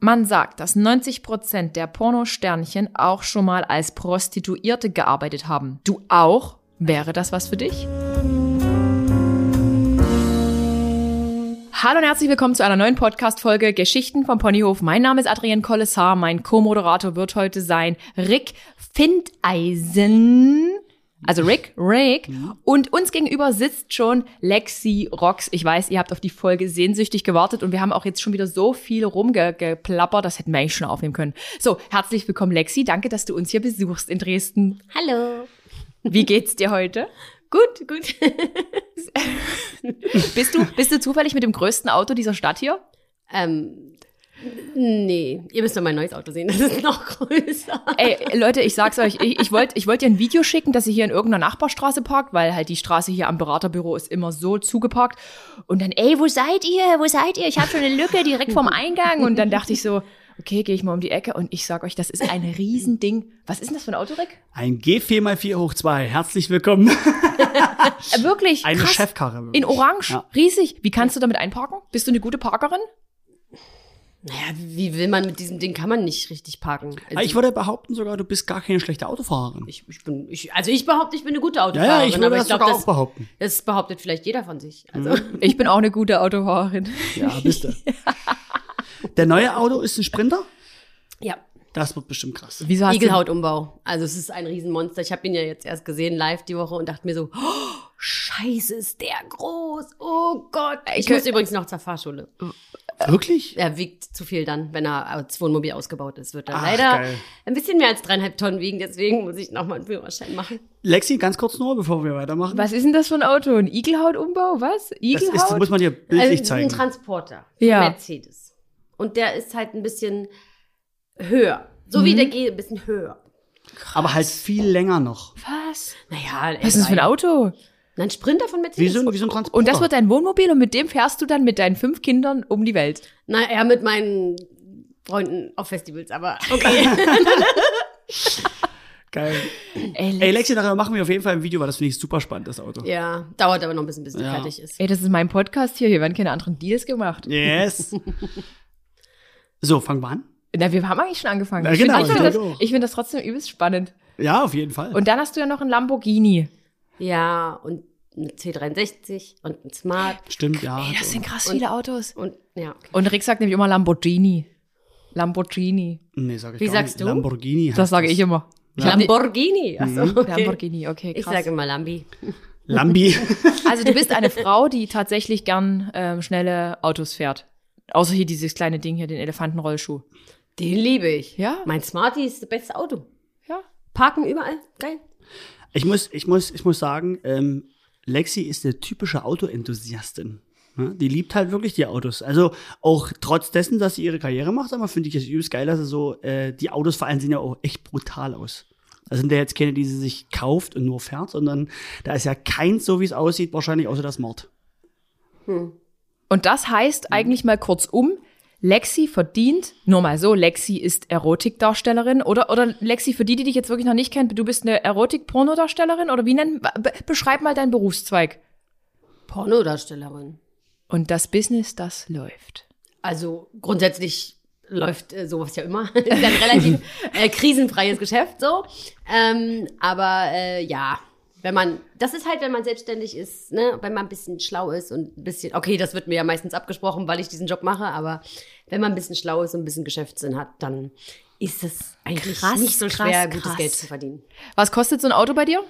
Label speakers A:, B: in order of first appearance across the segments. A: Man sagt, dass 90 Prozent der Pornosternchen auch schon mal als Prostituierte gearbeitet haben. Du auch? Wäre das was für dich? Hallo und herzlich willkommen zu einer neuen Podcast-Folge Geschichten vom Ponyhof. Mein Name ist Adrienne Kollessar. Mein Co-Moderator wird heute sein Rick Findeisen. Also Rick, Rick. Und uns gegenüber sitzt schon Lexi Rox. Ich weiß, ihr habt auf die Folge sehnsüchtig gewartet und wir haben auch jetzt schon wieder so viel rumgeplappert. Das hätten wir eigentlich schon aufnehmen können. So, herzlich willkommen, Lexi. Danke, dass du uns hier besuchst in Dresden.
B: Hallo.
A: Wie geht's dir heute?
B: Gut, gut.
A: Bist du, bist du zufällig mit dem größten Auto dieser Stadt hier?
B: ähm, nee, ihr müsst noch mein neues Auto sehen. Das ist noch größer.
A: Ey, Leute, ich sag's euch, ich, ich wollte ich wollt dir ein Video schicken, dass ihr hier in irgendeiner Nachbarstraße parkt, weil halt die Straße hier am Beraterbüro ist immer so zugeparkt. Und dann, ey, wo seid ihr? Wo seid ihr? Ich habe schon eine Lücke direkt vorm Eingang. Und dann dachte ich so, okay, gehe ich mal um die Ecke und ich sag euch, das ist ein Riesending. Was ist denn das für ein Auto, Rick?
C: Ein G4 mal 4 hoch 2. Herzlich willkommen.
A: Äh, wirklich.
C: Eine
A: krass.
C: Chefkarre.
A: In Orange,
C: Ja.
A: riesig. Wie kannst du damit einparken? Bist du eine gute Parkerin?
B: Naja, wie will man mit diesem Ding? Kann man nicht richtig parken. Also,
C: Ah, Ich würde behaupten sogar, du bist gar keine schlechte Autofahrerin.
B: ich, ich bin, ich, also ich behaupte, ich bin eine gute
C: Ja,
B: Autofahrerin.
C: ja, ich würde
B: aber
C: das
B: ich glaub,
C: sogar auch
B: das,
C: behaupten. Mhm.
B: das behauptet vielleicht jeder von sich. Also,
A: Ich bin auch eine gute Autofahrerin.
C: Ja, bist du. Der neue Auto ist ein Sprinter?
B: ja.
C: Das wird bestimmt krass.
A: Wieso hast du
B: Igelhautumbau. Also es ist ein Riesenmonster. Ich habe ihn ja jetzt erst gesehen live die Woche und dachte mir so, oh, scheiße, ist der groß. Oh Gott. Ich muss übrigens noch zur Fahrschule.
C: Wirklich?
B: Er wiegt zu viel dann, wenn er als Wohnmobil ausgebaut ist. Wird er
C: Ach,
B: leider
C: geil.
B: ein bisschen mehr als dreieinhalb Tonnen wiegen. Deswegen muss ich nochmal einen Führerschein machen.
C: Lexi, ganz kurz nur, bevor wir weitermachen.
A: Was ist denn das für ein Auto? Ein Igelhautumbau? Was?
C: das
A: Igelhaut?
C: ist, das muss man dir bildlich
B: Also es ist ein
C: zeigen.
B: Transporter.
A: Ja.
B: Ja. Mercedes. Und der ist halt ein bisschen höher. So
A: Mhm.
B: wie der G, ein bisschen höher.
C: Aber halt viel länger noch.
A: Was?
B: Naja,
A: Was ist das für ein Auto?
B: Ein Sprinter von Mercedes.
C: Wie so, ein- wie so ein Transporter.
A: Und das wird dein Wohnmobil und mit dem fährst du dann mit deinen fünf Kindern um die Welt.
B: Naja, mit meinen Freunden auf Festivals, aber okay.
C: Geil.
A: Ey,
C: Ey, Lexi, nachher machen wir auf jeden Fall ein Video, weil das finde ich super spannend, das Auto.
B: ja, dauert aber noch ein bisschen, bis es
C: Ja.
B: fertig ist.
A: Ey, das ist mein Podcast hier. Hier werden keine anderen Deals gemacht.
C: Yes. So, fangen wir an.
A: Na, wir haben eigentlich schon angefangen.
C: Na,
A: ich finde
C: genau,
A: ich find
C: ich
A: das,
C: denke auch.
A: ich find das trotzdem übelst spannend.
C: Ja, auf jeden Fall.
A: Und dann hast du ja noch einen Lamborghini.
B: Ja, und eine C63 und ein Smart
C: Stimmt, ja.
A: Ey,
C: hat
A: das
C: so-
A: sind krass
B: Und-
A: viele Autos.
B: und ja. okay.
A: Und Rick sagt nämlich immer Lamborghini. Lamborghini.
C: Nee, sag ich
B: Wie
C: gar
B: sagst
C: nicht.
B: du?
C: Lamborghini. heißt
A: Das sage ich immer. Ich hab die-
B: Lamborghini.
C: Mhm.
B: Achso, okay.
A: Lamborghini, okay,
B: Ich
A: krass.
B: sage immer Lambi.
C: Lambi.
A: Also du bist eine Frau, die tatsächlich gern ähm, schnelle Autos fährt. Außer hier dieses kleine Ding hier, den Elefantenrollschuh.
B: Den liebe ich.
A: Ja.
B: Mein Smarty ist das beste Auto.
A: Ja.
B: Parken überall. Geil.
C: Ich muss, ich muss, ich muss sagen, ähm, Lexi ist eine typische Autoenthusiastin. Ne? Die liebt halt wirklich die Autos. Also auch trotz dessen, dass sie ihre Karriere macht, aber finde ich es übelst geil, dass sie so, äh, die Autos vor allem sehen ja auch echt brutal aus. Das sind ja jetzt keine, die sie sich kauft und nur fährt, sondern da ist ja keins so, wie es aussieht, wahrscheinlich außer das Mord.
A: Und das heißt eigentlich mal kurzum, Lexi verdient, nur mal so, Lexi ist Erotikdarstellerin oder, oder Lexi, für die, die dich jetzt wirklich noch nicht kennt, du bist eine Erotik-Pornodarstellerin oder wie nennen, be- beschreib mal deinen Berufszweig.
B: Pornodarstellerin.
A: Und das Business, das läuft.
B: Also grundsätzlich läuft äh, sowas ja immer. ist ja ein relativ äh, krisenfreies Geschäft so. Ähm, aber äh, ja, wenn man, das ist halt, wenn man selbstständig ist, ne, wenn man ein bisschen schlau ist und ein bisschen, okay, das wird mir ja meistens abgesprochen, weil ich diesen Job mache, aber wenn man ein bisschen schlau ist und ein bisschen Geschäftssinn hat, dann ist es eigentlich
A: Krass,
B: nicht so
A: krass,
B: schwer, gutes
A: krass.
B: Geld zu verdienen.
A: Was kostet so ein Auto bei dir?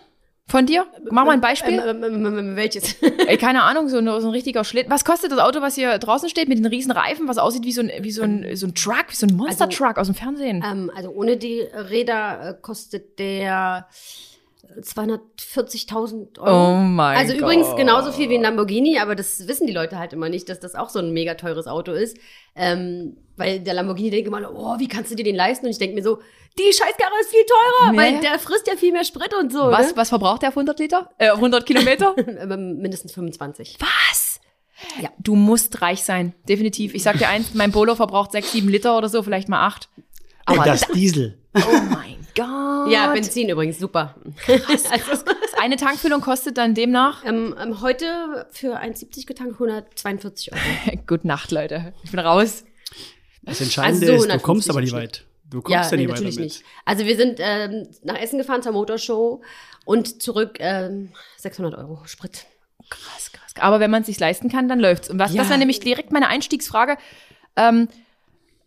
A: Von dir? Mach mal ein Beispiel.
B: Ähm, ähm, ähm, ähm, welches?
A: Ey, keine Ahnung, so ein, so ein richtiger Schlitten. Was kostet das Auto, was hier draußen steht mit den riesen Reifen, was aussieht wie so ein, wie so ein, so ein Truck, wie so ein Monster-Truck aus dem Fernsehen?
B: Ähm, also ohne die Räder äh, kostet der 240.000 Euro.
A: Oh mein
B: Also übrigens
A: Gott.
B: genauso viel wie ein Lamborghini, aber das wissen die Leute halt immer nicht, dass das auch so ein mega teures Auto ist. Ähm, weil der Lamborghini denkt immer, oh, wie kannst du dir den leisten? Und ich denke mir so, die Scheißkarre ist viel
A: Ja,
B: teurer,
A: ja.
B: weil der frisst ja viel mehr Sprit und so.
A: was, was verbraucht der auf 100 Liter? Äh, 100 Kilometer?
B: Ne? Ähm, Mindestens 25.
A: Was?
B: Ja.
A: Du musst reich sein, definitiv. Ich sag dir eins, mein Polo verbraucht sechs, sieben Liter oder so, vielleicht mal acht.
C: Und das Diesel.
A: Oh mein Gott.
B: Ja, Benzin übrigens, super. also,
A: Eine Tankfüllung kostet dann demnach.
B: ähm, ähm, heute für 1,70 getankt 142 Euro.
A: Gute Nacht, Leute. Ich bin raus.
C: Das
B: Also
C: Entscheidende
B: so
C: ist, du
B: 150
C: kommst aber nicht
B: im
C: weit. Du
B: Ja,
C: kommst ja,
B: nee,
C: nicht weit
B: natürlich
C: damit.
B: nicht. Also wir sind ähm, nach Essen gefahren zur Motorshow und zurück ähm, 600 Euro Sprit.
A: Krass, krass. Aber wenn man es sich leisten kann, dann läuft's. Und was,
B: Ja.
A: das wäre nämlich direkt meine Einstiegsfrage. Ähm,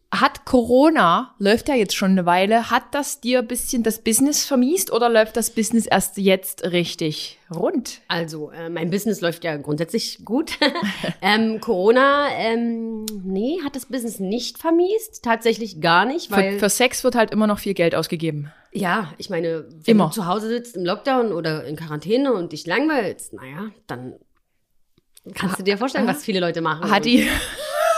A: hat Corona, läuft ja jetzt schon eine Weile, hat das dir ein bisschen das Business vermiest oder läuft das Business erst jetzt richtig rund?
B: Also, äh, mein Business läuft ja grundsätzlich gut. ähm, Corona, ähm, nee, hat das Business nicht vermiest. Tatsächlich gar nicht, weil.
A: Für, für Sex wird halt immer noch viel Geld ausgegeben.
B: Ja, ich meine, wenn
A: Immer.
B: du zu Hause sitzt im Lockdown oder in Quarantäne und dich langweilst, naja, dann kannst du dir vorstellen, was viele Leute machen.
A: Hat die,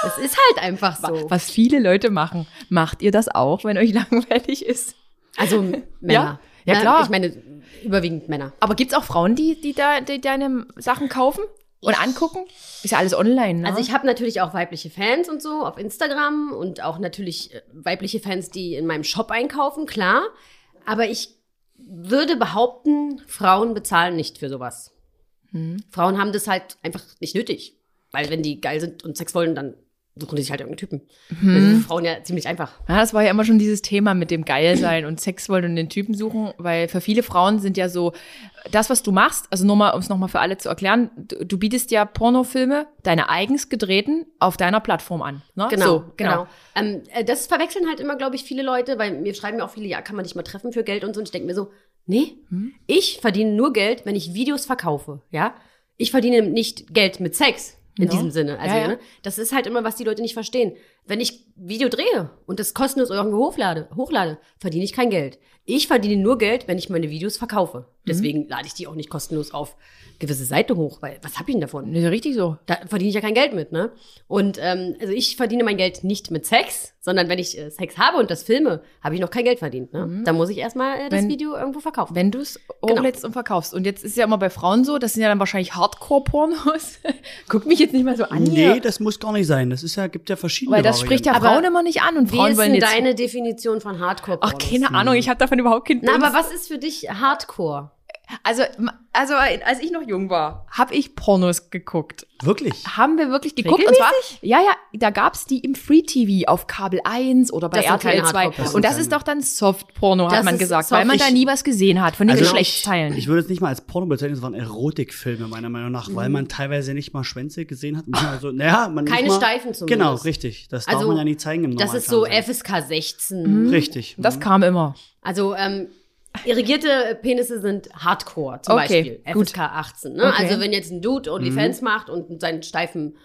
B: Es ist halt einfach so.
A: was viele Leute machen. Macht ihr das auch, wenn euch langweilig ist?
B: Also Männer.
A: Ja,
B: Ne?
A: klar.
B: Ich meine, überwiegend Männer.
A: Aber gibt's auch Frauen, die, die, da, die deine Sachen kaufen und angucken? Ist ja alles online, ne?
B: Also ich habe natürlich auch weibliche Fans und so auf Instagram und auch natürlich äh, weibliche Fans, die in meinem Shop einkaufen, klar. Aber ich würde behaupten, Frauen bezahlen nicht für sowas. Frauen haben das halt einfach nicht nötig. Weil wenn die geil sind und Sex wollen, dann suchen die sich halt irgendeinen Typen. Das ist für Frauen ja ziemlich einfach.
A: Ja, das war ja immer schon dieses Thema mit dem Geilsein und Sex wollen und den Typen suchen, weil für viele Frauen sind ja so, das, was du machst, also nur mal, um es nochmal für alle zu erklären, du, du bietest ja Pornofilme, deine eigens gedrehten, auf deiner Plattform an. Ne?
B: Genau,
A: So,
B: genau. Ähm, äh, das verwechseln halt immer, glaube ich, viele Leute, weil mir schreiben ja auch viele, ja, kann man nicht mal treffen für Geld und so. Und ich denke mir so, nee,
A: Hm?
B: ich verdiene nur Geld, wenn ich Videos verkaufe, ja. Ich verdiene nicht Geld mit Sex in
A: Ja.
B: diesem Sinne. Also,
A: Ja, ja.
B: Ne, das ist halt immer, was die Leute nicht verstehen. Wenn ich Video drehe und das kostenlos irgendwo hochlade, hochlade, verdiene ich kein Geld. Ich verdiene nur Geld, wenn ich meine Videos verkaufe.
A: Mhm.
B: Deswegen lade ich die auch nicht kostenlos auf gewisse Seite hoch, weil was habe ich denn davon?
A: Nee, richtig so.
B: da verdiene ich ja kein Geld mit, ne? Und ähm, also ich verdiene mein Geld nicht mit Sex, sondern wenn ich äh, Sex habe und das filme, habe ich noch kein Geld verdient, ne? Da muss ich erstmal äh, das
A: Mhm. Wenn-
B: Video irgendwo verkaufen.
A: Wenn du es hochlädst und verkaufst. Und jetzt ist ja immer bei Frauen so, das sind ja dann wahrscheinlich Hardcore-Pornos. Guck mich jetzt nicht mal so an
C: Nee,
A: hier.
C: das genau, muss gar nicht sein. Das ist ja, gibt ja verschiedene
A: Weil das spricht ja
B: Aber
A: Frauen immer nicht an und
B: Wie
A: Frauen
B: ist
A: wollen
B: denn
A: jetzt...
B: deine Definition von Hardcore?
A: Ach, keine Ahnung, ich habe davon überhaupt kein
B: Na,
A: Bild.
B: aber was ist für dich Hardcore?
A: Also, also als ich noch jung war, habe ich Pornos geguckt.
C: Wirklich.
A: Haben wir wirklich geguckt. Und zwar, ja, ja, da gab's die im Free TV auf Kabel 1 oder bei
B: Das sind keine
A: RTL 2.
B: Hardcore-Pornos.
A: Und das ist doch dann Soft-Porno,
B: Das
A: hat man
B: ist
A: gesagt,
B: Soft-
A: weil man da
B: Ich-
A: nie was gesehen hat von den
C: Also ich,
A: Geschlechtsteilen.
C: ich würde es nicht mal als Porno bezeichnen, es waren Erotikfilme, meiner Meinung nach, weil man teilweise nicht mal Schwänze gesehen hat. Also, naja, man
B: Mhm. Keine
C: nicht mal,
B: Steifen zumindest.
C: Genau, richtig. Das darf
B: Also,
C: man ja nie zeigen im
B: Das
C: normalen
B: ist so
C: Fernsehen.
B: FSK 16.
A: Mhm.
C: Richtig.
A: das kam immer.
B: Also ähm, irrigierte Penisse sind Hardcore zum
A: Okay,
B: Beispiel.
A: gut.
B: FSK 18. Ne?
A: Okay. Mhm.
B: Also wenn jetzt ein Dude OnlyFans macht und seinen steifen...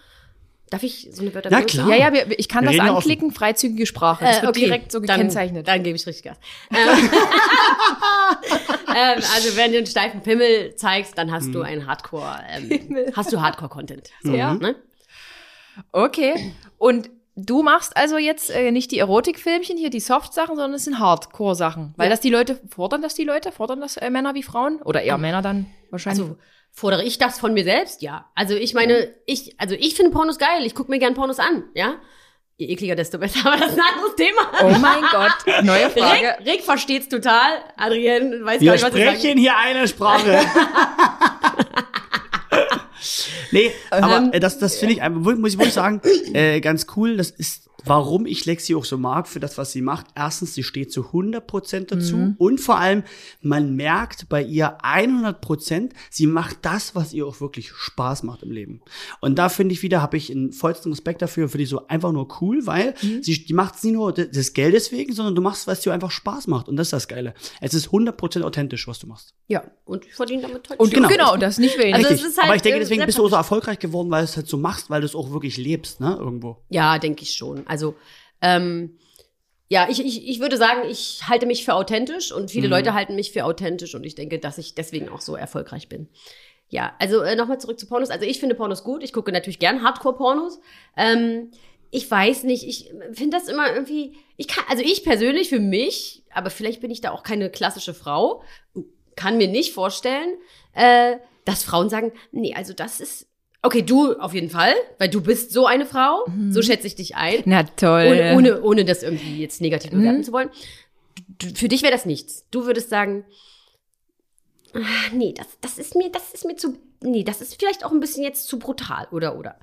B: Darf ich so eine Wörter
C: Ja,
B: benutzen?
C: klar.
A: Ja, ja, wir, ich kann
C: Ah. Wir
A: das
C: reden
A: anklicken, freizügige Sprache. Das
B: Äh,
A: wird
B: okay,
A: direkt so gekennzeichnet.
B: Dann, dann gebe ich richtig Gas. Ähm, ähm, also wenn du einen steifen Pimmel zeigst, dann hast du ein Hardcore, ähm, hast du Hardcore-Content. So,
A: Ja.
B: ne?
A: okay. Und du machst also jetzt äh, nicht die Erotikfilmchen hier, die Soft-Sachen, sondern es sind Hardcore-Sachen. Weil
B: Ja.
A: das die Leute, fordern das die Leute? Fordern das äh, Männer wie Frauen? Oder eher Männer dann wahrscheinlich?
B: Also fordere ich das von mir selbst, ja. Also ich meine, ich, also ich finde Pornos geil, ich gucke mir gern Pornos an, ja. Je ekliger, desto besser, aber das ist ein anderes Thema.
A: oh mein Gott, neue Oh, Frage.
B: Rick, Rick versteht's total. Adrienne weiß gar
C: Wir
B: nicht, was ich sage.
C: sprechen hier eine Sprache. nee, aber äh, das, das finde ich, einfach- muss ich wirklich sagen, äh, ganz cool. Das ist, warum ich Lexi auch so mag für das, was sie macht. Erstens, sie steht zu 100% dazu. Und vor allem, man merkt bei ihr 100%, sie macht das, was ihr auch wirklich Spaß macht im Leben. Und da finde ich wieder, habe ich einen vollsten Respekt dafür, für die so einfach nur cool, weil sie die macht es nicht nur de- des Geldes wegen, sondern du machst, was dir einfach Spaß macht. Und das ist das Geile. Es ist 100% authentisch, was du machst.
B: Ja, und ich verdiene damit toll.
A: Und
C: Genau.
A: genau, und das nicht wenig.
B: Also- es
C: Richtig.
B: ist halt
C: aber ich denke,
B: irgendwie
C: deswegen bist du auch so erfolgreich geworden, weil du es halt so machst, weil du es auch wirklich lebst, ne, irgendwo.
B: Ja, denke ich schon. Also, ähm, ja, ich, ich, ich würde sagen, ich halte mich für authentisch und viele Leute halten mich für authentisch und ich denke, dass ich deswegen auch so erfolgreich bin. Ja, also äh, nochmal zurück zu Pornos. Also ich finde Pornos gut. Ich gucke natürlich gern Hardcore-Pornos. Ähm, ich weiß nicht, ich finde das immer irgendwie, ich kann, also ich persönlich für mich, aber vielleicht bin ich da auch keine klassische Frau, kann mir nicht vorstellen, äh, dass Frauen sagen, nee, also das ist, okay, du auf jeden Fall, weil du bist so eine Frau, so schätze ich dich ein.
A: Na toll.
B: Ohne, ohne, ohne das irgendwie jetzt negativ bewerten zu wollen. Du, für dich wäre das nichts. Du würdest sagen, ah, nee, das, das ist mir, das ist mir zu, nee, das ist vielleicht auch ein bisschen jetzt zu brutal, oder, oder.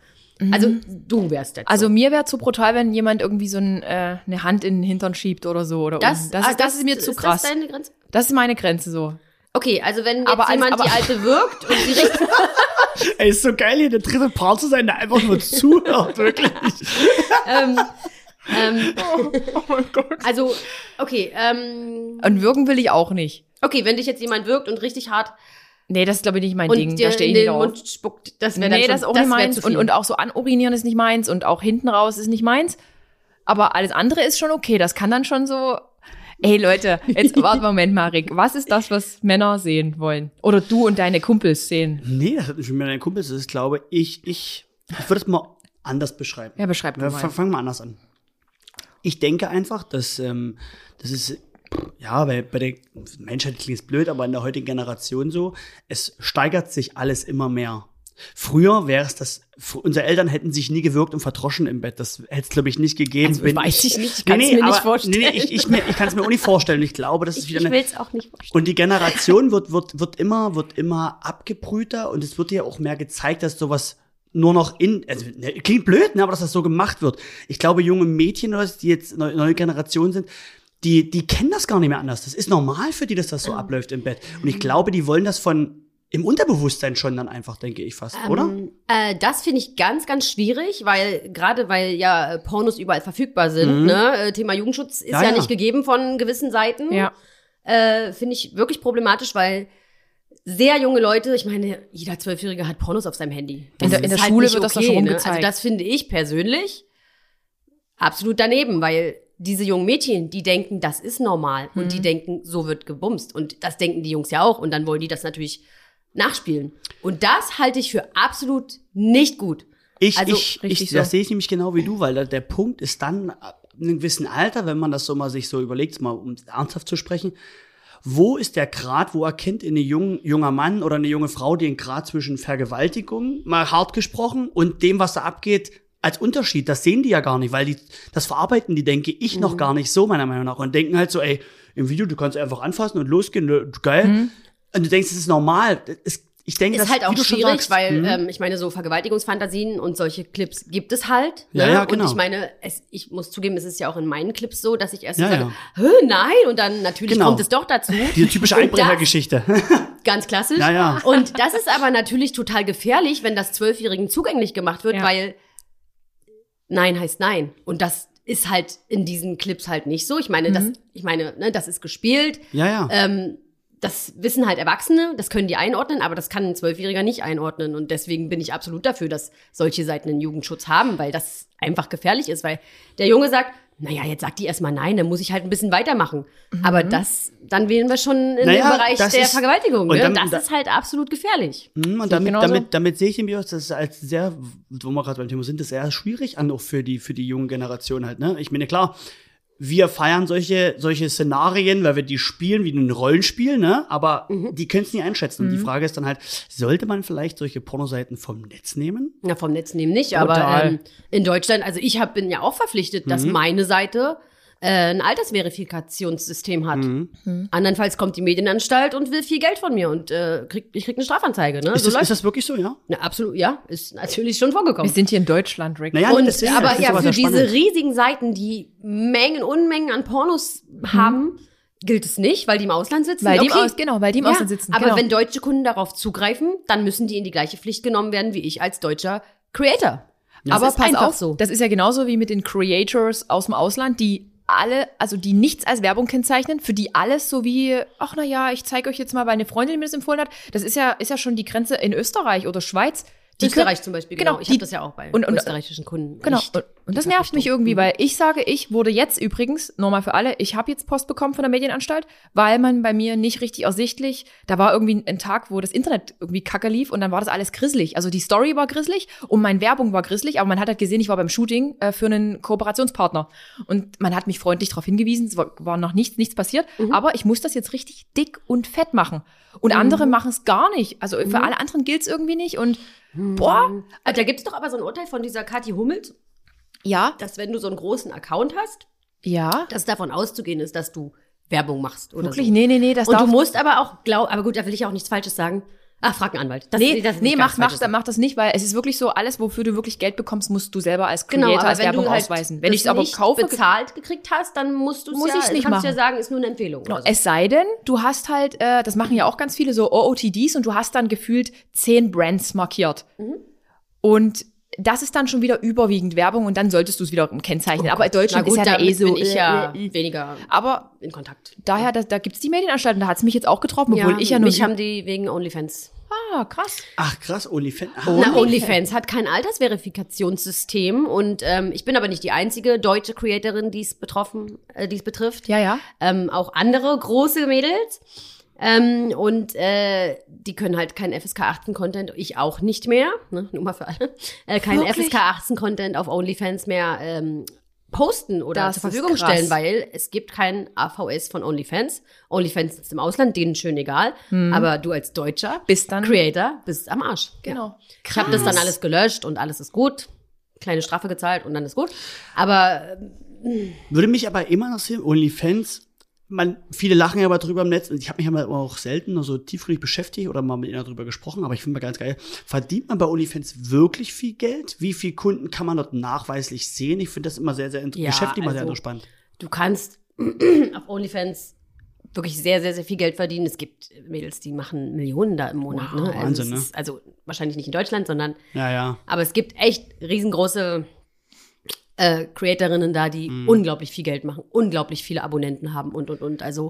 B: Also du wärst jetzt.
A: Also
B: so.
A: mir wäre zu brutal, wenn jemand irgendwie so ein, äh, eine Hand in den Hintern schiebt oder so. Oder
B: das,
A: unten. das,
B: ah,
A: ist, das ist mir zu krass.
B: Das deine Grenze?
A: das ist meine Grenze so.
B: Okay, also wenn jetzt
A: Aber als-
B: jemand die
A: aber-
B: Alte wirkt und die Richtung.
C: Ey, ist so geil, hier der dritte Part zu sein, der einfach nur zuhört, wirklich.
B: ähm, ähm,
A: Oh mein Gott.
B: also, okay, ähm,
A: Und wirken will ich auch nicht.
B: okay, wenn dich jetzt jemand wirkt und richtig hart
A: Nee, das ist, glaube ich, nicht mein
B: und
A: Ding.
B: dir
A: Da stehe ich
B: in den
A: nicht auf.
B: Mund spuckt, das wäre dann
A: Nee,
B: schon,
A: das ist auch nicht
B: wär
A: meins.
B: zu
A: Und,
B: viel.
A: und auch so anurinieren ist nicht meins und auch hinten raus ist nicht meins. Aber alles andere ist schon okay. Das kann dann schon so. Ey Leute, jetzt warte Moment mal, Rick. Was ist das, was Männer sehen wollen? Oder du und deine Kumpels sehen?
C: Nee, das hat nicht mit meinen Kumpels. Das ist, glaube ich, ich, ich würde es mal anders beschreiben.
A: Ja, beschreib du
C: Wir
A: mal.
C: fa- Fangen wir anders an. Ich denke einfach, dass ähm, das ist, ja, bei, bei der Menschheit klingt es blöd, aber in der heutigen Generation so, es steigert sich alles immer mehr. Früher wäre es das, fr- unsere Eltern hätten sich nie gewirkt und verdroschen im Bett. Das hätte es, glaube ich, nicht gegeben.
A: Also, weiß ich nicht. Ich kann's mir nicht vorstellen.
C: Nee, ich ich, mir- ich kann es mir auch nicht vorstellen. Ich glaube, das ist
B: Ich,
C: wieder
B: ich
C: eine,
B: will es auch nicht vorstellen.
C: und die Generation wird, wird, wird immer, wird immer abgebrühter und es wird ja auch mehr gezeigt, dass sowas nur noch in, also ne, klingt blöd, ne, aber dass das so gemacht wird. Ich glaube, junge Mädchen, oder was, die jetzt neu- neue Generation sind, die, die kennen das gar nicht mehr anders. Das ist normal für die, dass das so abläuft im Bett. Und ich glaube, die wollen das von im Unterbewusstsein schon dann einfach, denke ich fast, oder?
B: Ähm, Äh, das finde ich ganz, ganz schwierig, weil gerade weil ja äh, Pornos überall verfügbar sind.
C: Mhm.
B: Ne? Äh, Thema Jugendschutz ist
C: Ja,
B: ja,
C: ja.
B: nicht gegeben von gewissen Seiten.
A: Ja.
B: Äh, finde ich wirklich problematisch, weil sehr junge Leute, ich meine, jeder Zwölfjährige hat Pornos auf seinem Handy.
A: In der-
B: Das
A: in
B: ist halt
A: der Schule
B: nicht
A: wird das doch schon rumgezeigt.
B: Also das finde ich persönlich absolut daneben, weil diese jungen Mädchen, die denken, das ist normal und
A: Mhm.
B: die denken, so wird gebumst und das denken die Jungs ja auch und dann wollen die das natürlich nachspielen. Und das halte ich für absolut nicht gut.
C: Ich,
B: Also,
C: ich,
A: richtig
C: ich
A: so.
C: das sehe ich nämlich genau wie du, weil da, der Punkt ist dann ab einem gewissen Alter, wenn man das so mal sich so überlegt, mal um ernsthaft zu sprechen, wo ist der Grad, wo erkennt ein jung, junger Mann oder eine junge Frau den Grad zwischen Vergewaltigung, mal hart gesprochen, und dem, was da abgeht, als Unterschied? Das sehen die ja gar nicht, weil die, das verarbeiten die, denke ich,
B: Mhm.
C: noch gar nicht so, meiner Meinung nach, und denken halt so, ey, im Video, du kannst einfach anfassen und losgehen, ne, geil. Und du denkst, das ist normal. Das Ist, ich denke,
B: Mhm. ist
C: das
B: halt
C: wie
B: auch
C: du schon
B: schwierig,
C: sagst,
B: weil
C: mhm.
B: ähm, ich meine, so Vergewaltigungsfantasien und solche Clips gibt es halt.
C: Ja,
B: ne?
C: ja,
B: Und
C: genau.
B: ich meine, es, ich muss zugeben, es ist ja auch in meinen Clips so, dass ich erst
C: Ja,
B: sage,
C: ja.
B: "Hä, nein, und dann natürlich
C: Genau.
B: kommt es doch dazu.
C: diese typische
B: Und das-
C: Einbrechergeschichte.
B: Ganz klassisch.
C: Ja, ja.
B: Und das ist aber natürlich total gefährlich, wenn das Zwölfjährigen zugänglich gemacht wird,
A: Ja.
B: weil Nein heißt Nein. Und das ist halt in diesen Clips halt nicht so. Ich meine, das,
C: Mhm.
B: ich meine, ne, das ist gespielt.
C: Ja, ja.
B: Ähm, das wissen halt Erwachsene, das können die einordnen, aber das kann ein Zwölfjähriger nicht einordnen. Und deswegen bin ich absolut dafür, dass solche Seiten einen Jugendschutz haben, weil das einfach gefährlich ist, weil der Junge sagt, naja, jetzt sagt die erstmal nein, dann muss ich halt ein bisschen weitermachen. Aber das, dann wählen wir schon in
C: Naja,
B: den Bereich
C: Mhm. das
B: der
C: ist-
B: Vergewaltigung.
C: und
B: Ne?
C: dann-
B: das
C: da-
B: ist halt absolut gefährlich.
C: Mhm, Und damit,
A: genauso.
C: damit, damit sehe ich nämlich auch, dass es als sehr, wo wir gerade beim Thema sind, das sehr schwierig an, auch für die, für die junge Generation halt, ne? Ich meine, klar, wir feiern solche, solche Szenarien, weil wir die spielen wie ein Rollenspiel, ne? Aber
B: Mhm.
C: die können es nie einschätzen. Und die Frage ist dann halt, sollte man vielleicht solche Pornoseiten vom Netz nehmen?
B: Na, vom Netz nehmen nicht, aber
A: Total.
B: ähm, in Deutschland, also ich hab, bin ja auch verpflichtet, dass
C: Mhm.
B: meine Seite äh, ein Altersverifikationssystem hat.
C: Mhm.
B: Andernfalls kommt die Medienanstalt und will viel Geld von mir und äh, krieg, ich krieg eine Strafanzeige. Ne?
C: Ist,
B: so
C: das,
B: läuft.
C: ist das wirklich so, ja?
B: Na, absolut, ja, ist natürlich schon vorgekommen.
A: Wir sind hier in Deutschland, Rick.
C: Naja,
B: und,
C: deswegen, das
B: aber
C: ist
B: ja,
C: aber
B: für
C: sehr spannend.
B: diese riesigen Seiten, die Mengen, Unmengen an Pornos haben, gilt es nicht, weil die im Ausland sitzen.
A: Weil die im
B: Okay.
A: Aus- genau, weil die im Ausland sitzen,
B: Aber
A: genau.
B: wenn deutsche Kunden darauf zugreifen, dann müssen die in die gleiche Pflicht genommen werden wie ich als deutscher Creator.
A: Aber
B: Das ist
A: pass
B: einfach
A: auf,
B: so.
A: das ist ja genauso wie mit den Creators aus dem Ausland, die alle, also die nichts als Werbung kennzeichnen, für die alles so wie, ach na ja, ich zeige euch jetzt mal, weil eine Freundin mir das empfohlen hat. Das ist ja, ist ja schon die Grenze in Österreich oder Schweiz. Die
B: Österreich
A: können-
B: zum Beispiel,
A: genau,
B: genau. Ich habe
A: die-
B: das ja auch bei
A: und- und-
B: österreichischen Kunden.
A: Genau.
B: Nicht.
A: Und, und das nervt mich
B: Mhm.
A: irgendwie, weil ich sage, ich wurde jetzt übrigens, nochmal für alle, ich habe jetzt Post bekommen von der Medienanstalt, weil man bei mir nicht richtig ersichtlich, da war irgendwie ein Tag, wo das Internet irgendwie kacke lief und dann war das alles grisselig. Also die Story war grisselig und meine Werbung war grisselig, aber man hat halt gesehen, ich war beim Shooting äh, für einen Kooperationspartner. Und man hat mich freundlich darauf hingewiesen, es war, war noch nichts, nichts passiert,
B: Mhm.
A: aber ich muss das jetzt richtig dick und fett machen. Und andere machen es gar nicht. Also
B: Mhm.
A: für alle anderen gilt es irgendwie nicht und boah,
B: Ah, Da gibt's doch aber so ein Urteil von dieser Kathi Hummels,
A: ja,
B: dass wenn du so einen großen Account hast,
A: ja.
B: dass davon auszugehen ist, dass du Werbung machst. Oder
A: Wirklich,
B: so.
A: nee, nee, nee, das
B: Und
A: darf
B: du musst aber auch glauben, aber gut, da will ich auch nichts Falsches sagen. Ach, frag einen Anwalt. Das,
A: Nee,
B: das ist
A: nee
B: nicht
A: mach,
B: ganz
A: mach,
B: falsch.
A: mach das nicht, weil es ist wirklich so, alles, wofür du wirklich Geld bekommst, musst du selber als Creator,
B: Genau, aber
A: als
B: wenn
A: Werbung
B: du halt
A: ausweisen. Wenn
B: das
A: ich es aber
B: nicht
A: kaufe,
B: bezahlt gekriegt hast, dann musst du es
A: Muss
B: ja,
A: ich's nicht
B: kannst du ja
A: machen.
B: sagen, ist nur eine Empfehlung.
A: Genau,
B: oder so.
A: es sei denn, du hast halt, äh, das machen ja auch ganz viele so OOTDs und du hast dann gefühlt zehn Brands markiert.
B: Mhm.
A: Und das ist dann schon wieder überwiegend Werbung und dann solltest du es wieder kennzeichnen.
B: Oh
A: aber Deutschland ist ja da
B: damit
A: eh so.
B: bin ich
A: äh,
B: ja
A: äh, äh.
B: weniger
A: Aber
B: in Kontakt.
A: daher, da, da gibt es die Medienanstalt und da hat es mich jetzt auch getroffen, obwohl ich ja nur.
B: Mich haben die wegen OnlyFans.
A: ah, krass.
C: Ach krass, OnlyFans. Ah, Ach,
B: Na, OnlyFans hat kein Altersverifikationssystem und ähm, ich bin aber nicht die einzige deutsche Creatorin, die es betroffen, äh, die es betrifft.
A: Ja, ja.
B: ähm, auch andere große Mädels. Ähm, und äh, die können halt keinen FSK 18 Content, ich auch nicht mehr, ne, nur mal für alle, äh, keinen
A: Wirklich?
B: FSK 18 Content auf OnlyFans mehr ähm, posten oder
A: Das
B: zur
A: ist
B: Verfügung
A: krass.
B: stellen, weil es gibt keinen AVS von OnlyFans. OnlyFans ist im Ausland, denen schön egal, aber du als Deutscher
A: Mhm. Bis dann.
B: Creator bist am Arsch.
A: Genau.
B: Ich habe das dann alles gelöscht und alles ist gut, kleine Strafe gezahlt und dann ist gut. Aber
C: Würde mich aber immer noch sehen, OnlyFans, man, viele lachen ja aber drüber im Netz und ich habe mich ja mal auch selten noch so tiefgründig beschäftigt oder mal mit ihnen darüber gesprochen, aber ich finde mal ganz geil, verdient man bei OnlyFans wirklich viel Geld? Wie viele Kunden kann man dort nachweislich sehen? Ich finde das immer sehr, sehr interessant.
B: Ja,
C: Geschäft immer sehr
B: also-
C: interessant.
B: du kannst auf OnlyFans wirklich sehr, sehr, sehr viel Geld verdienen. Es gibt Mädels, die machen Millionen da im Monat.
C: Wow,
B: ne? Also
C: Wahnsinn,
B: es
C: ne?
B: Ist, also wahrscheinlich nicht in Deutschland, sondern,
C: Ja, ja.
B: aber es gibt echt riesengroße äh, Creatorinnen da, die
C: Mhm.
B: unglaublich viel Geld machen, unglaublich viele Abonnenten haben und, und, und. Also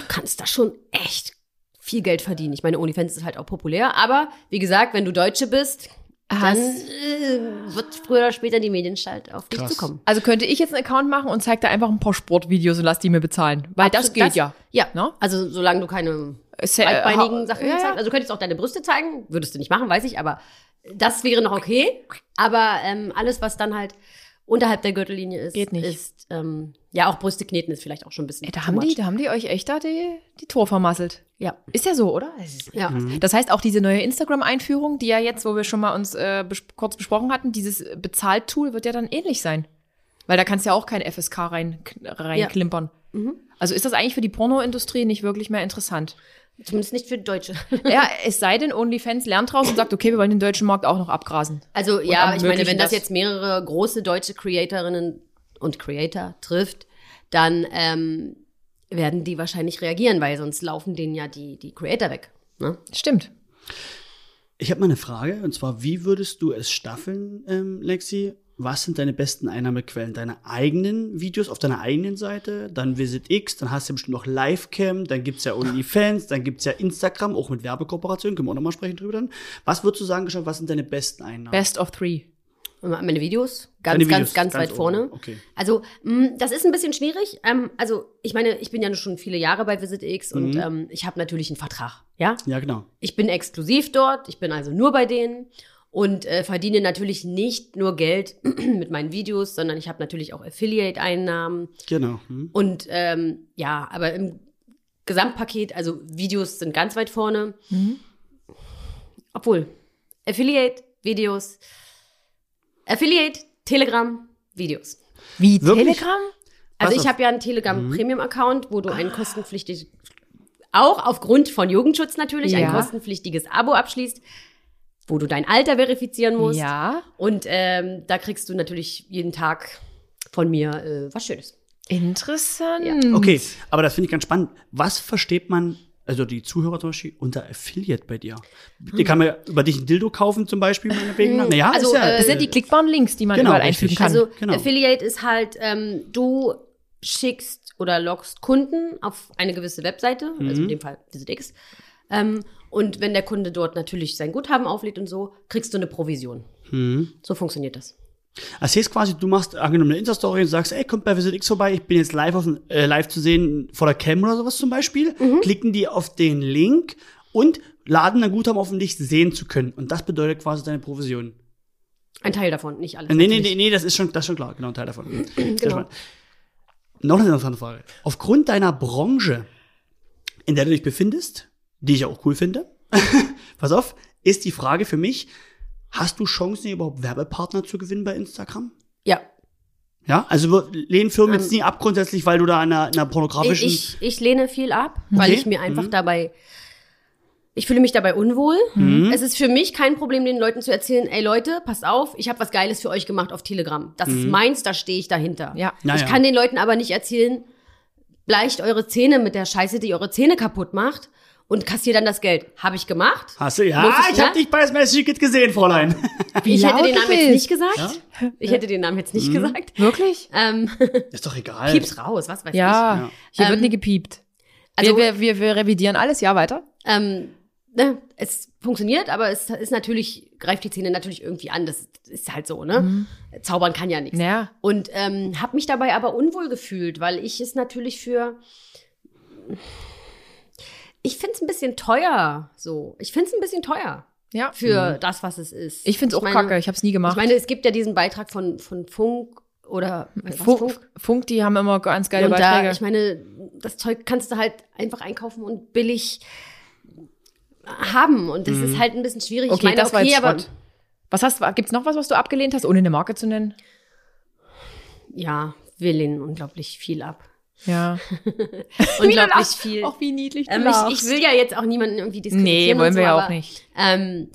B: du kannst da schon echt viel Geld verdienen. Ich meine, OnlyFans ist halt auch populär, aber wie gesagt, wenn du Deutsche bist,
C: Ah,
B: dann
A: Hast-
B: äh, wird früher oder später die Medienstalt auf dich
C: Krass.
B: zukommen.
A: Also könnte ich jetzt einen Account machen und zeig da einfach ein paar Sportvideos und lass die mir bezahlen. Weil das
B: Absolut,
A: geht ja.
B: Ja,
A: Ne?
B: also solange du keine
A: Se-
B: breitbeinigen
A: ha-
B: Sachen
A: ja, ja.
B: zeigst. Also du könntest auch deine Brüste zeigen, würdest du nicht machen, weiß ich, aber das wäre noch okay. Aber ähm, alles, was dann halt unterhalb der Gürtellinie ist,
A: Geht nicht.
B: ist ähm, ja auch Brüste kneten ist vielleicht auch schon ein bisschen.
A: Ey,
B: too
A: da, haben die,
B: much.
A: da haben die euch echt da die, die Tor vermasselt.
B: Ja.
A: Ist ja so, oder? Es ist-
B: Ja.
A: Das heißt, auch diese neue Instagram-Einführung, die ja jetzt, wo wir schon mal uns äh, bes kurz besprochen hatten, dieses Bezahltool wird ja dann ähnlich sein. Weil da kannst du ja auch kein FSK rein, reinklimpern.
B: Mhm.
A: Also ist das eigentlich für die Pornoindustrie nicht wirklich mehr interessant.
B: Zumindest nicht für Deutsche.
A: ja, es sei denn, OnlyFans lernt draus und sagt, okay, wir wollen den deutschen Markt auch noch abgrasen.
B: Also ja,
A: am
B: ich meine,
A: möglichen
B: wenn das
A: das-
B: jetzt mehrere große deutsche Creatorinnen und Creator trifft, dann ähm, werden die wahrscheinlich reagieren, weil sonst laufen denen ja die, die Creator weg. Ne?
A: Stimmt.
C: Ich habe mal eine Frage und zwar, wie würdest du es staffeln, ähm, Lexi? Was sind deine besten Einnahmequellen? Deine eigenen Videos auf deiner eigenen Seite, dann Visit X, dann hast du bestimmt noch Livecam, dann gibt's ja OnlyFans, dann gibt's ja Instagram, auch mit Werbekooperationen, können wir auch nochmal sprechen drüber dann. Was würdest du sagen, Geschafft, was sind deine besten Einnahmen?
A: Best of three.
B: Meine Videos, ganz,
C: Deine Videos,
B: ganz, ganz, weit
C: oben.
B: vorne.
C: Okay.
B: Also, mh, das ist ein bisschen schwierig. Ähm, also, ich meine, ich bin ja schon viele Jahre bei Visit X und
C: Mhm.
B: ähm, ich habe natürlich einen Vertrag. Ja,
C: Ja, genau.
B: ich bin exklusiv dort, ich bin also nur bei denen und äh, verdiene natürlich nicht nur Geld mit meinen Videos, sondern ich habe natürlich auch Affiliate-Einnahmen
C: Genau. Hm.
B: und ähm, ja, aber im Gesamtpaket, also Videos sind ganz weit vorne.
A: Mhm.
B: Obwohl, Affiliate, Videos, Affiliate, Telegram, Videos.
A: Wie
C: Wirklich?
A: Telegram?
B: Also
C: Was
B: ich
C: auf-
B: habe ja einen Telegram
A: Mhm.
B: Premium Account, wo du ein
A: Ah.
B: kostenpflichtiges auch aufgrund von Jugendschutz natürlich ein
A: Ja.
B: kostenpflichtiges Abo abschließt, wo du dein Alter verifizieren musst
A: Ja.
B: und ähm, da kriegst du natürlich jeden Tag von mir äh, was Schönes.
A: Interessant.
C: Okay, aber das finde ich ganz spannend. Was versteht man, also die Zuhörer zum Beispiel, unter Affiliate bei dir?
A: Hm.
C: Die kann man über dich ein Dildo kaufen zum Beispiel, meinetwegen. Naja,
B: Also,
C: ist ja,
B: äh,
A: Das sind die klickbaren Links, die man
C: Genau,
A: überall
C: richtig.
A: einfügen kann.
B: Also
C: genau.
B: Affiliate ist halt, ähm, du schickst oder loggst Kunden auf eine gewisse Webseite, also
C: Mhm.
B: in dem Fall VisitX. Ähm, und wenn der Kunde dort natürlich sein Guthaben auflädt und so, kriegst du eine Provision.
C: Mhm.
B: So funktioniert das.
C: Also hier ist quasi, du machst angenommen eine Insta-Story und sagst, ey, kommt bei Visit X vorbei, ich bin jetzt live, auf, dem- äh, live zu sehen vor der Cam oder sowas zum Beispiel.
A: Mhm.
C: Klicken die auf den Link und laden dann Guthaben auf, um dich sehen zu können. Und das bedeutet quasi deine Provision.
B: Ein Teil davon, nicht alles.
C: Äh, nee, nee,
B: natürlich.
C: nee, nee, das ist schon, das ist schon klar, genau, ein Teil davon. Sehr
B: Genau.
C: spannend. Noch eine interessante Frage. Aufgrund deiner Branche, in der du dich befindest, die ich ja auch cool finde, pass auf, ist die Frage für mich, hast du Chancen, überhaupt Werbepartner zu gewinnen bei Instagram?
B: Ja,
C: Ja, also wir lehnen Firmen jetzt nie ab grundsätzlich, weil du da in einer, in einer pornografischen.
B: ich, ich, ich lehne viel ab, weil
C: Okay.
B: ich mir einfach
C: Mhm.
B: dabei ich fühle mich dabei unwohl. Es ist für mich kein Problem, den Leuten zu erzählen, ey Leute, passt auf, ich habe was Geiles für euch gemacht auf Telegram. Das ist meins, da stehe ich dahinter.
A: Ja.
C: Mhm. Ja,
B: ich
C: ja.
B: kann den Leuten aber nicht erzählen, bleicht eure Zähne mit der Scheiße, die eure Zähne kaputt macht und kassiert dann das Geld. Habe ich gemacht.
C: Hast du? Ja,
B: Muss ich,
C: ich hab
B: ne?
C: dich bei das Message gesehen, Fräulein.
A: Wie
B: ich hätte
A: laut
B: den
A: du
B: Namen jetzt
A: bist.
B: nicht gesagt. Ich hätte den Namen jetzt nicht
C: Mhm.
B: gesagt.
A: Wirklich?
B: Ähm,
C: Ist doch egal.
B: piep's raus, was weiß ich.
A: Ja,
C: Ja.
A: hier
B: Ähm,
A: wird nie gepiept.
B: also-
A: Also wir, wir, wir, wir revidieren alles, ja, weiter.
B: ähm, ne, es funktioniert, aber es ist natürlich, greift die Zähne natürlich irgendwie an. Das ist halt so, ne? Zaubern kann ja nichts.
A: Mhm. Ja.
B: Und ähm, habe mich dabei aber unwohl gefühlt, weil ich es natürlich für. Ich finde es ein bisschen teuer, so. Ich finde es ein bisschen teuer
A: Ja.
B: für das, was es ist.
A: Mhm. Ich find's auch
B: meine-
A: kacke, ich hab's nie
B: Ich
A: gemacht.
B: meine, es gibt ja diesen Beitrag von, von Funk oder was,
A: Fu-
B: Funk?
A: Funk, die haben immer ganz geile
B: und
A: Beiträge.
B: da, ich meine, das Zeug kannst du halt einfach einkaufen und billig haben. Und das ist halt ein bisschen schwierig. ich
A: Mhm. Okay,
B: meine,
A: das war
B: okay,
A: jetzt
B: aber
A: Schrott. Was hast, gibt's noch was, was du abgelehnt hast, ohne eine Marke zu nennen?
B: ja, wir lehnen unglaublich viel ab.
A: Ja.
B: Unglaublich viel.
A: Auch wie niedlich du
B: Ähm, ich, ich will ja jetzt auch niemanden irgendwie diskriminieren.
A: Nee,
B: und
A: wollen
B: so,
A: wir ja
B: aber,
A: auch nicht.
B: Ähm,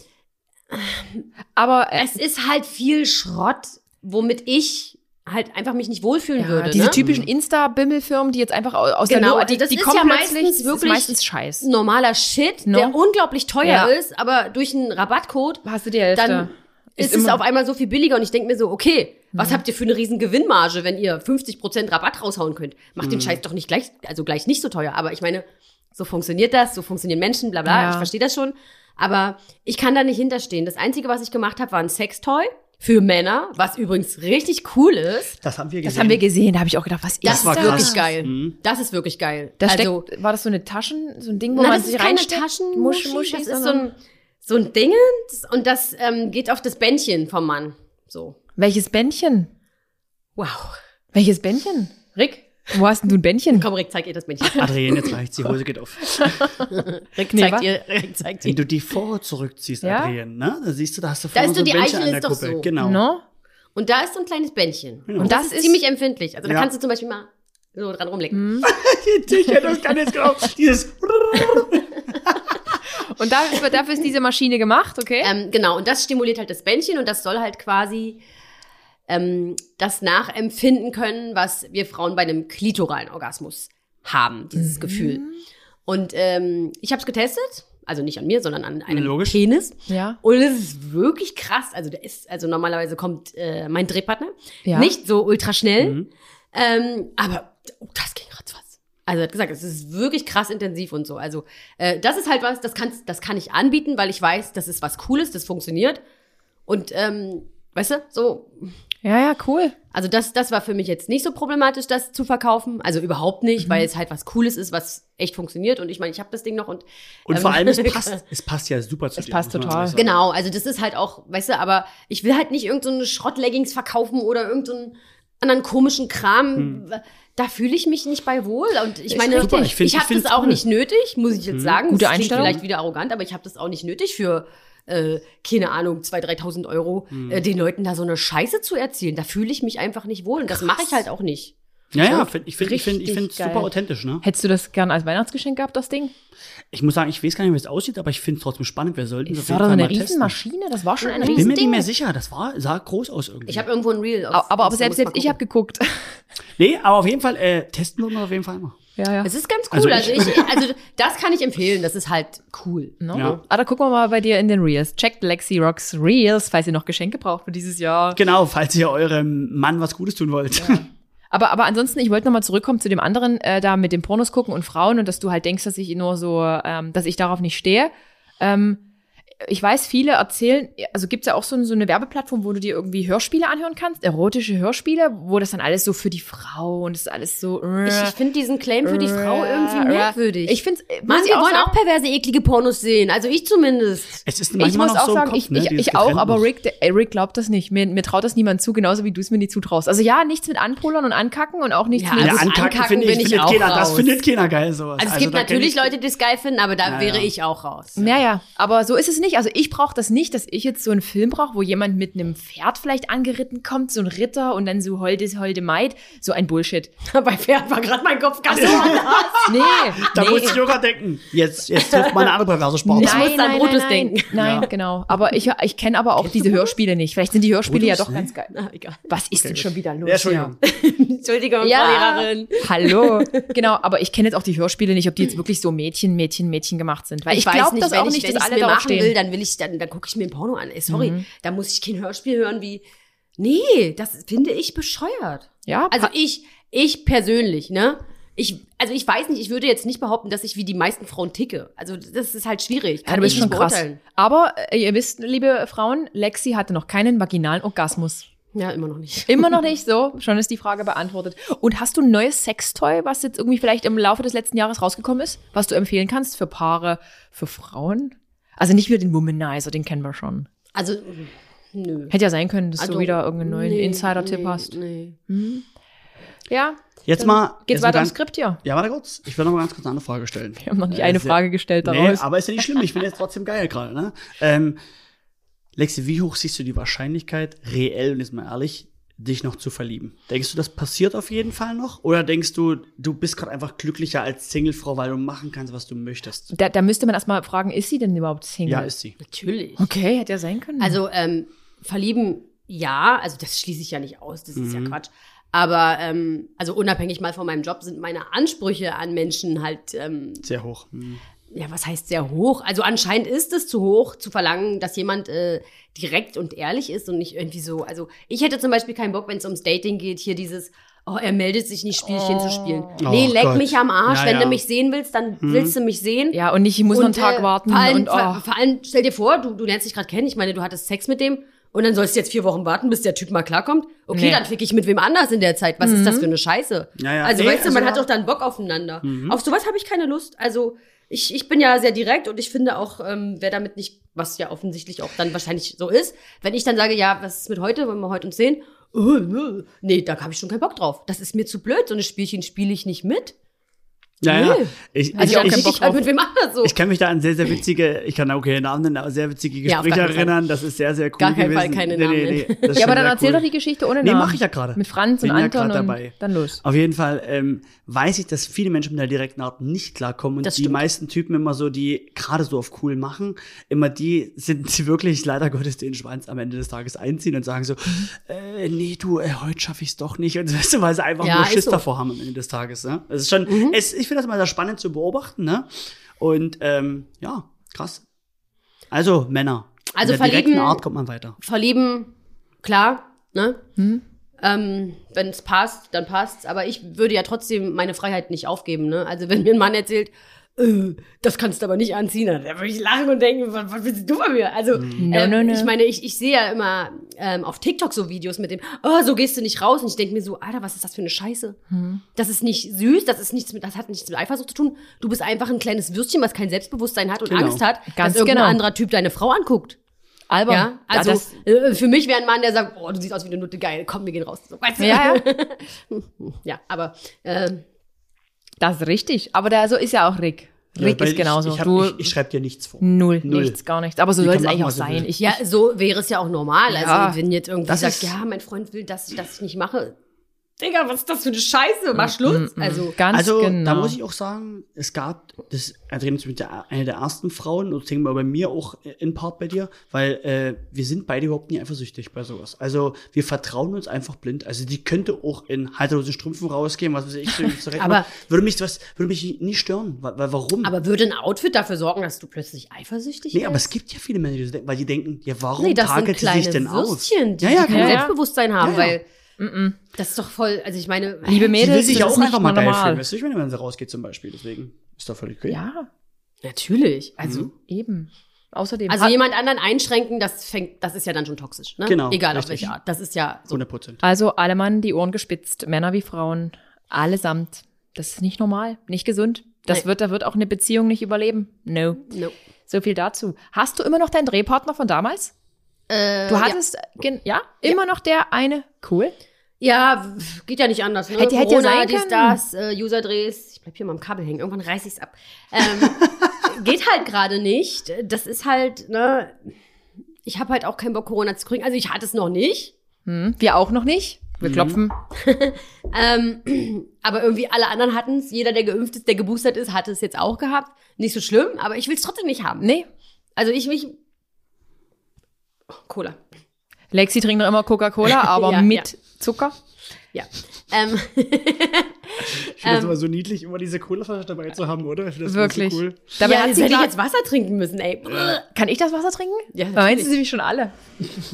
A: Aber äh,
B: es ist halt viel Schrott, womit ich halt einfach mich nicht wohlfühlen
A: ja,
B: würde.
A: diese
B: ne?
A: typischen
C: Mhm.
A: Insta-Bimmelfirmen, die jetzt einfach au- aus
B: Genau,
A: der Lo
B: also
A: die,
B: das
A: die
B: ist
A: kommen
B: ja
A: plötzlich,
B: meistens
A: das
B: wirklich-
A: ist meistens Scheiß.
B: normaler Shit,
A: No.
B: der unglaublich teuer
A: Ja.
B: ist, aber durch einen Rabattcode
A: Hast du die Hälfte?
B: dann
A: Ist
B: ist, es
A: immer- Mhm.
B: auf einmal so viel billiger und ich denke mir so, okay, was habt ihr für eine riesen Gewinnmarge, wenn ihr 50% Rabatt raushauen könnt? Macht
A: Mhm.
B: den Scheiß doch nicht gleich, also gleich nicht so teuer, aber ich meine, so funktioniert das, so funktionieren Menschen, bla bla,
A: Ja.
B: ich verstehe das schon, aber ich kann da nicht hinterstehen. Das Einzige, was ich gemacht habe, war ein Sextoy für Männer, was übrigens richtig cool ist.
C: Das haben wir gesehen.
A: das haben wir gesehen, da habe ich auch gedacht, was
B: Das,
A: ist
C: war
B: ist
A: das?
B: wirklich
C: krass.
B: geil.
C: Mhm.
B: Das ist wirklich geil.
A: Da steckt,
B: also,
A: war das so eine Taschen, so ein Ding, wo
B: na,
A: man
B: das ist
A: sich
B: keine
A: reinsteckt?
B: Taschenmuschi,
A: Muschi,
B: das ist so
A: sondern-
B: ein, so ein Ding und das ähm, geht auf das Bändchen vom Mann. So.
A: Welches Bändchen?
B: Wow.
A: Welches Bändchen? Rick, wo hast denn du ein Bändchen?
B: Komm, Rick, zeig ihr das Männchen.
C: Adrienne, jetzt reicht's, die Hose geht auf.
B: Rick,
A: Nee, wa?
B: zeig ihr, Rick, zeig
C: Wenn
B: ihr.
C: du die Vorhaut zurückziehst,
A: Ja?
C: Adrienne, ne? Da siehst du, da hast du
B: Da
C: vorne
B: ist
C: so
B: so die
C: ein Bändchen
B: Eichel
C: an
B: ist
C: der
B: doch
C: Kuppe.
B: so.
C: Genau.
A: No?
B: Und da ist so ein kleines Bändchen.
C: Genau.
B: Und das,
A: Das
B: ist,
A: ist-
B: ziemlich empfindlich. Also da
C: Ja.
B: kannst du zum Beispiel mal so dran rumlecken.
C: Sicher, das kann jetzt genau. Dieses.
A: Und dafür, dafür ist diese Maschine gemacht, okay?
B: Ähm, genau, und das stimuliert halt das Bändchen und das soll halt quasi ähm, das nachempfinden können, was wir Frauen bei einem klitoralen Orgasmus haben, dieses Gefühl. Und ähm, ich habe es getestet, also nicht an mir, sondern an einem
C: Logisch.
B: Penis.
A: ja.
B: Und es ist wirklich krass. Also der ist, also normalerweise kommt äh, mein Drehpartner
A: Ja.
B: nicht so ultra schnell,
C: Mhm.
B: ähm, aber oh, das ging ratzfatz. Also er hat gesagt, es ist wirklich krass intensiv und so. Also äh, das ist halt was, das kann, das kann ich anbieten, weil ich weiß, das ist was Cooles, das funktioniert. Und ähm, weißt du, so
A: Ja, ja, cool.
B: also das, das war für mich jetzt nicht so problematisch, das zu verkaufen. Also überhaupt nicht,
C: Mhm.
B: weil es halt was Cooles ist, was echt funktioniert. Und ich meine, ich habe das Ding noch und
C: Und
B: ähm,
C: vor allem, es passt, es passt ja super zu
A: Es
C: dir.
A: passt
C: muss man
A: total.
C: sagen.
B: Genau, also das ist halt auch, weißt du, aber ich will halt nicht irgendeine so Schrottleggings verkaufen oder irgendeinen anderen komischen Kram. Da fühle ich mich nicht bei wohl. Und ich
A: Ist
B: meine,
A: richtig.
C: Ich find-
B: ich
C: ich
B: habe das
C: find's
B: auch
C: cool.
B: nicht nötig, muss ich jetzt sagen.
A: Gute
B: das klingt
A: Einstellung.
B: vielleicht wieder arrogant, aber ich habe das auch nicht nötig für, äh, keine Ahnung, 2.000, 3.000 Euro, äh, den Leuten da so eine Scheiße zu erzählen. Da fühle ich mich einfach nicht wohl. Und das mache ich halt auch nicht.
C: Ja, ja, find, ich finde ich find, ich
A: Genau. Richtig
C: find's
A: geil.
C: super authentisch, ne?
A: Hättest du das gern als Weihnachtsgeschenk gehabt, das Ding?
C: Ich muss sagen, ich weiß gar nicht, wie es aussieht, aber ich finde es trotzdem spannend. Wir sollten das
A: Das
C: auf
A: war doch so
C: jeden Fall
A: eine
C: mal testen.
A: Riesenmaschine, das war schon ein
B: Ein
C: Ich bin mir
A: Riesending.
C: nicht mehr sicher, das war, sah groß aus irgendwie.
B: Ich habe irgendwo ein Reel. auf-
A: Aber, aber
B: auf-
A: selbst,
B: muss mal
A: selbst ich habe geguckt.
B: gucken.
C: nee, aber auf jeden Fall, äh, testen würden wir auf jeden Fall mal.
A: ja, ja.
B: Es ist ganz
C: Also
B: cool. Also,
C: ich-
B: ich, also das kann ich empfehlen. Das ist halt cool.
A: No?
C: Ja.
A: Ah, da gucken wir mal bei dir in den Reels. Checkt Lexi Rocks Reels, falls ihr noch Geschenke braucht für dieses Jahr.
C: Genau, falls ihr eurem Mann was Gutes tun wollt.
A: Aber, aber ansonsten, ich wollte nochmal zurückkommen zu dem anderen, äh, da mit dem Pornos gucken und Frauen und dass du halt denkst, dass ich nur so, ähm, dass ich darauf nicht stehe. Ähm, ich weiß, viele erzählen, also gibt's ja auch so, ein- so eine Werbeplattform, wo du dir irgendwie Hörspiele anhören kannst, erotische Hörspiele, wo das dann alles so für die Frau und das ist alles so. Äh,
B: Ich, ich finde diesen Claim für die Frau irgendwie merkwürdig.
A: Ich finde
B: Mann, wir wollen auch perverse, eklige Pornos sehen. Also ich zumindest.
C: Es ist
A: Ich
C: manchmal
A: muss
C: noch
A: auch
C: so im
A: sagen,
C: Kopf,
A: ich,
C: ne,
A: ich,
C: dieses
A: ich auch,
C: Getrenntnis.
A: aber Rick, der- äh, Rick glaubt das nicht. Mir, mir traut das niemand zu, genauso wie du es mir nie zutraust. Also ja, nichts mit Anpullern und Ankacken und auch nichts
B: Ja,
A: mit
C: Ja,
B: also
C: ankacken,
B: Ankacken
C: finde
B: bin
C: ich,
B: ich
C: findet
B: auch
C: keiner, das
B: raus.
C: findet keiner geil sowas.
B: Also es gibt
C: da kenn
B: natürlich
C: ich-
B: Leute, die es geil finden, aber da
C: Ja,
B: wäre
C: ja.
B: ich auch raus.
A: Naja, aber so ist es nicht. Also ich brauche das nicht, dass ich jetzt so einen Film brauche, wo jemand mit einem Pferd vielleicht angeritten kommt, so ein Ritter und dann so holde, holde Maid. So ein Bullshit.
B: Bei Pferd war gerade mein Kopf ganz woanders.
A: Nee,
C: Da
A: nee.
C: musste ich sogar denken. Jetzt, jetzt trifft man eine andere perverse Sport.
B: Ich muss an Brutus
A: nein,
B: denken.
A: Nein, genau. Aber ich, ich kenne aber auch diese Hörspiele nicht. Vielleicht sind die Hörspiele ja
C: Brutus,
A: doch
C: ne?
A: ganz geil.
B: Na, egal.
A: Was ist denn schon wieder los?
C: Ja, Entschuldigung.
A: hier?
B: Entschuldigung,
A: Ja.
B: Frau Lehrerin.
A: Hallo. Genau, aber ich kenne jetzt auch die Hörspiele nicht, ob die jetzt wirklich so Mädchen, Mädchen, Mädchen gemacht sind. Weil ich,
B: weiß
A: glaube das
B: wenn
A: auch
B: ich-
A: nicht,
B: wenn
A: dass
B: ich's
A: alle
B: mir
A: darauf
B: machen
A: stehen. Mhm.
B: will, dann will ich, dann, dann gucke ich mir ein Porno an. Ey, sorry, da muss ich kein Hörspiel hören wie. Nee, das finde ich bescheuert.
A: Ja,
B: Also ich, ich persönlich, ne? Ich, also ich weiß nicht, ich würde jetzt nicht behaupten, dass ich wie die meisten Frauen ticke. Also das ist halt schwierig.
A: Ja, du bist
B: ich
A: schon
B: nicht
A: krass.
B: beurteilen.
A: Aber äh, ihr wisst, liebe Frauen, Lexi hatte noch keinen vaginalen Orgasmus.
B: Ja, immer noch nicht.
A: Immer noch nicht so. Schon ist die Frage beantwortet. Und hast du ein neues Sextoy, was jetzt irgendwie vielleicht im Laufe des letzten Jahres rausgekommen ist, was du empfehlen kannst für Paare, für Frauen? Also nicht wieder den Womanizer, den kennen wir schon.
B: Also, nö.
A: Hätte ja sein können, dass du
B: Also,
A: wieder irgendeinen neuen
B: nee,
A: Insider-Tipp
B: nee,
A: hast.
B: Nee.
A: Ja.
C: Jetzt
A: dann
C: mal-
A: Geht's
C: jetzt mal
A: weiter im
C: ganz-
A: Skript hier?
C: Ja, warte kurz. Ich will noch mal ganz kurz eine andere Frage stellen.
A: Wir haben noch nicht
C: Äh,
A: eine
C: sehr-
A: Frage gestellt
C: Nee,
A: daraus.
C: aber ist ja nicht schlimm. Ich finde jetzt trotzdem geil gerade. Ne? Ähm, Lexi, wie hoch siehst du die Wahrscheinlichkeit, reell und jetzt mal ehrlich, dich noch zu verlieben? Denkst du, das passiert auf jeden Fall noch? Oder denkst du, du bist gerade einfach glücklicher als Singlefrau, weil du machen kannst, was du möchtest?
A: da, da müsste man erstmal fragen, ist sie denn überhaupt Single?
C: Ja, ist sie.
B: Natürlich.
A: Okay, hätte ja sein können.
B: Also ähm, verlieben, ja, also das schließe ich ja nicht aus, das ist ja Quatsch. Aber ähm, also unabhängig mal von meinem Job sind meine Ansprüche an Menschen halt, ähm,
C: Sehr hoch. Hm.
B: ja, was heißt sehr hoch? Also anscheinend ist es zu hoch zu verlangen, dass jemand äh, direkt und ehrlich ist und nicht irgendwie so. Also ich hätte zum Beispiel keinen Bock, wenn es ums Dating geht, hier dieses, oh, er meldet sich nicht, Spielchen zu spielen.
C: Oh
B: Nee, leck
C: Gott.
B: mich am Arsch.
C: Ja,
B: wenn
C: ja. Hm.
B: du mich sehen willst, dann willst du mich sehen.
A: ja, und nicht, ich muss noch einen Tag
B: äh,
A: warten.
B: Vor allem,
A: und,
B: vor,
A: oh.
B: vor allem stell dir vor, du, du lernst dich gerade kennen. Ich meine, du hattest Sex mit dem und dann sollst du jetzt vier Wochen warten, bis der Typ mal klarkommt. Okay,
A: Nee. Mhm.
B: dann fick ich mit wem anders in der Zeit. Was ist das für eine Scheiße?
C: Ja, ja.
B: Also,
C: Nee,
B: weißt du, man
C: also- Mhm.
B: hat doch dann Bock aufeinander. Auf sowas habe ich keine Lust. Also, ich, ich bin ja sehr direkt und ich finde auch, ähm, wer damit nicht, was ja offensichtlich auch dann wahrscheinlich so ist, wenn ich dann sage, ja, was ist mit heute, wollen wir heute uns sehen? Äh, äh, Nee, da habe ich schon keinen Bock drauf. Das ist mir zu blöd. So ein Spielchen spiele ich nicht mit.
C: Ja, ja.
B: Nee.
C: Ich,
A: Also
C: ich,
A: auch keinen
C: ich,
A: Bock
B: halt mit wem anders so.
C: Ich kann mich da an sehr, sehr witzige, ich kann okay, Namen nennen, aber sehr witzige
B: Ja, auf
C: Gespräche
B: gar keinen Fall.
C: erinnern. Das ist sehr, sehr cool
B: Gar keinen
C: gewesen.
B: Fall keine Namen nennen.
C: das ist
A: Ja,
C: schon
A: aber dann
C: sehr
A: erzähl
C: cool.
A: doch die Geschichte ohne
C: Nee,
A: Namen.
C: mach ich ja gerade.
A: Mit Franz und
C: Bin ja
A: Anton
C: grad
A: und
C: dabei.
A: dann los.
C: Auf jeden Fall ähm, weiß ich, dass viele Menschen mit der direkten Art nicht klarkommen. Und
B: Das
C: die
B: stimmt.
C: meisten Typen immer so, die gerade so auf cool machen, immer die sind die wirklich leider Gottes den Schwanz am Ende des Tages einziehen und sagen so,
B: Mhm.
C: äh, nee, du, äh, heute schaffe ich es doch nicht. Und weißt du, weil sie einfach
B: Ja,
C: nur
B: ist
C: Schiss
B: so. Mhm.
C: davor haben am Ende des Tages. Ne? Es ist schon, es, ich finde das mal sehr spannend zu beobachten. Ne? Und ähm, ja, krass. Also Männer.
B: Also
C: in der direkten
B: verlieben-
C: Art kommt man weiter.
B: verlieben, klar, ne?
A: Hm.
B: Ähm, wenn es passt, dann passt's. Aber ich würde ja trotzdem meine Freiheit nicht aufgeben, ne? Also wenn mir ein Mann erzählt, äh, das kannst du aber nicht anziehen, dann würde ich lachen und denken, was, was willst du von mir? Also
A: No,
B: ähm,
A: Hm. no, no.
B: ich meine, ich, ich sehe ja immer ähm, auf TikTok so Videos mit dem, oh, so gehst du nicht raus. Und ich denke mir so, Alter, was ist das für eine Scheiße?
A: Hm.
B: Das ist nicht süß, das ist nichts mit, das hat nichts mit Eifersucht zu tun. Du bist einfach ein kleines Würstchen, was kein Selbstbewusstsein hat und
C: Genau.
B: Angst hat,
A: Ganz
B: dass irgendein
A: genau.
B: anderer Typ deine Frau anguckt.
A: Alba.
B: Ja, also
A: ja, das,
B: äh, für mich wäre ein Mann, der sagt, oh, du siehst aus wie eine Nutte, geil, komm, wir gehen raus. So, weißt du?
A: Ja,
B: ja, aber ähm,
A: das ist richtig. Aber da, so ist ja auch Rick. Rick
C: Ja, weil
A: ist genauso.
C: Ich, ich, hab-
A: du,
C: ich, ich schreibe dir nichts vor.
A: null,
C: Null.
A: nichts, gar nichts. Aber so
C: Die
A: soll
C: kann
A: es
C: machen,
A: eigentlich auch
C: was sie
A: sein.
C: will.
A: Ich,
B: ja, so wäre es ja auch normal.
A: Ja.
B: Also wenn jetzt irgendwie
C: Das
B: sagt,
C: ist-
B: ja, mein Freund will, dass ich das nicht mache. Digga, was ist das für eine Scheiße? Mach Schluss. Also,
A: ganz
C: also,
A: genau.
C: da muss ich auch sagen, es gab, das also Adrian ist mit der, eine der ersten Frauen, und das denke mal bei mir auch äh, in Part bei dir, weil äh, wir sind beide überhaupt nie eifersüchtig bei sowas. Also, wir vertrauen uns einfach blind. Also, die könnte auch in halterlosen Strümpfen rausgehen, was weiß ich, so zurecht.
B: Aber-
C: würde mich was, würde mich nie stören. Weil, weil warum?
B: aber würde ein Outfit dafür sorgen, dass du plötzlich eifersüchtig
C: nee,
B: bist?
C: aber es gibt ja viele Menschen, die so denken, weil die denken, ja, warum
B: Nee, das sind
C: tagelt sie
B: kleine
C: sich denn aus?
B: Würstchen, die
C: Ja, ja,
B: kein
A: genau.
B: Selbstbewusstsein haben,
C: Ja, ja.
B: weil das ist doch voll, also ich meine,
A: Liebe
C: Sie will
A: Mädels,
C: sich ja
A: das ist
C: auch einfach
A: nicht
C: mal geil
A: normal.
C: fühlen, weißt du, ich meine, wenn sie rausgeht zum Beispiel, deswegen ist doch völlig okay.
A: ja,
B: natürlich. Also,
C: Mhm.
A: eben. Außerdem.
B: also
A: Ah,
B: jemand anderen einschränken, das fängt, das ist ja dann schon toxisch, ne?
C: Genau,
B: Egal auf
C: richtig.
B: welche Art. Das ist ja so
C: 100 Prozent.
A: also alle Mann die Ohren gespitzt, Männer wie Frauen, allesamt. Das ist nicht normal, nicht gesund. Das
B: Nee.
A: wird, da wird auch eine Beziehung nicht überleben. No.
B: No.
A: So viel dazu. Hast du immer noch deinen Drehpartner von damals?
B: Äh,
A: Du hattest, ja, ja immer noch der eine. Cool.
B: Ja, pf, geht ja nicht anders. Ne?
A: Hätte- hätte ja
B: Corona,
A: sein
B: dies,
A: können.
B: das, äh, User-Drehs. Ich bleib hier mal am Kabel hängen. Irgendwann reiß ich's ab. Ähm, geht halt gerade nicht. Das ist halt, ne, ich habe halt auch keinen Bock, Corona zu kriegen. Also ich hatte es noch nicht.
A: Hm, wir auch noch nicht.
C: Mhm.
A: Wir klopfen.
B: Ähm, aber irgendwie alle anderen hatten's. Jeder, der geimpft ist, der geboostert ist, hat es jetzt auch gehabt. Nicht so schlimm, aber ich will's trotzdem nicht haben.
A: Nee.
B: Also ich mich. Oh, Cola.
A: Lexi trinkt noch immer Coca-Cola, aber
B: Ja,
A: mit Zucker.
B: Ja. Ähm,
C: Ich finde das immer so niedlich, immer diese Colaflasche dabei zu haben, oder? Ich finde das immer
A: Ähm. Wirklich.
C: So cool.
A: Dabei
B: ja,
A: hat
B: jetzt
A: sie
B: hätte ich
A: grad-
B: jetzt Wasser trinken müssen, ey.
A: Kann ich das Wasser trinken?
B: Ja,
A: Meinst du sie mich schon alle?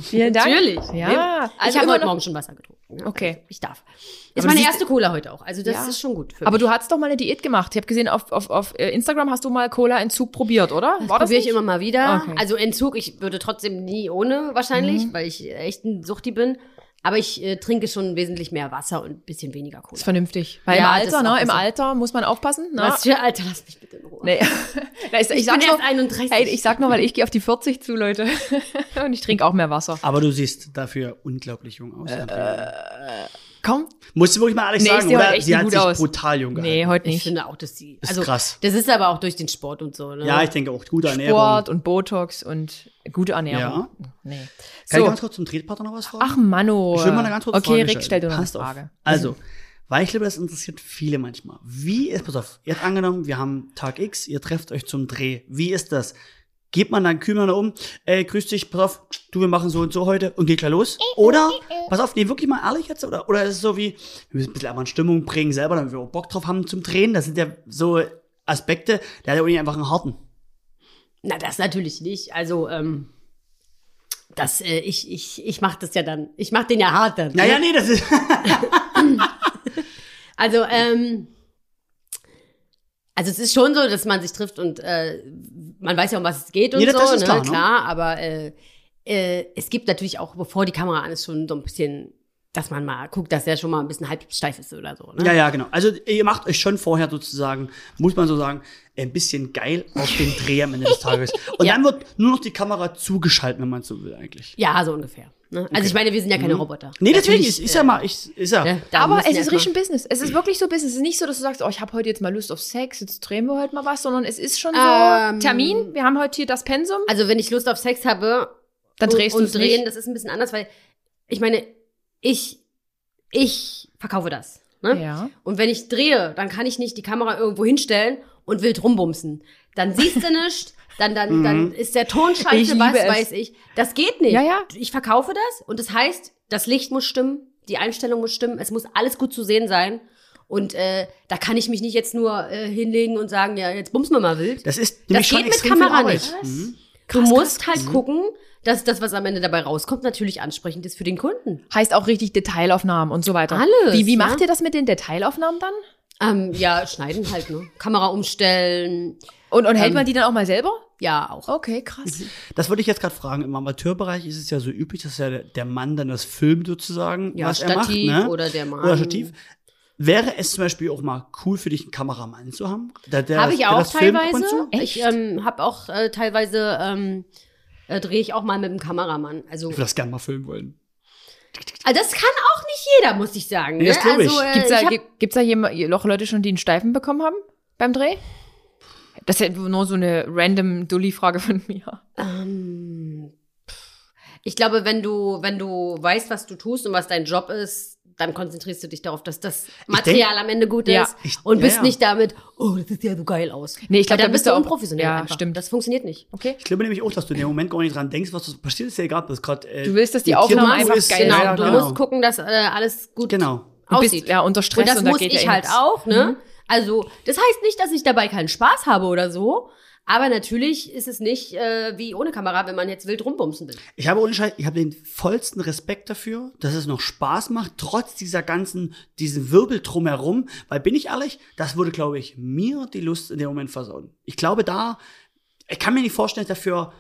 A: Vielen Dank.
B: Natürlich.
A: Ja.
B: Also
A: Also
B: ich habe
A: immer
B: heute
A: noch-
B: Morgen schon Wasser getrunken. Ja,
A: Okay.
B: Also ich darf. Ist
C: Aber
B: meine
C: das
B: erste Cola heute auch. Also das
A: Ja.
B: ist schon gut für
A: Aber
B: mich.
A: du hast doch mal eine Diät gemacht. Ich habe gesehen, auf, auf, auf äh, Instagram hast du mal Cola-Entzug probiert, oder?
B: Das probiere ich immer mal wieder.
A: Okay. Mhm.
B: Also Entzug, ich würde trotzdem nie ohne wahrscheinlich, weil ich echt ein Suchti bin. Aber ich äh, trinke schon wesentlich mehr Wasser und ein bisschen weniger Cola.
A: Ist vernünftig. Weil
B: Ja,
A: im Alter,
B: das ist auch
A: ne? Im
B: besser.
A: Alter muss man aufpassen. Ne?
B: Was für Alter, lass mich bitte in Ruhe.
A: Nee. Na, ich, ich,
B: Ich
A: sag
B: bin
A: nur,
B: erst 31.
A: Ey, ich sag nur, weil ich gehe auf die 40 zu, Leute. Und ich trinke auch mehr Wasser.
C: Aber du siehst dafür unglaublich jung aus. Andrea.
A: Komm.
C: Musst du wirklich mal ehrlich
A: Nee, ich
C: sagen,
A: seh heute
C: oder?
A: echt
C: Sie
A: nicht
C: hat
A: gut
C: sich
A: aus.
C: brutal jung
A: Nee,
C: gehalten.
A: heute
B: Ich
A: nicht.
B: finde auch, dass die.
C: Ist
B: Also,
C: krass.
B: Das ist aber auch durch den Sport und so. Ne?
C: Ja, ich denke auch, gute Ernährung.
A: Sport und Botox und gute Ernährung. Nee.
C: Kann ich
A: So.
C: ganz kurz zum Tretpartner noch was fragen?
A: Ach, Mano.
C: Ich will mal eine ganz kurze
A: okay,
C: Frage
A: Rick,
C: stellen.
A: stell du noch
C: Passt
A: eine
C: auf.
A: Frage.
C: Also, weil ich glaube, das interessiert viele manchmal. Wie ist, pass auf, jetzt angenommen, wir haben Tag X, ihr trefft euch zum Dreh. Wie ist das? Geht man dann kümmern um, ey, grüß dich, pass auf, du, wir machen so und so heute und geht gleich los? Oder, pass auf, nee, wirklich mal ehrlich jetzt, oder, oder ist es so wie, wir müssen ein bisschen einfach in Stimmung bringen selber, damit wir auch Bock drauf haben zum Drehen? Das sind ja so Aspekte, der hat ja auch nicht einfach einen harten.
B: Na, das natürlich nicht. Also, ähm, das, äh, ich, ich, ich mache das ja dann. Ich mache den ja hart dann. ne?
C: Naja, nee, das ist,
B: Also, ähm, also es ist schon so, dass man sich trifft und äh, man weiß ja, um was es geht und
C: Ja, das-
B: so,
C: das ist
B: ne?
C: klar,
B: klar,
C: ne?
B: aber äh, äh, es gibt natürlich auch, bevor die Kamera an ist, schon so ein bisschen, dass man mal guckt, dass der schon mal ein bisschen halb steif ist oder so. Ne?
C: Ja, ja, genau. Also ihr macht euch schon vorher sozusagen, muss man so sagen, ein bisschen geil auf den Dreh am Ende des Tages. Und
B: Ja.
C: dann wird nur noch die Kamera zugeschaltet, wenn man so will eigentlich.
B: Ja, so ungefähr. Ne? Also ich meine, wir sind ja äh, keine Roboter.
C: Nee, deswegen
B: Natürlich,
C: ist, ist ja mal, ich, ist ja.
B: ne, da
A: Aber
B: müssen
A: es ist
B: erstmal-
A: richtig ein Business. Es ist wirklich so Business. Es ist nicht so, dass du sagst, oh, ich habe heute jetzt mal Lust auf Sex, jetzt drehen wir heute mal was, sondern es ist schon so
B: Ähm,
A: Termin. Wir haben heute hier das Pensum.
B: Also wenn ich Lust auf Sex habe,
A: Dann
B: und-
A: drehst
B: und
A: du es
B: drehen,
A: nicht.
B: das ist ein bisschen anders, weil ich meine, ich ich verkaufe das. Ne?
A: Ja.
B: Und wenn ich drehe, dann kann ich nicht die Kamera irgendwo hinstellen und wild rumbumsen. Dann siehst du nichts, dann, dann, dann ist der Ton
A: Mhm. Ich
B: scheiße,
A: liebe
B: was
A: es.
B: weiß ich. Das geht nicht.
A: Ja, ja.
B: Ich verkaufe das und das heißt, das Licht muss stimmen, die Einstellung muss stimmen, es muss alles gut zu sehen sein. Und äh, da kann ich mich nicht jetzt nur äh, hinlegen und sagen, ja, jetzt bumsen wir mal wild.
C: Das ist
B: Das
C: nämlich
B: geht
C: schon
B: mit
C: extrem viel
B: Kamera
C: Arbeit.
B: nicht.
C: Mhm.
B: Du
A: Krass, Mhm.
B: musst
A: krass,
B: halt gucken, dass das, was am Ende dabei rauskommt, natürlich ansprechend ist für den Kunden.
A: Heißt auch richtig Detailaufnahmen und so weiter.
B: Alles,
A: Wie, wie
B: ja.
A: macht ihr das mit den Detailaufnahmen dann?
B: Ähm, ja, schneiden halt, ne? Kamera umstellen.
A: Und, und hält
B: Ähm.
A: man die dann auch mal selber?
B: Ja, auch.
A: Okay, krass.
B: Mhm.
C: Das würde ich jetzt gerade fragen. Im Amateurbereich ist es ja so üblich, dass ja der- der Mann dann das filmt sozusagen,
B: Ja,
C: was
B: Stativ
C: er macht, ne?
B: oder der Mann.
C: Oder Stativ. Wäre es zum Beispiel auch mal cool für dich, einen Kameramann zu haben? Der- der-
B: Habe ich
C: der
B: auch
C: das filmt ab und
B: teilweise.
C: zu?
B: Ich ähm, habe auch äh, teilweise, ähm, äh, drehe ich auch mal mit dem Kameramann. Also,
C: Ich würde das gerne mal filmen wollen.
B: also das kann auch nicht jeder, muss ich sagen.
C: Nee,
B: Ne?
C: das glaub ich.
B: Also, äh,
A: Gibt's da,
B: ich hab,
A: gibt- gibt's da jem- noch Leute schon, die einen Steifen bekommen haben beim Dreh? Das ist ja nur so eine random Dulli-Frage von mir.
B: ähm, pff. ich glaube, wenn du, wenn du weißt, was du tust und was dein Job ist, dann konzentrierst du dich darauf, dass das Material am Ende gut
A: Ja.
B: ist
C: Ich-
B: und
C: ja,
B: bist
C: ja.
B: nicht damit, oh, das sieht ja so geil aus.
A: Nee, ich glaub,
B: Weil
A: da
B: dann
A: bist
B: bist du
A: du auch-
B: unprofessionell.
A: Ja,
B: einfach.
A: stimmt.
B: Das funktioniert nicht.
A: Okay.
C: Ich glaube nämlich auch, dass du in dem Moment gar nicht dran denkst, was passiert, ist ja egal, das gerade. Äh,
A: Du willst, dass die
C: im
A: Aufnahme
C: Kirmes
A: einfach geil
B: Genau,
A: Ja, ja,
B: du
A: genau.
B: musst gucken, dass äh, alles gut
C: Genau.
A: Du
B: aussieht.
A: bist ja unter Stress
B: und das
A: und da
B: muss
A: geht ja
B: ich
A: eh
B: halt
A: nix.
B: auch, ne? Also, das heißt nicht, dass ich dabei keinen Spaß habe oder so, aber natürlich ist es nicht äh, wie ohne Kamera, wenn man jetzt wild rumbumsen will.
C: Ich habe ohne Scheiß, ich habe den vollsten Respekt dafür, dass es noch Spaß macht, trotz dieser ganzen, diesen Wirbel drumherum. Weil bin ich ehrlich, das würde, glaube ich, mir die Lust in dem Moment versauen. Ich glaube da, ich kann mir nicht vorstellen, dass dafür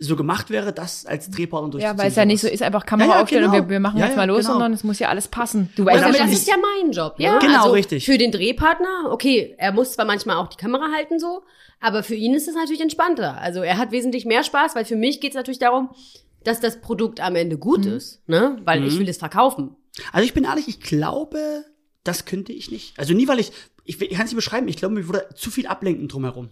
C: so gemacht wäre, das als Drehpartner durchzuziehen.
A: Ja, weil es ja nicht so ist, einfach Kamera
C: Ja, ja,
A: aufstellen
C: genau.
A: und wir, wir machen
C: Ja,
A: jetzt
C: ja,
A: mal los,
C: genau.
A: sondern es muss ja alles passen. Du
B: Also,
A: weißt ja,
B: aber
C: damit
A: dass
B: das
A: es-
B: ist ja mein Job. Ne?
A: Ja,
C: genau,
B: also
C: richtig.
B: Für den Drehpartner, okay, er muss zwar manchmal auch die Kamera halten so, aber für ihn ist es natürlich entspannter. Also er hat wesentlich mehr Spaß,
A: Mhm.
B: weil für mich geht es natürlich darum, dass das Produkt am Ende gut ist, ne? Weil ich will es verkaufen.
C: Also ich bin ehrlich, ich glaube, das könnte ich nicht. Also nie, weil ich, ich, ich kann es nicht beschreiben, ich glaube, mir würde zu viel ablenken drumherum.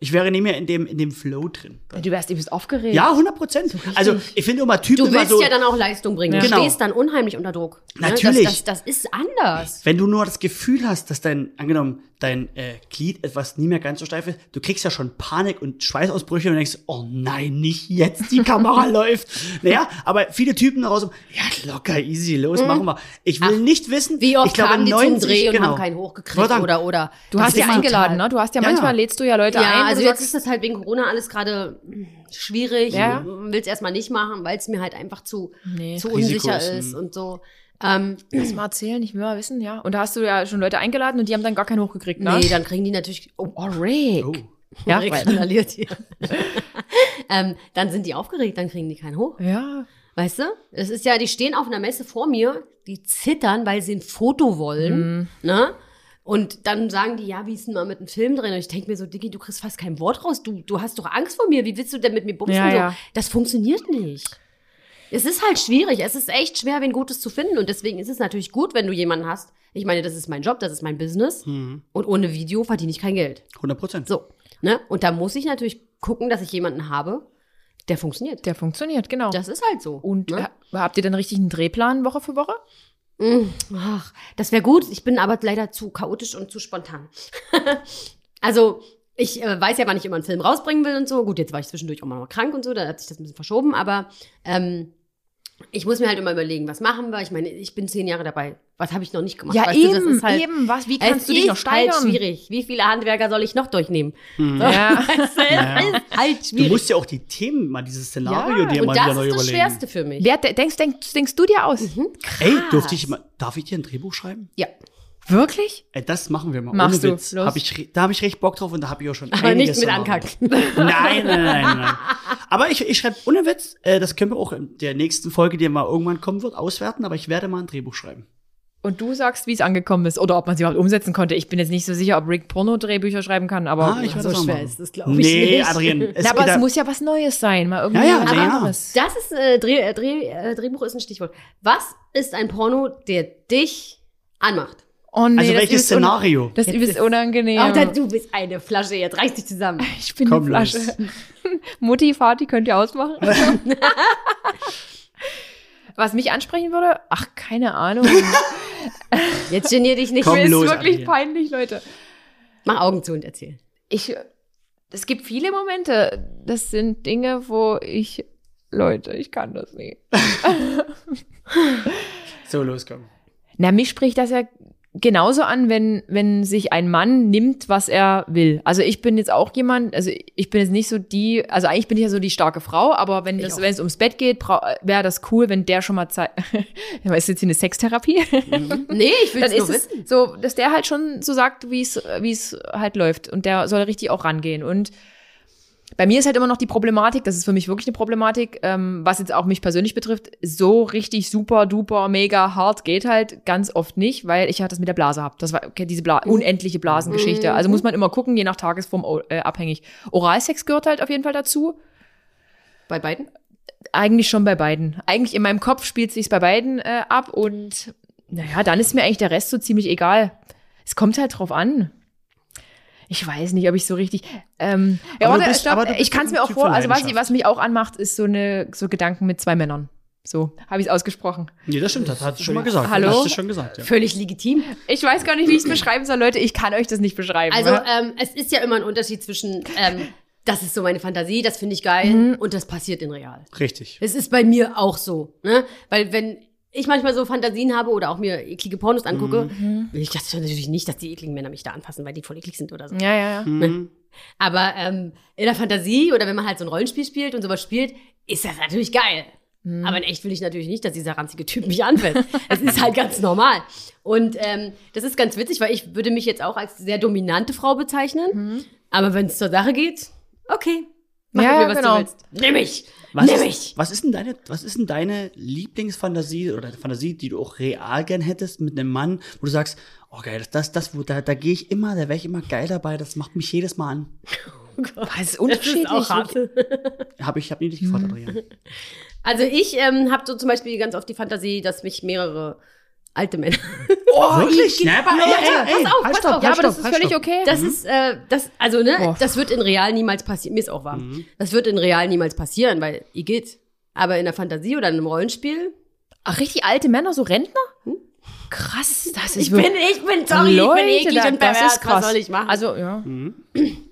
C: Ich wäre nicht mehr in dem, in dem Flow drin.
A: Du wärst eben aufgeregt.
C: Ja, 100 Prozent. also ich finde immer Typen
B: Du
C: immer
B: willst
C: so,
B: ja dann auch Leistung bringen. Du
C: Genau.
B: stehst dann unheimlich unter Druck. Ne?
C: Natürlich.
B: Das, das, das ist anders.
C: wenn du nur das Gefühl hast, dass dein, angenommen, dein äh, Glied etwas nie mehr ganz so steif ist, du kriegst ja schon Panik und Schweißausbrüche und denkst, oh nein, nicht jetzt, die Kamera läuft. Naja, aber viele Typen da raus, ja locker, easy, los, machen wir. Ich will nicht wissen,
B: Mhm. Wie oft
C: ich glaube,
B: kamen die
C: 90,
B: zum Dreh und
C: genau.
B: haben keinen hochgekriegt
C: Wollte sagen,
B: oder, oder.
A: Du
B: Das
A: hast
B: ist
A: ja
B: total-
A: eingeladen, ne? Du hast ja,
C: Ja,
A: manchmal
C: ja.
A: lädst du ja Leute ein.
B: Ja,
A: und
B: also
A: du
B: jetzt
A: sagst,
B: ist das halt wegen Corona alles gerade hm, schwierig.
A: Ja.
B: Ich will es erstmal nicht machen, weil es mir halt einfach zu,
A: Nee.
B: zu
C: Risiko
B: unsicher
C: ist,
B: ist
C: hm.
B: und so. Ähm,
A: lass mal erzählen, ich will mal wissen, ja. Und da hast du ja schon Leute eingeladen und die haben dann gar keinen hochgekriegt, ne?
B: nee, dann kriegen die natürlich. Oh,
A: oh, Rick.
C: Oh.
A: Ja,
B: Rick
A: weil-
B: randaliert hier. ähm, dann sind die aufgeregt, dann kriegen die keinen hoch.
A: Ja.
B: Weißt du? Es ist ja, die stehen auf einer Messe vor mir, die zittern, weil sie ein Foto wollen.
A: Mhm.
B: Ne? Und dann sagen die, ja, wie ist denn mal mit einem Film drin? Und ich denke mir so, Diggi, du kriegst fast kein Wort raus. Du, du hast doch Angst vor mir. Wie willst du denn mit mir bumsen?
A: Ja,
B: so,
A: ja.
B: Das funktioniert nicht. Es ist halt schwierig. Es ist echt schwer, wen Gutes zu finden. Und deswegen ist es natürlich gut, wenn du jemanden hast. Ich meine, das ist mein Job, das ist mein Business.
A: Mhm.
B: Und ohne Video verdiene ich kein Geld.
C: 100 Prozent.
B: So. Ne? Und da muss ich natürlich gucken, dass ich jemanden habe, der funktioniert.
A: Der funktioniert, genau.
B: Das ist halt so.
A: und
B: ne?
A: ha- habt ihr dann richtig einen Drehplan Woche für Woche?
B: Mm, Ach, das wäre gut. Ich bin aber leider zu chaotisch und zu spontan. also, ich äh, weiß ja, wann ich immer einen Film rausbringen will und so. Gut, jetzt war ich zwischendurch auch mal noch krank und so, da hat sich das ein bisschen verschoben, aber ähm, ich muss mir halt immer überlegen, was machen wir? Ich meine, ich bin zehn Jahre dabei. Was habe ich noch nicht gemacht? Weißt du, das ist halt,
A: eben. Was, wie
B: Es
A: kannst du dich noch
B: ist halt
A: steigern?
B: schwierig. Wie viele Handwerker soll ich noch durchnehmen? So,
A: Ja.
B: weißt du, es
C: Ja.
B: ist halt
C: Mhm. Du
B: schwierig.
C: musst ja auch die Themen mal, dieses Szenario
A: Ja,
C: dir mal
B: und
C: wieder
B: das
C: neu
B: ist das
C: überlegen.
B: Schwerste für mich.
A: Wer, de- denkst, denkst, denkst du dir aus?
B: Mhm.
C: Ey, durfte ich mal, darf ich dir ein Drehbuch schreiben?
B: Ja.
A: Wirklich?
C: Ey, das machen wir mal.
A: Machst
C: Ohne
A: du.
C: Witz.
A: Los.
C: Hab ich, re- da habe ich recht Bock drauf und da habe ich auch schon
B: Aber
C: einiges
B: nicht mit
C: am
B: ankacken.
C: Arbeiten. Nein, nein, nein, nein. Aber ich, ich schreibe ohne Witz, äh, das können wir auch in der nächsten Folge, die mal irgendwann kommen wird, auswerten, aber ich werde mal ein Drehbuch schreiben.
A: Und du sagst, wie es angekommen ist oder ob man es überhaupt umsetzen konnte. Ich bin jetzt nicht so sicher, ob Rick Porno-Drehbücher schreiben kann, aber.
C: Ah, ich werde
B: so
C: das auch
B: schwer
C: machen.
B: ist das, glaub ich,
C: Nee,
B: nicht.
C: Adrian, es
A: Na, aber
C: geht
A: es
C: da-
A: muss ja was Neues sein, mal irgendwie
C: Ja, ja,
A: was
C: na ja.
A: anderes.
B: Das ist äh, Dreh, äh, Dreh, äh, Drehbuch ist ein Stichwort. Was ist ein Porno, der dich anmacht?
A: Oh, nee,
C: also
A: das
C: welches
A: ist un-
C: Szenario? Ah,
A: Das
B: Jetzt
A: ist
B: ist-
A: unangenehm.
B: Ach, da, du bist eine Flasche, jetzt reiß dich zusammen.
A: ich bin
C: Komm,
A: die Flasche.
C: los.
A: Mutti, Vati, könnt ihr ausmachen? was mich ansprechen würde? Ach, keine Ahnung.
B: Jetzt genier dich nicht.
C: Komm.
A: Mir ist
C: los,
A: wirklich
C: Adrian.
A: peinlich, Leute.
B: Mach Augen zu und erzähl.
A: ich, es gibt viele Momente, das sind Dinge, wo ich, Leute, ich kann das nicht.
C: So, loskommen.
A: Na, mich spricht das ja genauso an, wenn, wenn sich ein Mann nimmt, was er will. Also ich bin jetzt auch jemand, also ich bin jetzt nicht so die, also eigentlich bin ich ja so die starke Frau, aber wenn,
B: Ich
A: das,
B: auch.
A: wenn es ums Bett geht, bra- wäre das cool, wenn der schon mal Zeit, ist jetzt hier eine Sextherapie?
B: Nee, ich will
A: dann
B: es
A: ist
B: nur wissen.
A: es so, dass der halt schon so sagt, wie es wie es halt läuft und der soll richtig auch rangehen und bei mir ist halt immer noch die Problematik, das ist für mich wirklich eine Problematik, ähm, was jetzt auch mich persönlich betrifft, so richtig super duper mega hart geht halt ganz oft nicht, weil ich halt das mit der Blase hab. Das war okay, diese Bla unendliche Blasengeschichte.
B: Mhm.
A: Also muss man immer gucken, je nach Tagesform o- äh, abhängig. Oralsex gehört halt auf jeden Fall dazu.
B: Bei beiden?
A: Eigentlich schon bei beiden. Eigentlich in meinem Kopf spielt sich's bei beiden äh, ab und naja, dann ist mir eigentlich der Rest so ziemlich egal. Es kommt halt drauf an. Ich weiß nicht, ob ich so richtig. Ähm, ja,
C: Aber du
A: warte,
C: bist-
A: stopp,
C: aber du bist
A: ich kann es mir auch
C: Typ
A: vor.
C: für
A: Also was,
C: Leidenschaft.
A: was mich auch anmacht, ist so eine so Gedanken mit zwei Männern. So habe ich es ausgesprochen.
C: Nee, das stimmt, das hast du schon mal gesagt.
A: Hallo?
C: Das hast du schon gesagt, ja.
B: Völlig legitim.
A: Ich weiß gar nicht,
C: Hm.
A: wie ich es beschreiben soll, Leute. Ich kann euch das nicht beschreiben.
B: Also,
A: ne?
B: ähm, es ist ja immer ein Unterschied zwischen, ähm, das ist so meine Fantasie, das finde ich geil und das passiert in real.
C: Richtig.
B: Es ist bei mir auch so, ne? Weil wenn ich manchmal so Fantasien habe oder auch mir eklige Pornos angucke, will ich das natürlich nicht, dass die ekligen Männer mich da anfassen, weil die voll eklig sind oder so.
A: ja, ja, ja.
C: Mhm.
B: Aber ähm, in der Fantasie oder wenn man halt so ein Rollenspiel spielt und sowas spielt, ist das natürlich geil.
A: Mhm.
B: Aber in echt will ich natürlich nicht, dass dieser ranzige Typ mich anfasst. Das ist halt ganz normal. Und ähm, das ist ganz witzig, weil ich würde mich jetzt auch als sehr dominante Frau bezeichnen. Aber wenn es zur Sache geht, okay. Mach
A: Mhm. Ja,
B: mit mir, was
A: genau.
B: du willst. Nimm mich.
C: Was
B: Nimm
C: ist,
B: mich.
C: was ist denn deine, was ist denn deine Lieblingsfantasie oder Fantasie, die du auch real gern hättest mit einem Mann, wo du sagst, oh geil, das, das, das wo, da, da gehe ich immer, da wäre ich immer geil dabei, das macht mich jedes Mal an.
A: Was ist
B: Das
A: unterschiedlich?
B: ist auch hart.
C: Hab ich, hab ich nicht gefragt, Adrian.
B: Also ich ähm, habe so zum Beispiel ganz oft die Fantasie, dass mich mehrere alte Männer.
C: Oh, Wirklich? Ne? Aber,
B: Ja, ja, pass auf,
C: Halt
B: pass auf.
A: Ja, aber das ist völlig okay.
B: Das ist, äh, das, also ne,
A: Oh.
B: das wird in real niemals passieren. Mir ist auch warm.
A: Mhm.
B: Das wird in real niemals passieren, weil ihr geht. Aber in der Fantasie oder in einem Rollenspiel.
A: Ach, richtig alte Männer, so Rentner?
C: Hm?
A: Krass, das ist
B: Ich bin, ich bin, sorry,
A: Leute,
B: ich bin eklig
A: da-
B: und pervers.
A: Das ist krass.
B: Was soll ich machen?
A: Also, ja.
C: Hm.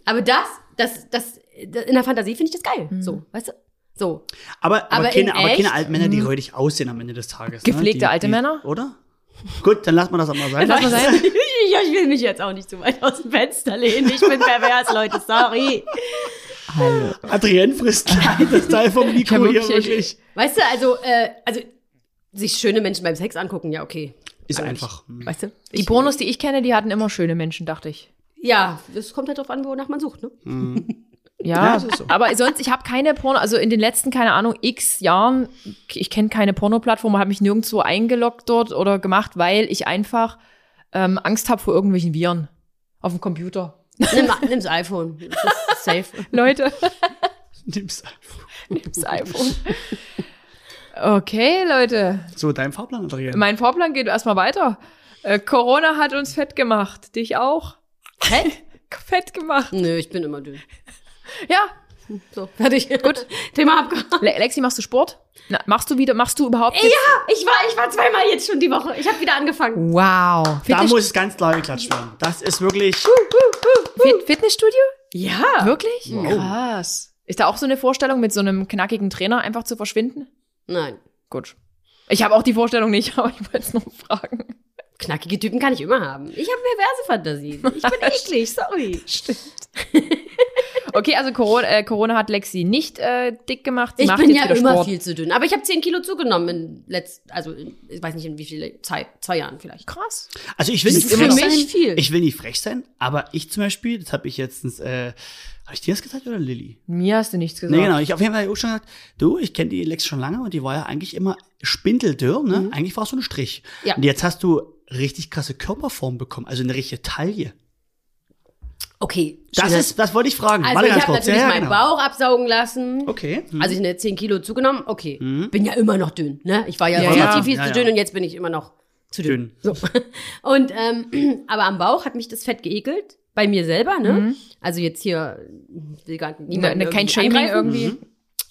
B: aber das, das, das, das, in der Fantasie finde ich das geil.
A: Mhm.
B: So, weißt du? So.
C: Aber, aber,
B: Aber
C: keine,
B: in
C: aber keine
B: echt?
C: alten Männer, die räudig aussehen am Ende des Tages.
A: Hm. Gepflegte
C: ne? die,
A: alte
C: die,
A: Männer?
C: Oder? Gut, dann lass mal das auch mal sein.
A: Lass mal sein.
B: ich, ich will mich jetzt auch nicht zu weit aus dem Fenster lehnen. Ich bin pervers, Leute, sorry.
C: Adrian frisst gleich das Teil vom Nico
A: Ja,
C: hier
A: wirklich, ich-
C: wirklich.
B: Weißt du, also, äh, also, sich schöne Menschen beim Sex angucken, ja, okay.
C: Ist einfach. Mhm.
B: Weißt du?
A: Die Pornos, die ich kenne, die hatten immer schöne Menschen, dachte ich.
B: Ja, das kommt halt drauf an, wonach man sucht, ne?
A: Ja,
C: Ja, das ist so.
A: aber sonst, ich habe keine Porno, also in den letzten, keine Ahnung, x Jahren, ich kenne keine Porno-Plattform, habe mich nirgendwo eingeloggt dort oder gemacht, weil ich einfach ähm, Angst habe vor irgendwelchen Viren auf dem Computer.
B: Nimm, nimm's iPhone. Das ist safe.
A: Leute,
C: Nimm's einfach.
A: nimm's iPhone. Okay, Leute,
C: So, dein Fahrplan, Adrian.
A: mein Vorplan geht erstmal weiter. Äh, Corona hat uns fett gemacht, dich auch.
B: Hä?
A: Fett gemacht.
B: Nö, ich bin immer dünn.
A: Ja,
B: So, fertig. Gut. Thema abgehakt.
A: Le Lexi, machst du Sport? Na, machst du wieder, machst du überhaupt jetzt?
B: Ja, Ah, ich war, ich war zweimal jetzt schon die Woche. Ich habe wieder angefangen.
A: Wow.
C: da
A: Fitness
C: muss es ganz klar geklatscht werden. Das ist wirklich.
A: Fit Fitnessstudio?
B: Ja.
A: Wirklich? Krass. Ist da auch so eine Vorstellung, mit so einem knackigen Trainer einfach zu verschwinden?
B: Nein.
A: Gut. Ich habe auch die Vorstellung nicht, aber ich wollte es noch fragen.
B: Knackige Typen kann ich immer haben. Ich habe perverse Fantasien. Ich bin eklig, sorry.
A: Okay, also Corona, äh, Corona hat Lexi nicht äh, dick gemacht. Sie
B: Ich
A: macht
B: bin
A: jetzt
B: ja
A: wieder
B: immer
A: Sport.
B: viel zu dünn. Aber ich habe 10 Kilo zugenommen in letzt, also in, ich weiß nicht in wie viele, zwei, zwei Jahren vielleicht.
A: Krass.
C: Also ich will
B: Das
C: nicht
B: ist
C: immer
B: für
C: sein,
B: mich viel.
C: Ich will nicht frech sein, aber ich zum Beispiel, das habe ich letztens, äh, habe ich dir das gesagt oder Lilly?
A: Mir hast du nichts gesagt.
C: Nee, genau. Ich auf jeden Fall auch schon gesagt, du, ich kenne die Lex schon lange und die war ja eigentlich immer spindeldürr, ne? Eigentlich war es so ein Strich.
B: Mhm. Ja.
C: Und jetzt hast du richtig krasse Körperform bekommen, also eine richtige Taille.
B: Okay.
C: Das
B: schöner-
C: ist, das wollte ich fragen.
B: also
C: Warte
B: ich
C: ganz
B: habe
C: kurz.
B: natürlich
C: ja, ja,
B: meinen
C: genau.
B: Bauch absaugen lassen.
C: Okay. Hm.
A: Mhm.
B: Also ich habe 10 Kilo zugenommen. Okay. Bin ja immer noch dünn. Ne? Ich war ja,
A: Ja,
B: relativ
A: ja.
B: viel
C: Ja,
B: zu
C: ja.
B: dünn und jetzt bin ich immer noch zu dünn. So.
C: Dünn.
B: Und ähm, aber am Bauch hat mich das Fett geekelt. Bei mir selber, ne? Also jetzt hier will gar
A: Ne,
B: niemand
A: Mhm. ne, kein Shaming irgendwie.
B: Mhm.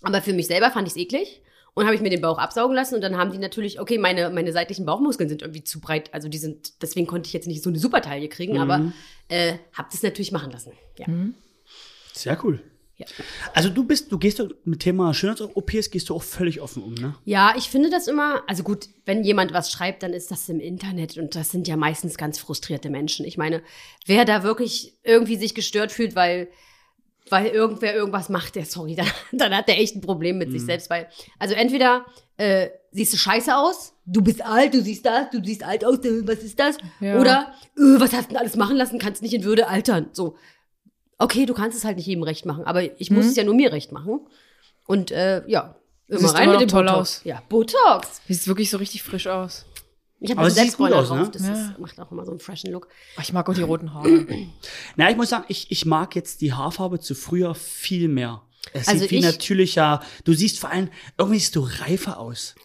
B: Aber für mich selber fand ich es eklig. Und habe ich mir den Bauch absaugen lassen und dann haben die natürlich, okay, meine, meine seitlichen Bauchmuskeln sind irgendwie zu breit. Also die sind, deswegen konnte ich jetzt nicht so eine Supertaille
A: Mhm.
B: kriegen, aber äh, habe das natürlich machen lassen. Ja.
C: Sehr cool.
B: Ja.
C: Also du bist, du gehst doch mit Thema Schönheits-OPs gehst du auch völlig offen um, ne?
B: Ja, ich finde das immer, also gut, wenn jemand was schreibt, dann ist das im Internet und das sind ja meistens ganz frustrierte Menschen. Ich meine, wer da wirklich irgendwie sich gestört fühlt, weil, weil irgendwer irgendwas macht, der, sorry, dann, dann hat der echt ein Problem mit sich selbst, weil, also entweder äh, siehst du scheiße aus, du bist alt, du siehst das, du siehst alt aus, äh, was ist das?
A: Ja.
B: Oder, äh, was hast du denn alles machen lassen, kannst nicht in Würde altern, so. Okay, du kannst es halt nicht jedem recht machen, aber ich muss
C: Mhm.
B: es ja nur mir recht machen. Und äh, ja, immer
A: Siehst
B: rein
A: immer
B: mit dem
A: noch toll
B: Botox.
A: aus.
B: Ja, Botox.
A: Sieht wirklich so richtig frisch aus.
B: Ich habe einen
C: Aber es sieht gut
B: Selbstbräuner
C: aus,
B: drauf.
C: ne?
B: Das
A: Ja.
B: ist, macht auch immer so einen freshen Look.
A: Oh, ich mag auch die roten Haare.
C: Na, ich muss sagen, ich, ich mag jetzt die Haarfarbe zu früher viel mehr. Es
B: Also
C: sieht viel
B: ich-
C: natürlicher. Du siehst vor allem, irgendwie siehst du reifer aus.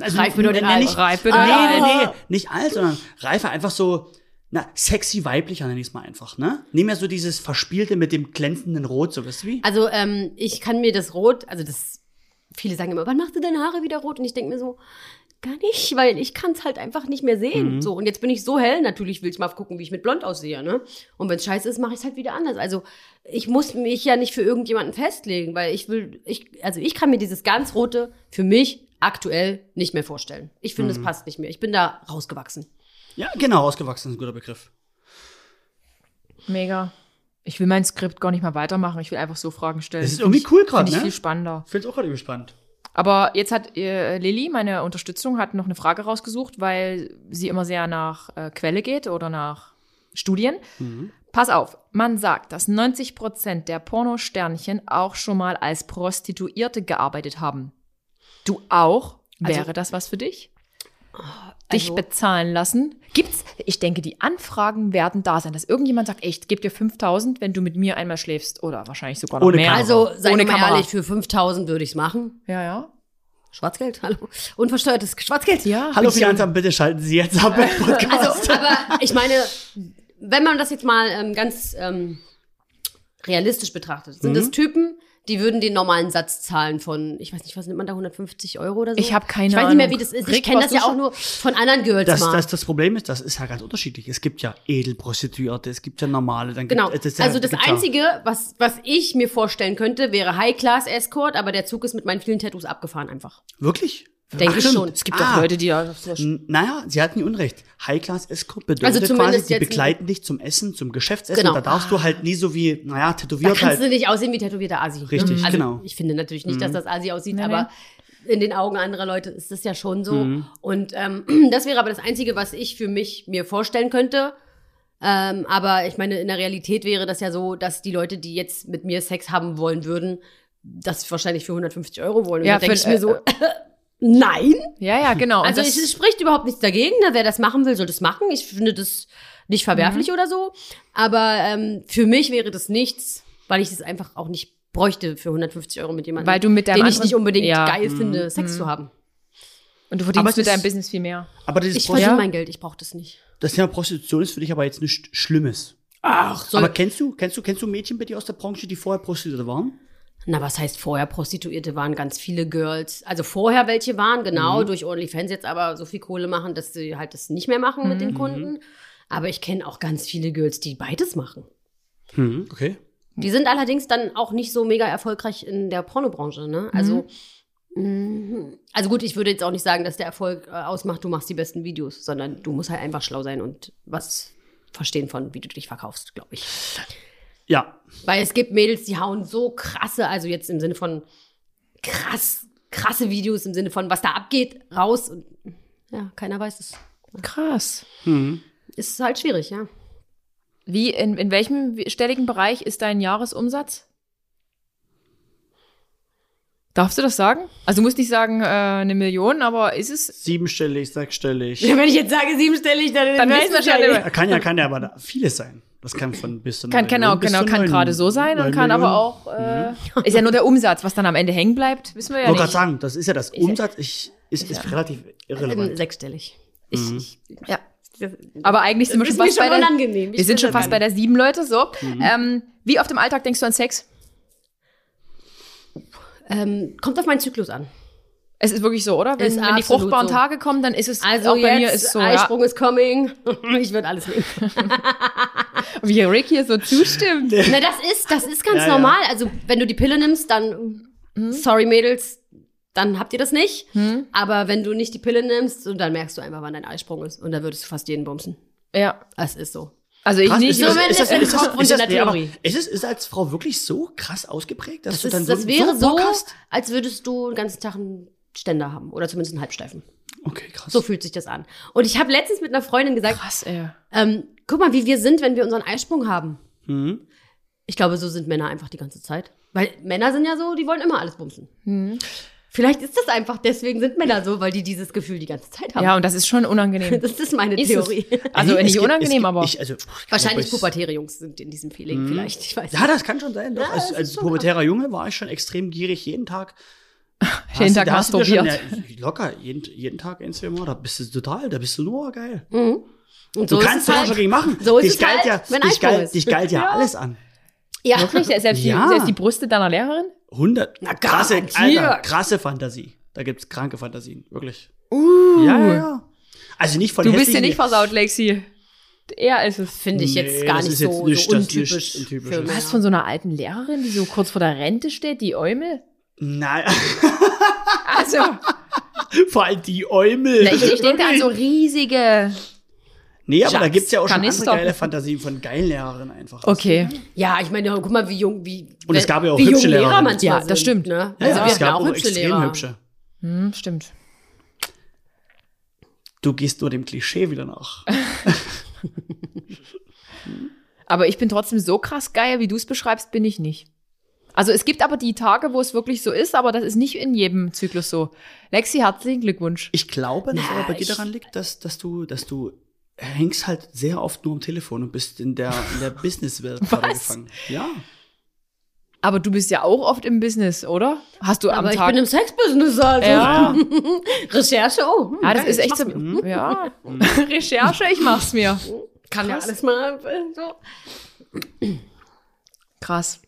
C: Also,
B: Reif bedeutet
C: nee,
B: alt.
C: Nicht,
A: Reif bedeutet
C: Ah, nee, nee, nee,
B: alt.
C: nicht alt, sondern reifer einfach so, na, sexy weiblicher nenn ich es mal einfach, ne? Nimm ja so dieses Verspielte mit dem glänzenden Rot, so weißt du wie?
B: Also ähm, ich kann mir das Rot, also das, viele sagen immer, wann machst du deine Haare wieder rot? Und ich denke mir so, gar nicht, weil ich kann es halt einfach nicht mehr sehen.
A: Mhm.
B: So, und jetzt bin ich so hell, natürlich will ich mal gucken, wie ich mit blond aussehe, ne? Und wenn es scheiße ist, mache ich es halt wieder anders. Also ich muss mich ja nicht für irgendjemanden festlegen, weil ich will, ich, also ich kann mir dieses ganz Rote für mich aktuell nicht mehr vorstellen. Ich finde,
A: Mhm.
B: es passt nicht mehr. Ich bin da rausgewachsen.
C: Ja, genau, ausgewachsen ist ein guter Begriff.
A: Mega. Ich will mein Skript gar nicht mal weitermachen. Ich will einfach so Fragen stellen.
C: Das ist irgendwie cool gerade,
A: Finde ich
C: ne?
A: viel spannender.
C: Ich find's auch gerade gespannt.
A: Aber jetzt hat äh, Lilly, meine Unterstützung, hat noch eine Frage
C: Mhm.
A: rausgesucht, weil sie immer sehr nach äh, Quelle geht oder nach Studien. Pass auf, man sagt, dass 90 Prozent der Pornosternchen auch schon mal als Prostituierte gearbeitet haben. Du auch?
B: Also-
A: Wäre das was für dich?
C: Oh,
A: Dich
B: also-
A: bezahlen lassen? Gibt's? Ich denke, die Anfragen werden da sein, dass irgendjemand sagt, echt, gib dir 5000, wenn du mit mir einmal schläfst. Oder wahrscheinlich sogar noch
C: Ohne
A: mehr.
C: Kamera.
B: Also, sei
A: Ohne
B: mal
A: Kamera.
B: ehrlich, für 5000 würde ich es machen.
A: Ja, ja.
B: Schwarzgeld, hallo. Unversteuertes Schwarzgeld.
A: Ja.
C: Hallo Finanzamt, bitte schalten Sie jetzt ab. beim Podcast.
B: Ah, Also, aber ich meine, wenn man das jetzt mal ähm, ganz ähm, realistisch betrachtet, sind
C: Mhm.
B: das Typen, die würden den normalen Satz zahlen von, ich weiß nicht, was nimmt man da, 150 Euro oder so?
A: Ich hab keine
B: Ich weiß nicht mehr,
A: Ahnung.
B: wie das ist. ich
A: Rick,
B: kenne
A: warst
B: das
A: du
B: ja auch
A: schon-
B: nur von anderen Girls
C: Das,
B: mal.
C: das, das Problem ist, das ist ja ganz unterschiedlich. Es gibt ja Edelprostituierte, es gibt ja normale. Dann
B: Genau.
C: Gibt,
B: also das
C: gibt's ja-
B: Einzige, was, was ich mir vorstellen könnte, wäre High-Class-Escort, aber der Zug ist mit meinen vielen Tattoos abgefahren einfach.
C: Wirklich?
B: Denke
C: Ach,
B: ich
C: stimmt.
B: schon.
A: Es gibt
C: Ah.
A: auch Leute, die da.
C: N- Naja, sie hatten ihr Unrecht. High-Class-Escort bedeutet
B: Also zumindest
C: quasi, die
B: jetzt-
C: begleiten dich zum Essen, zum Geschäftsessen.
B: Genau.
C: Da darfst du halt nie so wie, naja,
B: Da
C: tätowiert
B: kannst du
C: halt.
B: nicht aussehen wie tätowierter Asi.
C: Richtig,
B: ne? also
C: genau.
B: Ich finde natürlich nicht, dass das Asi aussieht,
A: Nee,
B: aber in den Augen anderer Leute ist das ja schon so.
C: Mhm.
B: Und ähm, das wäre aber das Einzige, was ich für mich mir vorstellen könnte. Ähm, aber ich meine, in der Realität wäre das ja so, dass die Leute, die jetzt mit mir Sex haben wollen würden, das wahrscheinlich für 150 Euro wollen. Und
A: Ja,
B: ja, da denke
A: für-
B: ich mir so,
A: äh,
B: nein.
A: Ja, ja, genau. Und
B: Also
A: das-
B: es es spricht überhaupt nichts dagegen. Ne? Wer das machen will, soll das machen. Ich finde das nicht verwerflich
A: Mhm.
B: oder so. Aber ähm, für mich wäre das nichts, weil ich es einfach auch nicht bräuchte für 150 Euro mit jemandem,
A: Weil du mit deinem
B: den ich
A: anderen-
B: nicht unbedingt
A: Ja. Mhm.
B: geil finde, Sex zu haben.
A: und du
C: Aber
A: verdienst
C: es
A: mit
C: ist-
A: deinem Business viel mehr.
C: Aber dieses
B: Ich
C: Prosti-
B: verdiene
A: Ja.
B: mein Geld, ich brauche das nicht.
C: das Thema Prostitution ist für dich aber jetzt nichts Schlimmes.
B: Ach, soll
C: Aber kennst du, kennst du, kennst du Mädchen bei dir aus der Branche, die vorher Prostituierte waren?
B: Na, was heißt vorher? Prostituierte waren ganz viele Girls. Also vorher welche waren,
A: Mhm.
B: genau, durch OnlyFans jetzt aber so viel Kohle machen, dass sie halt das nicht mehr machen
A: Mhm.
B: mit den Kunden. Aber ich kenne auch ganz viele Girls, die beides machen.
C: Mhm. Okay.
B: Die sind allerdings dann auch nicht so mega erfolgreich in der Pornobranche, ne? Also, mhm. also gut, ich würde jetzt auch nicht sagen, dass der Erfolg äh, ausmacht, du machst die besten Videos, sondern du musst halt einfach schlau sein und was verstehen von, wie du dich verkaufst, glaube ich.
C: Ja.
B: Weil es gibt Mädels, die hauen so krasse, also jetzt im Sinne von krass, krasse Videos im Sinne von, was da abgeht, raus und ja, keiner weiß es.
A: Krass.
C: Mhm.
B: Ist halt schwierig, ja.
A: Wie, in, in welchem stelligen Bereich ist dein Jahresumsatz? Darfst du das sagen? Also du musst nicht sagen äh, eine Million, aber ist es?
C: Siebenstellig, sechsstellig.
B: Wenn ich jetzt sage siebenstellig, dann,
A: Dann wissen wir schon immer.
C: Ja, Kann ja, kann ja aber da vieles sein. Das kann von bis zu
A: Kann,
C: neun
A: kann,
C: Millionen
A: auch,
C: bis
A: genau,
C: zu
A: kann
C: neun-
A: gerade so sein und
C: neun
A: kann aber
C: Millionen.
A: auch, äh, ist ja nur der Umsatz, was dann am Ende hängen bleibt, wissen wir
C: Ich
A: ja
C: Mhm. wollte gerade
A: nicht.
C: sagen, das ist ja das Umsatz, ich, ist, ist relativ
B: Ähm,
C: irrelevant.
B: sechsstellig. Ich, ich,
A: Ja.
B: das,
A: Aber eigentlich sind wir
B: ist
A: schon
B: mir
A: fast
B: schon
A: bei der,
B: unangenehm.
A: wir sind schon fast bei der sieben Leute, so.
C: Mhm.
A: Ähm, wie oft im Alltag denkst du an Sex?
B: Ähm, kommt auf meinen Zyklus an.
A: Es ist wirklich so, oder? Wenn,
B: Ist
A: wenn die
B: absolut
A: fruchtbaren
B: so.
A: Tage kommen, dann ist es
B: Also
A: auch
B: jetzt,
A: bei mir ist so. Ja.
B: Eisprung ist coming. ich würde alles nehmen.
A: Wie Rick hier so zustimmt.
B: Na, das ist, das ist ganz
C: Ja, ja.
B: normal. Also, wenn du die Pille nimmst, dann, sorry Mädels, dann habt ihr das nicht. Aber wenn du nicht die Pille nimmst, so, dann merkst du einfach, wann dein Eisprung ist. Und dann würdest du fast jeden bumsen.
A: ja.
B: Das ist so.
A: Also ich
C: Krass,
A: nicht.
B: so
A: ich-
B: wenn- im Kopf und in der
C: nee, aber
B: Theorie.
C: ist es ist als Frau wirklich so krass ausgeprägt, dass
B: Das,
C: du dann
B: ist,
C: so,
B: das wäre
C: so,
B: so,
C: Bock hast?
B: als würdest du den ganzen Tag einen Ständer haben. Oder zumindest einen Halbsteifen.
C: Okay, krass.
B: So fühlt sich das an. Und ich habe letztens mit einer Freundin gesagt,
A: Krass, ey.
B: ähm, guck mal, wie wir sind, wenn wir unseren Eisprung haben.
C: Mhm.
B: Ich glaube, so sind Männer einfach die ganze Zeit. Weil Männer sind ja so, die wollen immer alles bumsen.
A: Hm.
B: Vielleicht ist das einfach, deswegen sind Männer so, weil die dieses Gefühl die ganze Zeit haben.
A: Ja, und das ist schon unangenehm.
B: Das ist meine
A: Ist es.
B: Theorie.
A: Also
C: Nee, es
A: nicht
C: gibt- es
A: unangenehm,
C: gibt-
A: aber.
C: Ich, also, ich
B: Wahrscheinlich
C: glaub, es-
B: pubertäre Jungs sind in diesem Feeling vielleicht. Ich weiß
C: Ja,
B: nicht.
C: das kann schon sein. Doch.
B: Ja, das
C: als
B: ist
C: als
B: schon
C: pubertärer Junge war ich schon extrem gierig jeden Tag.
A: Jeden
C: Hast du-
A: Tag
C: da hast du dir schon-
A: masturbiert.
C: ja, ich- locker, jeden, jeden Tag ein, zwei Mal. Da bist du total, da bist du nur geil.
B: Und
C: Du
B: so ist
C: kannst doch
B: es
C: halt, schon
B: halt.
C: gegen machen.
B: so ist
C: dich
B: es
C: galt
B: halt,
C: ja,
B: wenn
C: dich,
B: Eisprung
C: galt,
B: ist.
C: dich galt ja, alles an.
B: Ja.
A: Wirklich? Selbst,
C: Ja.
A: Die, selbst die Brüste deiner Lehrerin?
C: 100. Na, krasse,
B: garantiert.
C: Alter, krasse Fantasie. Da gibt's kranke Fantasien, wirklich. Uh. Ja, ja, ja. Also nicht von
A: Du bist ja
C: hässlichen-
A: nicht versaut, Lexi. Er ist es.
B: Finde ich jetzt
C: Nee,
B: gar
C: das
B: nicht
C: ist jetzt
B: so,
C: nicht-
B: so
C: das ist
B: untypisch.
C: nicht ein typisches.
B: für Männer.
A: Was von so einer alten Lehrerin, die so kurz vor der Rente steht, die Eumel?
C: Nein,
A: Also,
C: vor allem die Eumel.
A: na, ich, ich denke an so riesige.
C: nee, aber da
A: Schatz,
C: gibt's ja auch schon
A: kann ich
C: andere
A: stoppen.
C: geile Fantasien von geilen Lehrerinnen einfach.
A: Okay.
B: Ja, ich meine, guck mal, wie jung, wie.
C: Und es gab ja auch
B: wie
C: hübsche
B: jung Lehrer
C: Lehrerinnen.
B: manchmal
A: Ja, das
B: sind,
A: stimmt.
B: Ne?
C: Ja,
B: Also, wir
C: ja, es
B: hatten
C: gab
B: auch
C: auch
B: hübsche
C: extrem
B: Lehrer.
C: hübsche.
A: Hm, stimmt.
C: Du gehst nur dem Klischee wieder nach.
A: Aber ich bin trotzdem so krass geil, wie du es beschreibst, bin ich nicht. Also es gibt aber die Tage, wo es wirklich so ist, aber das ist nicht in jedem Zyklus so. Lexi, herzlichen Glückwunsch.
C: Ich glaube, dass es aber bei dir
B: ich-
C: daran liegt, dass, dass du, dass du hängst halt sehr oft nur am Telefon und bist in der, in der Businesswelt gerade
A: Was?
C: gefangen. Ja.
A: Aber du bist ja auch oft im Business, oder? Hast du am
B: Aber ich
A: Tag.
B: bin im Sexbusiness, also.
A: ja.
B: Recherche, oh. Hm,
A: ja, das
B: geil,
A: ist
B: ich
A: echt
B: mach's
A: so.
B: mir. Mhm.
A: Ja. Recherche, ich mach's mir.
B: Kann ja
A: krass. Oh,
B: alles mal äh, so.
A: Krass.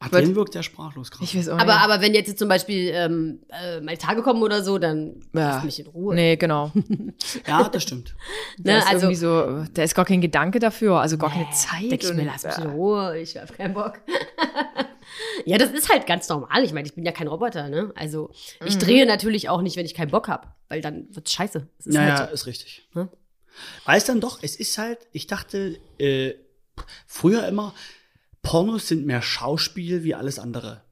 C: Athen wirkt ja sprachlos gerade.
A: Ich weiß auch
B: Aber,
A: nicht.
B: aber wenn jetzt zum Beispiel ähm, äh, mal Tage kommen oder so, dann
A: Ja.
B: lass mich in Ruhe.
A: Nee, genau.
C: Ja, das stimmt.
A: Da
B: Ne,
A: ist
B: also,
A: irgendwie so, äh, da ist gar kein Gedanke dafür, also gar keine Zeit.
B: Denke ich
A: und-
B: mir, lass mich in Ruhe, ich hab keinen Bock. ja, das ist halt ganz normal. Ich meine, ich bin ja kein Roboter, ne? Also,
A: Mhm.
B: ich drehe natürlich auch nicht, wenn ich keinen Bock habe, weil dann wird's scheiße. Das ist
C: naja,
B: halt so.
C: ist richtig.
B: Ne?
C: Weil es dann doch, es ist halt, ich dachte äh, früher immer, Pornos sind mehr Schauspiel wie alles andere.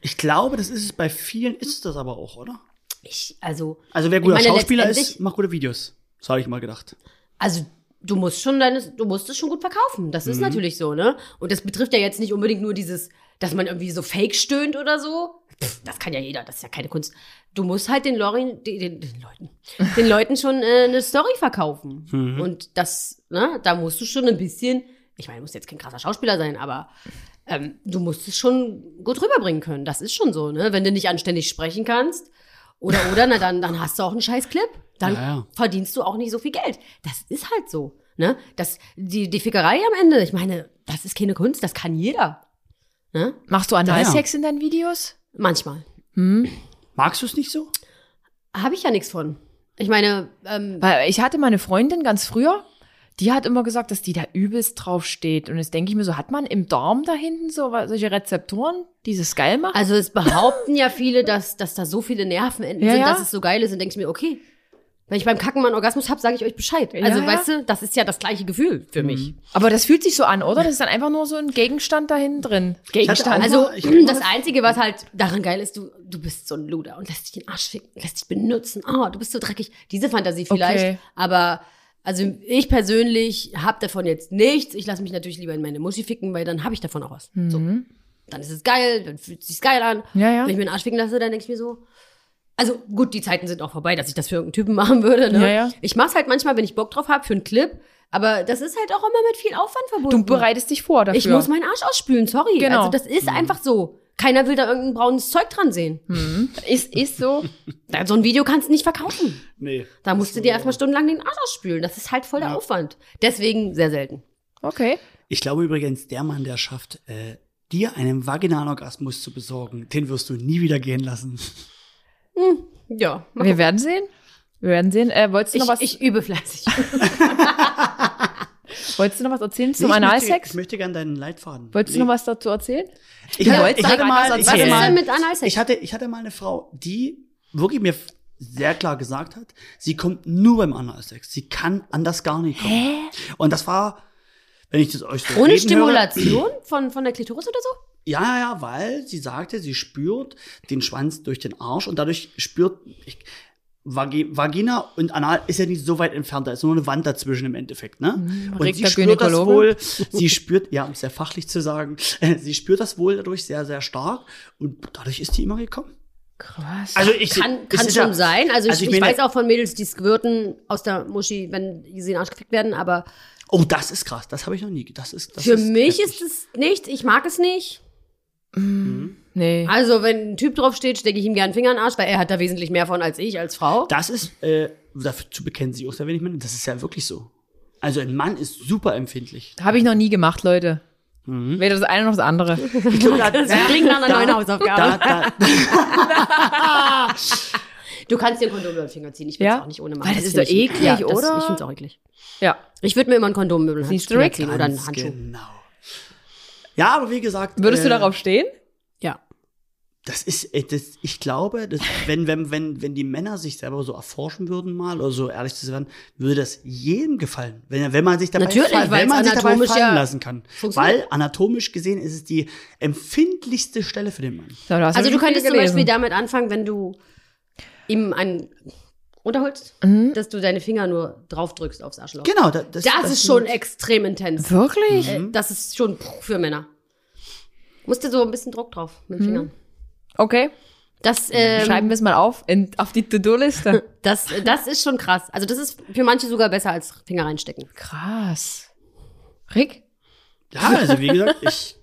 C: Ich glaube, das ist es bei vielen, ist es das aber auch, oder?
B: Ich, also,
C: Also wer guter
B: meine,
C: Schauspieler ist,
B: letztendlich-
C: macht gute Videos. Das habe ich mal gedacht.
B: also du musst schon deines, du musst es schon gut verkaufen. Das
C: Mhm.
B: ist natürlich so, ne? Und das betrifft ja jetzt nicht unbedingt nur dieses, dass man irgendwie so fake stöhnt oder so. Pff, das kann ja jeder, das ist ja keine Kunst. Du musst halt den, Lorin, den, den, den Leuten, den Leuten schon äh, eine Story verkaufen.
C: Mhm.
B: Und das, ne, da musst du schon ein bisschen, ich meine, du musst jetzt kein krasser Schauspieler sein, aber ähm, du musst es schon gut rüberbringen können. Das ist schon so, ne? Wenn du nicht anständig sprechen kannst oder oder, na dann, dann hast du auch einen scheiß Clip. Dann
C: Ja, ja.
B: verdienst du auch nicht so viel Geld. Das ist halt so, ne? Das, die, die Fickerei am Ende, ich meine, das ist keine Kunst, das kann jeder. Ne?
A: Machst du Analsex in deinen Videos?
B: Manchmal.
A: Hm?
C: Magst du es nicht so?
B: Habe ich ja nichts von. Ich meine, ähm,
A: Weil ich hatte meine Freundin ganz früher, die hat immer gesagt, dass die da übelst drauf steht. Und jetzt denke ich mir so, hat man im Darm da hinten so wa- solche Rezeptoren, die es geil machen?
B: Also es behaupten ja viele, dass, dass da so viele Nervenenden
A: Ja,
B: sind,
A: ja.
B: dass es so geil ist. Und denke ich mir, okay, wenn ich beim Kacken mal einen Orgasmus habe, sage ich euch Bescheid.
A: Ja,
B: also
A: ja. Mhm.
B: weißt du, das ist ja das gleiche Gefühl für mich.
A: Aber das fühlt sich so an, oder? Das ist dann einfach nur so ein Gegenstand da hinten drin.
C: auch
A: Gegenstand.
C: mal-
B: Also
C: ich hab mal-
B: das Einzige, was halt daran geil ist, du, du bist so ein Luder und lässt dich den Arsch ficken, lässt dich benutzen. Oh, du bist so dreckig. Diese Fantasie vielleicht.
A: Okay.
B: Aber also ich persönlich habe davon jetzt nichts. Ich lasse mich natürlich lieber in meine Muschi ficken, weil dann habe ich davon auch was. So. Dann ist es geil, dann fühlt es sich geil an.
A: Ja, Mhm. ja.
B: Wenn ich mir den Arsch ficken lasse, dann denke ich mir so, also gut, die Zeiten sind auch vorbei, dass ich das für irgendeinen Typen machen würde. Ne?
A: Ja, ja.
B: Ich mach's halt manchmal, wenn ich Bock drauf habe, für einen Clip. Aber das ist halt auch immer mit viel Aufwand verbunden.
A: du bereitest dich vor dafür.
B: Ich muss meinen Arsch ausspülen, sorry.
A: Genau.
B: Also das ist
C: Mhm.
B: einfach so. Keiner will da irgendein braunes Zeug dran sehen.
A: ist, ist so.
B: Da- So ein Video kannst du nicht verkaufen.
C: Nee.
B: Da musst du dir erstmal stundenlang den Arsch ausspülen. Das ist halt voll der
C: Ja.
B: Aufwand. Deswegen sehr selten.
A: Okay.
C: Ich glaube übrigens, der Mann, der schafft, äh, dir einen vaginalen Orgasmus zu besorgen, den wirst du nie wieder gehen lassen.
B: Ja.
A: Wir werden sehen. Wir werden sehen. Äh, wolltest, du
B: Ich,
A: noch was,
B: ich übe fleißig.
A: wolltest du noch was erzählen zum
C: Nee, ich Möchte,
A: Analsex?
C: ich möchte gerne deinen Leitfaden.
A: Wolltest du
C: Nee.
A: noch was dazu erzählen?
C: Ich
A: Ja,
C: hatte, ich
A: sag
C: hatte
A: mal, was
C: mal, ich
A: ist
C: hatte
A: denn
C: mal,
B: mit Analsex?
C: Ich hatte, ich hatte mal eine Frau, die wirklich mir sehr klar gesagt hat, sie kommt nur beim Analsex. Sie kann anders gar nicht kommen. Und das war, wenn ich das euch so
B: Ohne
C: reden Höre,
B: Stimulation von, von der Klitoris oder so?
C: ja, ja, ja, weil sie sagte, sie spürt den Schwanz durch den Arsch und dadurch spürt ich, Vagi- Vagina und Anal ist ja nicht so weit entfernt, da ist nur eine Wand dazwischen im Endeffekt, ne? und
A: Mhm. regt
C: sie
A: der
C: spürt das
A: Gynäkologe?
C: wohl, sie spürt, ja, um es sehr fachlich zu sagen, sie spürt das wohl dadurch sehr, sehr stark und dadurch ist die immer gekommen.
A: Krass.
C: Also ich
B: Kann,
C: es
B: kann
C: ist
B: schon
C: ja-
B: sein. Also,
C: also ich
B: ich, ich
C: meine-
B: weiß auch von Mädels, die squirten aus der Muschi, wenn sie in den Arsch gefickt werden. Aber
C: Oh, das ist krass, das habe ich noch nie. ge- Das ist das
B: für
C: ist
B: mich
C: heftig.
B: ist es nichts. Ich mag es nicht.
A: nee.
B: Also, wenn ein Typ draufsteht, stecke ich ihm gerne einen Finger in den Arsch, weil er hat da wesentlich mehr von als ich, als Frau.
C: Das ist, äh, dazu bekennen sich auch sehr wenig Männer, das ist ja wirklich so. Also ein Mann ist super empfindlich.
A: Habe ich noch nie gemacht, Leute.
C: Mhm.
A: Weder das eine noch das andere.
C: Ich glaube, da-
B: Das klingt nach einer
C: da-
B: neuen Hausaufgabe.
C: Da, da,
B: Du kannst dir ein Kondom über den Finger ziehen. Ich will es
A: Ja?
B: auch nicht ohne machen.
A: Weil das ist
B: find
A: doch
B: ich-
A: eklig,
B: ja, das,
A: oder?
B: Ich finde es auch eklig.
A: Ja.
B: Ich würde mir immer ein Kondom über den
A: Siehst du,
B: Finger
A: Rick?
B: ziehen oder einen
C: ganz
B: Handschuh.
C: genau. Ja, aber wie gesagt.
A: Würdest du
C: äh,
A: darauf stehen?
B: Ja.
C: Das ist, äh, das, ich glaube, dass, wenn, wenn, wenn, wenn die Männer sich selber so erforschen würden mal oder so ehrlich zu sein, würde das jedem gefallen, wenn, wenn man sich dabei,
B: Natürlich,
C: fallen,
B: weil's
C: wenn man sich dabei fallen
B: anatomisch ja
C: lassen kann.
B: funktioniert.
C: Weil anatomisch gesehen ist es die empfindlichste Stelle für den Mann.
A: So, hast
B: Also,
A: schon
B: du
A: viel
B: könntest zum
A: gelesen.
B: Beispiel damit anfangen, wenn du ihm einen runterholst, dass du deine Finger nur drauf drückst aufs Arschloch.
C: Genau, da- das,
B: Das, ist schon extrem intens.
A: Wirklich?
B: Äh, das ist schon pff, für Männer. Musst du so ein bisschen Druck drauf mit den Fingern.
A: Okay.
B: Das, ähm,
A: Schreiben wir es mal auf, in, auf die To-Do-Liste.
B: das, äh, das ist schon krass. Also das ist für manche sogar besser als Finger reinstecken.
A: Krass. Rick?
C: Ja, also wie gesagt, ich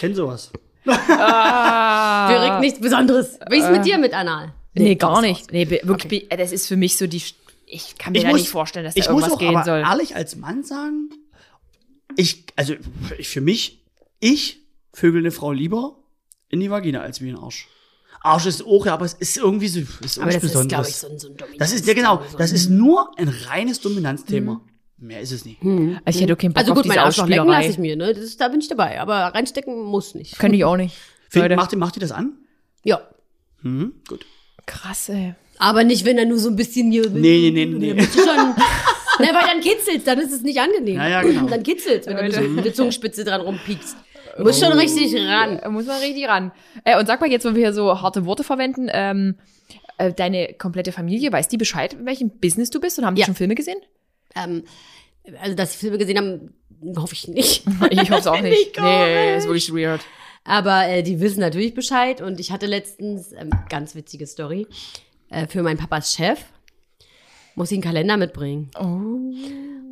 C: kenne sowas.
B: Für Rick nichts Besonderes. Wie ist es mit dir mit
A: Ah.
B: Anal?
A: Äh. Nee,
B: das
A: gar
B: ist
A: nicht. Nee, be- wirklich, be- äh, das ist für mich so die. Sch- Ich kann mir da nicht vorstellen, dass da
C: ich muss
A: irgendwas
C: auch
A: gehen
C: aber
A: soll.
C: ehrlich als Mann sagen, ich, also ich, für mich, ich vögel eine Frau lieber in die Vagina als wie in den Arsch. Arsch ist auch, ja, aber es ist irgendwie so, ist
B: Aber
C: was
B: das ist, glaube
C: Besonderes.
B: ich, so ein, so ein Dominanz.
C: das ist ja genau,
B: so ein- Mhm.
C: das ist nur ein reines Dominanzthema. Mehr ist es nicht.
B: Hm,
A: ich hätte auch keinen Bock
B: Also
A: auf
B: gut, mein
A: diese
B: Arschloch lecken lasse
A: Ausspielerei.
B: ich mir, ne? Das ist, da bin ich dabei. Aber reinstecken muss nicht.
A: Könnte ich auch nicht.
C: Find,
A: Leute.
C: macht, ihr- macht ihr das an?
B: Ja.
C: Mhm, gut.
A: Krass, ey.
B: Aber nicht, wenn er nur so ein bisschen hier.
C: Nee, nee, nee, nee.
B: Das ist Schon, ne, weil dann kitzelt's, dann ist es nicht angenehm.
C: Ja, ja, genau.
B: Dann kitzelt's, wenn du mit so- mit der Zungenspitze dran rumpiekst. Muss
C: Oh.
B: schon richtig ran.
A: Da muss man richtig ran. Äh, und sag mal jetzt, wo wir hier so harte Worte verwenden, ähm, äh, deine komplette Familie, weiß die Bescheid, in welchem Business du bist und haben die
B: Ja.
A: schon Filme gesehen?
B: Ähm, also, dass die Filme gesehen haben, hoffe ich nicht.
A: Ich hoffe es auch nicht. Nee, ist wirklich weird.
B: Aber äh, die wissen natürlich Bescheid. Und ich hatte letztens, ähm, ganz witzige Story, äh, für meinen Papas Chef, muss ich einen Kalender mitbringen.
A: Oh.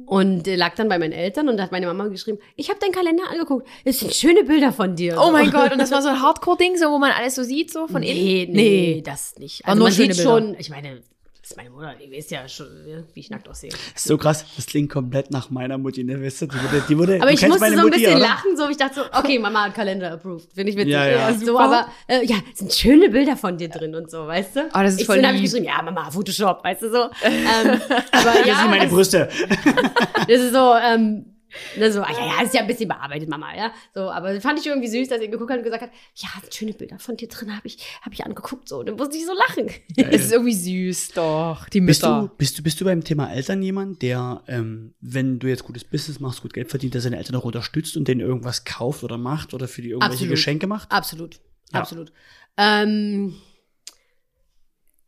B: Und äh, lag dann bei meinen Eltern und da hat meine Mama geschrieben, ich habe deinen Kalender angeguckt. Es sind schöne Bilder von dir.
A: Oh mein Gott, und das war so ein Hardcore-Ding, so, wo man alles so sieht, so von
B: Nee,
A: innen?
B: nee, das nicht.
A: Waren
B: Also
A: nur
B: man sieht
A: schöne Bilder.
B: schon, ich meine, das ist meine Mutter, die weiß ja schon, wie ich nackt aussehe.
C: So krass, das klingt komplett nach meiner Mutti, ne? Weißt du, die wurde, die wurde,
B: Aber
C: du
B: ich
C: kennst
B: musste
C: meine
B: so ein
C: Mutti,
B: bisschen
C: oder?
B: lachen, so ich dachte so, okay, Mama hat Kalender approved, finde ich witzig.
C: Ja, ja.
B: so, aber äh, ja, es sind schöne Bilder von dir drin und so, weißt du?
A: Ah, das ist
B: ich,
A: voll
B: Dann habe ich
A: lieb.
B: geschrieben, ja, Mama, Photoshop, weißt du so. Ähm, aber
C: Das
B: ja,
C: sind meine Brüste.
B: das ist so, ähm, ne, so, ah, ja, ja, ist ja ein bisschen bearbeitet, Mama, ja. So, aber fand ich irgendwie süß, dass ihr geguckt habt und gesagt habt, ja, sind schöne Bilder von dir drin, habe ich, hab ich angeguckt, so. Und dann musste ich so lachen.
A: Das ist irgendwie süß, doch, die
C: Bist
A: Mütter.
C: du, bist, du, bist du beim Thema Eltern jemand, der, ähm, wenn du jetzt gutes Business machst, gut Geld verdient, der seine Eltern auch unterstützt und denen irgendwas kauft oder macht oder für die irgendwelche
B: Absolut.
C: Geschenke macht?
B: Absolut,
C: Ja.
B: absolut. Ähm,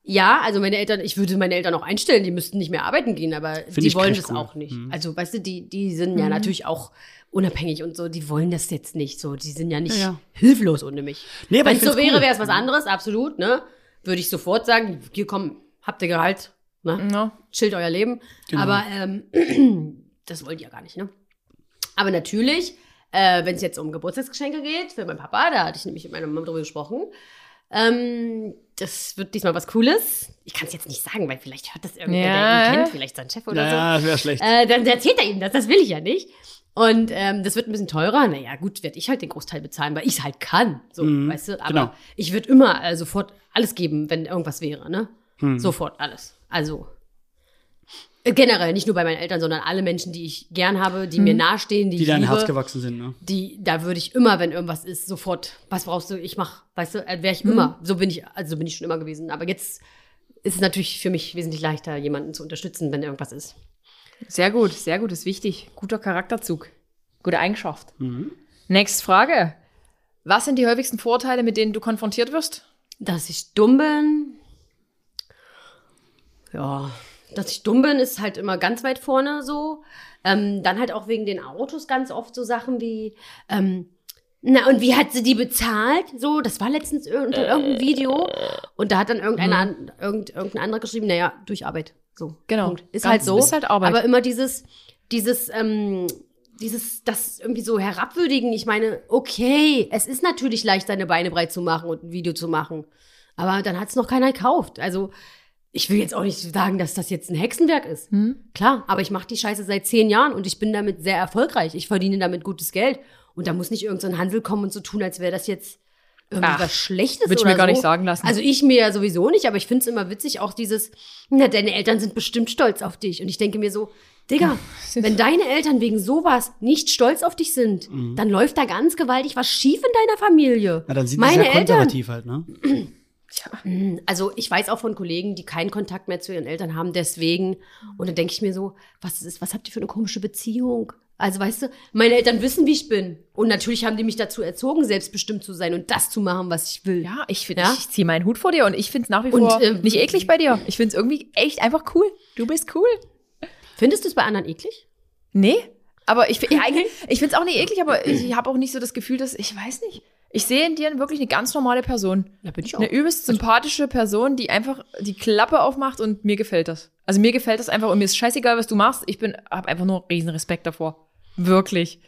B: ja, also meine Eltern, ich würde meine Eltern auch einstellen, die müssten nicht mehr arbeiten gehen, aber
C: ich
B: die wollen
C: echt
B: das
C: cool.
B: auch nicht.
C: Mhm.
B: Also, weißt du, die, die sind ja natürlich auch unabhängig und so, die wollen das jetzt nicht so, die sind ja nicht
C: Ja, ja.
B: hilflos ohne mich.
C: Nee, aber
B: Wenn
C: ich
B: es so
C: find's
B: wäre,
C: cool. Mhm.
B: wäre es was anderes, absolut, ne? Würde ich sofort sagen, hier komm, habt ihr Gehalt, ne?
A: Ja.
B: Chillt euer Leben.
C: Genau.
B: Aber ähm, das wollen die ja gar nicht, ne? Aber natürlich, äh, wenn es jetzt um Geburtstagsgeschenke geht, für meinen Papa, da hatte ich nämlich mit meiner Mama drüber gesprochen, ähm, das wird diesmal was Cooles. Ich kann es jetzt nicht sagen, weil vielleicht hört das irgendwer,
A: Ja.
B: der ihn kennt, vielleicht sein Chef oder so.
C: Naja, das wäre schlecht.
B: Äh, dann erzählt er ihm das, das will ich ja nicht. Und ähm, das wird ein bisschen teurer. Naja, gut, werde ich halt den Großteil bezahlen, weil ich es halt kann. So,
C: Mhm,
B: weißt du, aber
C: genau.
B: ich würde immer äh, sofort alles geben, wenn irgendwas wäre, ne?
C: Mhm.
B: Sofort alles. Also äh, generell, nicht nur bei meinen Eltern, sondern alle Menschen, die ich gern habe, die mir nahestehen, die,
C: Mhm. die
B: ich
C: dein
B: liebe,
C: Herz gewachsen sind, ne?
B: die, da würde ich immer, wenn irgendwas ist, sofort, was brauchst du, ich mach, weißt du, wäre
C: Mhm.
B: ich immer, so bin ich, also so bin ich schon immer gewesen. Aber jetzt ist es natürlich für mich wesentlich leichter, jemanden zu unterstützen, wenn irgendwas ist.
A: Sehr gut, sehr gut, ist wichtig. Guter Charakterzug. Gute Eigenschaft. Nächste Frage. Was sind die häufigsten Vorurteile, mit denen du konfrontiert wirst?
B: Dass ich dumm bin. Ja, dass ich dumm bin, ist halt immer ganz weit vorne so. Ähm, dann halt auch wegen den Autos ganz oft so Sachen wie, ähm, na und wie hat sie die bezahlt? So, das war letztens ir- unter irgendeinem Video. Und da hat dann irgendeiner,
A: Mhm.
B: an- irgend, irgendein anderer geschrieben, naja, durch Arbeit. So,
A: Genau.
B: Punkt. Ist
A: Ganz-
B: halt so.
A: ist halt Arbeit.
B: Aber immer dieses, dieses, ähm, dieses, das irgendwie so herabwürdigen. Ich meine, okay, es ist natürlich leicht, seine Beine breit zu machen und ein Video zu machen. Aber dann hat es noch keiner gekauft. Also, ich will jetzt auch nicht sagen, dass das jetzt ein Hexenwerk ist.
A: Hm?
B: Klar, aber ich mache die Scheiße seit zehn Jahren und ich bin damit sehr erfolgreich. Ich verdiene damit gutes Geld. Und da muss nicht irgendein so ein Hansel kommen und so tun, als wäre das jetzt irgendwie
A: Ach,
B: was Schlechtes
A: würd ich
B: oder
A: mir gar
B: so.
A: nicht sagen lassen.
B: Also ich mir ja sowieso nicht, aber ich finde es immer witzig, auch dieses, na, deine Eltern sind bestimmt stolz auf dich. Und ich denke mir so, Digga, wenn deine Eltern wegen sowas nicht stolz auf dich sind, dann läuft da ganz gewaltig was schief in deiner Familie.
C: Mhm. Na, dann sind die
B: Meine
C: sehr
B: Eltern
C: konservativ halt, ne?
B: also ich weiß auch von Kollegen, die keinen Kontakt mehr zu ihren Eltern haben, deswegen. Und dann denke ich mir so, was ist, was habt ihr für eine komische Beziehung? Also weißt du, meine Eltern wissen, wie ich bin. Und natürlich haben die mich dazu erzogen, selbstbestimmt zu sein und das zu machen, was ich will.
A: Ja, ich finde,
B: Ja?
A: ich ziehe meinen Hut vor dir und ich finde es nach wie
B: Und,
A: vor
B: ähm,
A: nicht eklig bei dir. Ich finde es irgendwie echt einfach cool. Du bist cool.
B: Findest du es bei anderen eklig?
A: Nee, aber ich, fi- ja, eigentlich- ich finde es auch nicht eklig, aber ich habe auch nicht so das Gefühl, dass, ich weiß nicht, ich sehe in dir wirklich eine ganz normale Person.
B: Da bin ich
A: Eine übelst sympathische Person, die einfach die Klappe aufmacht und mir gefällt das. Also mir gefällt das einfach und mir ist scheißegal, was du machst. Ich bin, habe einfach nur riesen Respekt davor. Wirklich.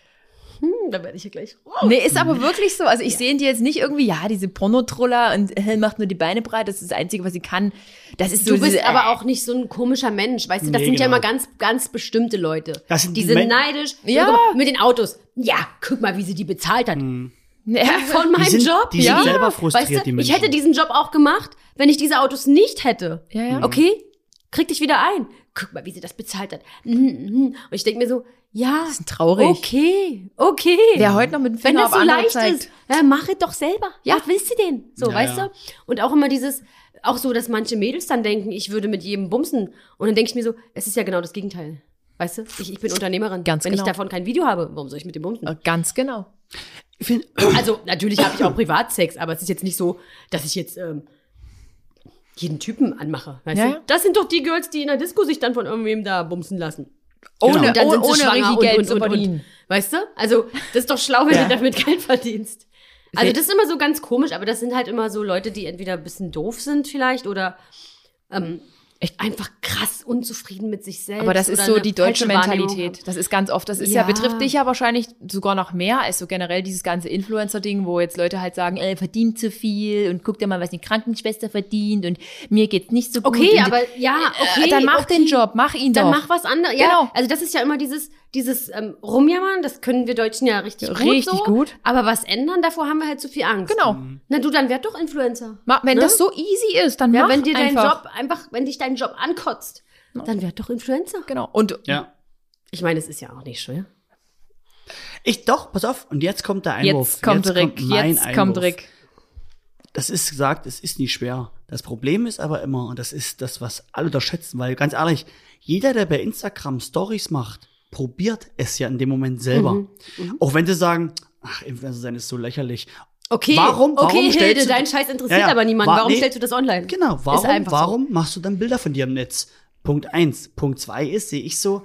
B: Hm, da werde ich ja gleich.
A: Nee, ist aber wirklich so. Also ich sehe in dir jetzt nicht irgendwie, ja, diese Pornotroller und äh, macht nur die Beine breit, das ist das Einzige, was sie kann. Das ist so
B: Du bist
A: diese,
B: aber auch nicht so ein komischer Mensch, weißt du? Das
C: Nee,
B: sind ja
C: genau.
B: immer ganz, ganz bestimmte Leute.
C: Das sind
B: die
C: die
B: sind
C: Men-
B: neidisch.
A: Ja.
B: Guck mal, Mit den Autos. Ja, guck mal, wie sie die bezahlt hat.
A: Nee,
B: Von meinem
C: sind-
B: Job.
C: Mhm. die sind
B: ja.
C: selber frustriert,
B: weißt du,
C: die Menschen.
B: Ich hätte diesen Job auch gemacht, wenn ich diese Autos nicht hätte.
A: Ja,
C: Mhm.
A: ja.
B: Okay, krieg dich wieder ein. Guck mal, wie sie das bezahlt hat. Mhm, mhm. Und ich denke mir so, ja,
A: Das ist traurig.
B: okay, okay.
A: Wer heute noch mit dem
B: Wenn
A: Finger
B: das
A: auf
B: so
A: Genau, andere
B: leicht
A: zeigt.
B: ist, ja, mach es doch selber. Ja, was willst du denn? So,
C: Ja,
B: weißt
C: ja.
B: du? Und auch immer dieses, auch so, dass manche Mädels dann denken, ich würde mit jedem bumsen. Und dann denke ich mir so, es ist ja genau das Gegenteil. Weißt du, ich, ich bin Unternehmerin.
A: Ganz
B: Wenn ich
A: genau.
B: davon kein Video habe, warum soll ich mit dem bumsen?
A: Äh, Ganz genau.
C: Ich find,
B: Also, natürlich habe ich auch Privatsex, aber es ist jetzt nicht so, dass ich jetzt ähm, jeden Typen anmache. Weißt
A: Ja,
B: du?
A: ja.
B: Das sind doch die Girls, die in der Disco sich dann von irgendwem da bumsen lassen.
A: Ohne,
C: Genau.
B: Und dann
A: ohne,
B: sind sie
A: ohne
B: schwanger
A: richtig
B: und,
A: Geld
B: und,
A: zu
B: und,
A: verdienen.
B: Und, weißt du? Also, das ist doch schlau, wenn
A: Ja.
B: du damit Geld verdienst. Also,
A: Sehr-
B: das ist immer so ganz komisch, aber das sind halt immer so Leute, die entweder ein bisschen doof sind vielleicht oder ähm, echt einfach krass unzufrieden mit sich selbst.
A: Aber das ist
B: oder
A: so
B: eine
A: die deutsche
B: falsche Wahrnehmung
A: Mentalität.
B: haben.
A: Das ist ganz oft, das ist ja.
B: Ja.
A: betrifft dich ja wahrscheinlich sogar noch mehr als so generell dieses ganze Influencer-Ding, wo jetzt Leute halt sagen, ey, verdient zu viel und guck dir mal, was die Krankenschwester verdient und mir geht's nicht so gut.
B: Okay,
A: und,
B: aber ja, okay.
A: äh, dann mach
B: okay.
A: den Job, mach ihn
B: Dann
A: doch.
B: mach was anderes. Ja,
A: Genau.
B: Also das ist ja immer dieses, dieses ähm, Rumjammern, das können wir Deutschen ja richtig gut.
A: Richtig
B: so.
A: gut.
B: Aber was ändern, davor haben wir halt zu viel Angst.
A: genau.
B: Na du, dann werd doch Influencer.
A: Ma- Wenn
B: Ne?
A: das so easy ist, dann
B: Ja,
A: mach
B: wenn dir dein
A: einfach.
B: Job einfach, wenn dich dein Job ankotzt, dann werd doch Influencer.
A: Genau. Und
C: ja.
B: Ich meine, es ist ja auch nicht schwer.
C: Ich doch, pass auf. Und jetzt kommt der Einwurf.
A: jetzt kommt Rick,
C: mein
A: jetzt kommt
C: Einwurf.
A: Rick.
C: Das ist gesagt, es ist nicht schwer. Das Problem ist aber immer, und das ist das, was alle unterschätzen, weil ganz ehrlich, jeder, der bei Instagram Stories macht, probiert es ja in dem Moment selber. Auch wenn sie sagen, ach, Influencer sein ist so lächerlich.
B: Okay,
C: Warum- warum
B: okay, Hilde,
C: stellst du-
B: dein Scheiß interessiert
C: Ja, ja.
B: aber niemanden.
C: Wa-
B: Warum
C: nee.
B: stellst du das online?
C: Genau,
B: Ist
C: warum,
B: einfach so.
C: warum machst du dann Bilder von dir im Netz? Punkt eins. Punkt zwei ist, sehe ich so,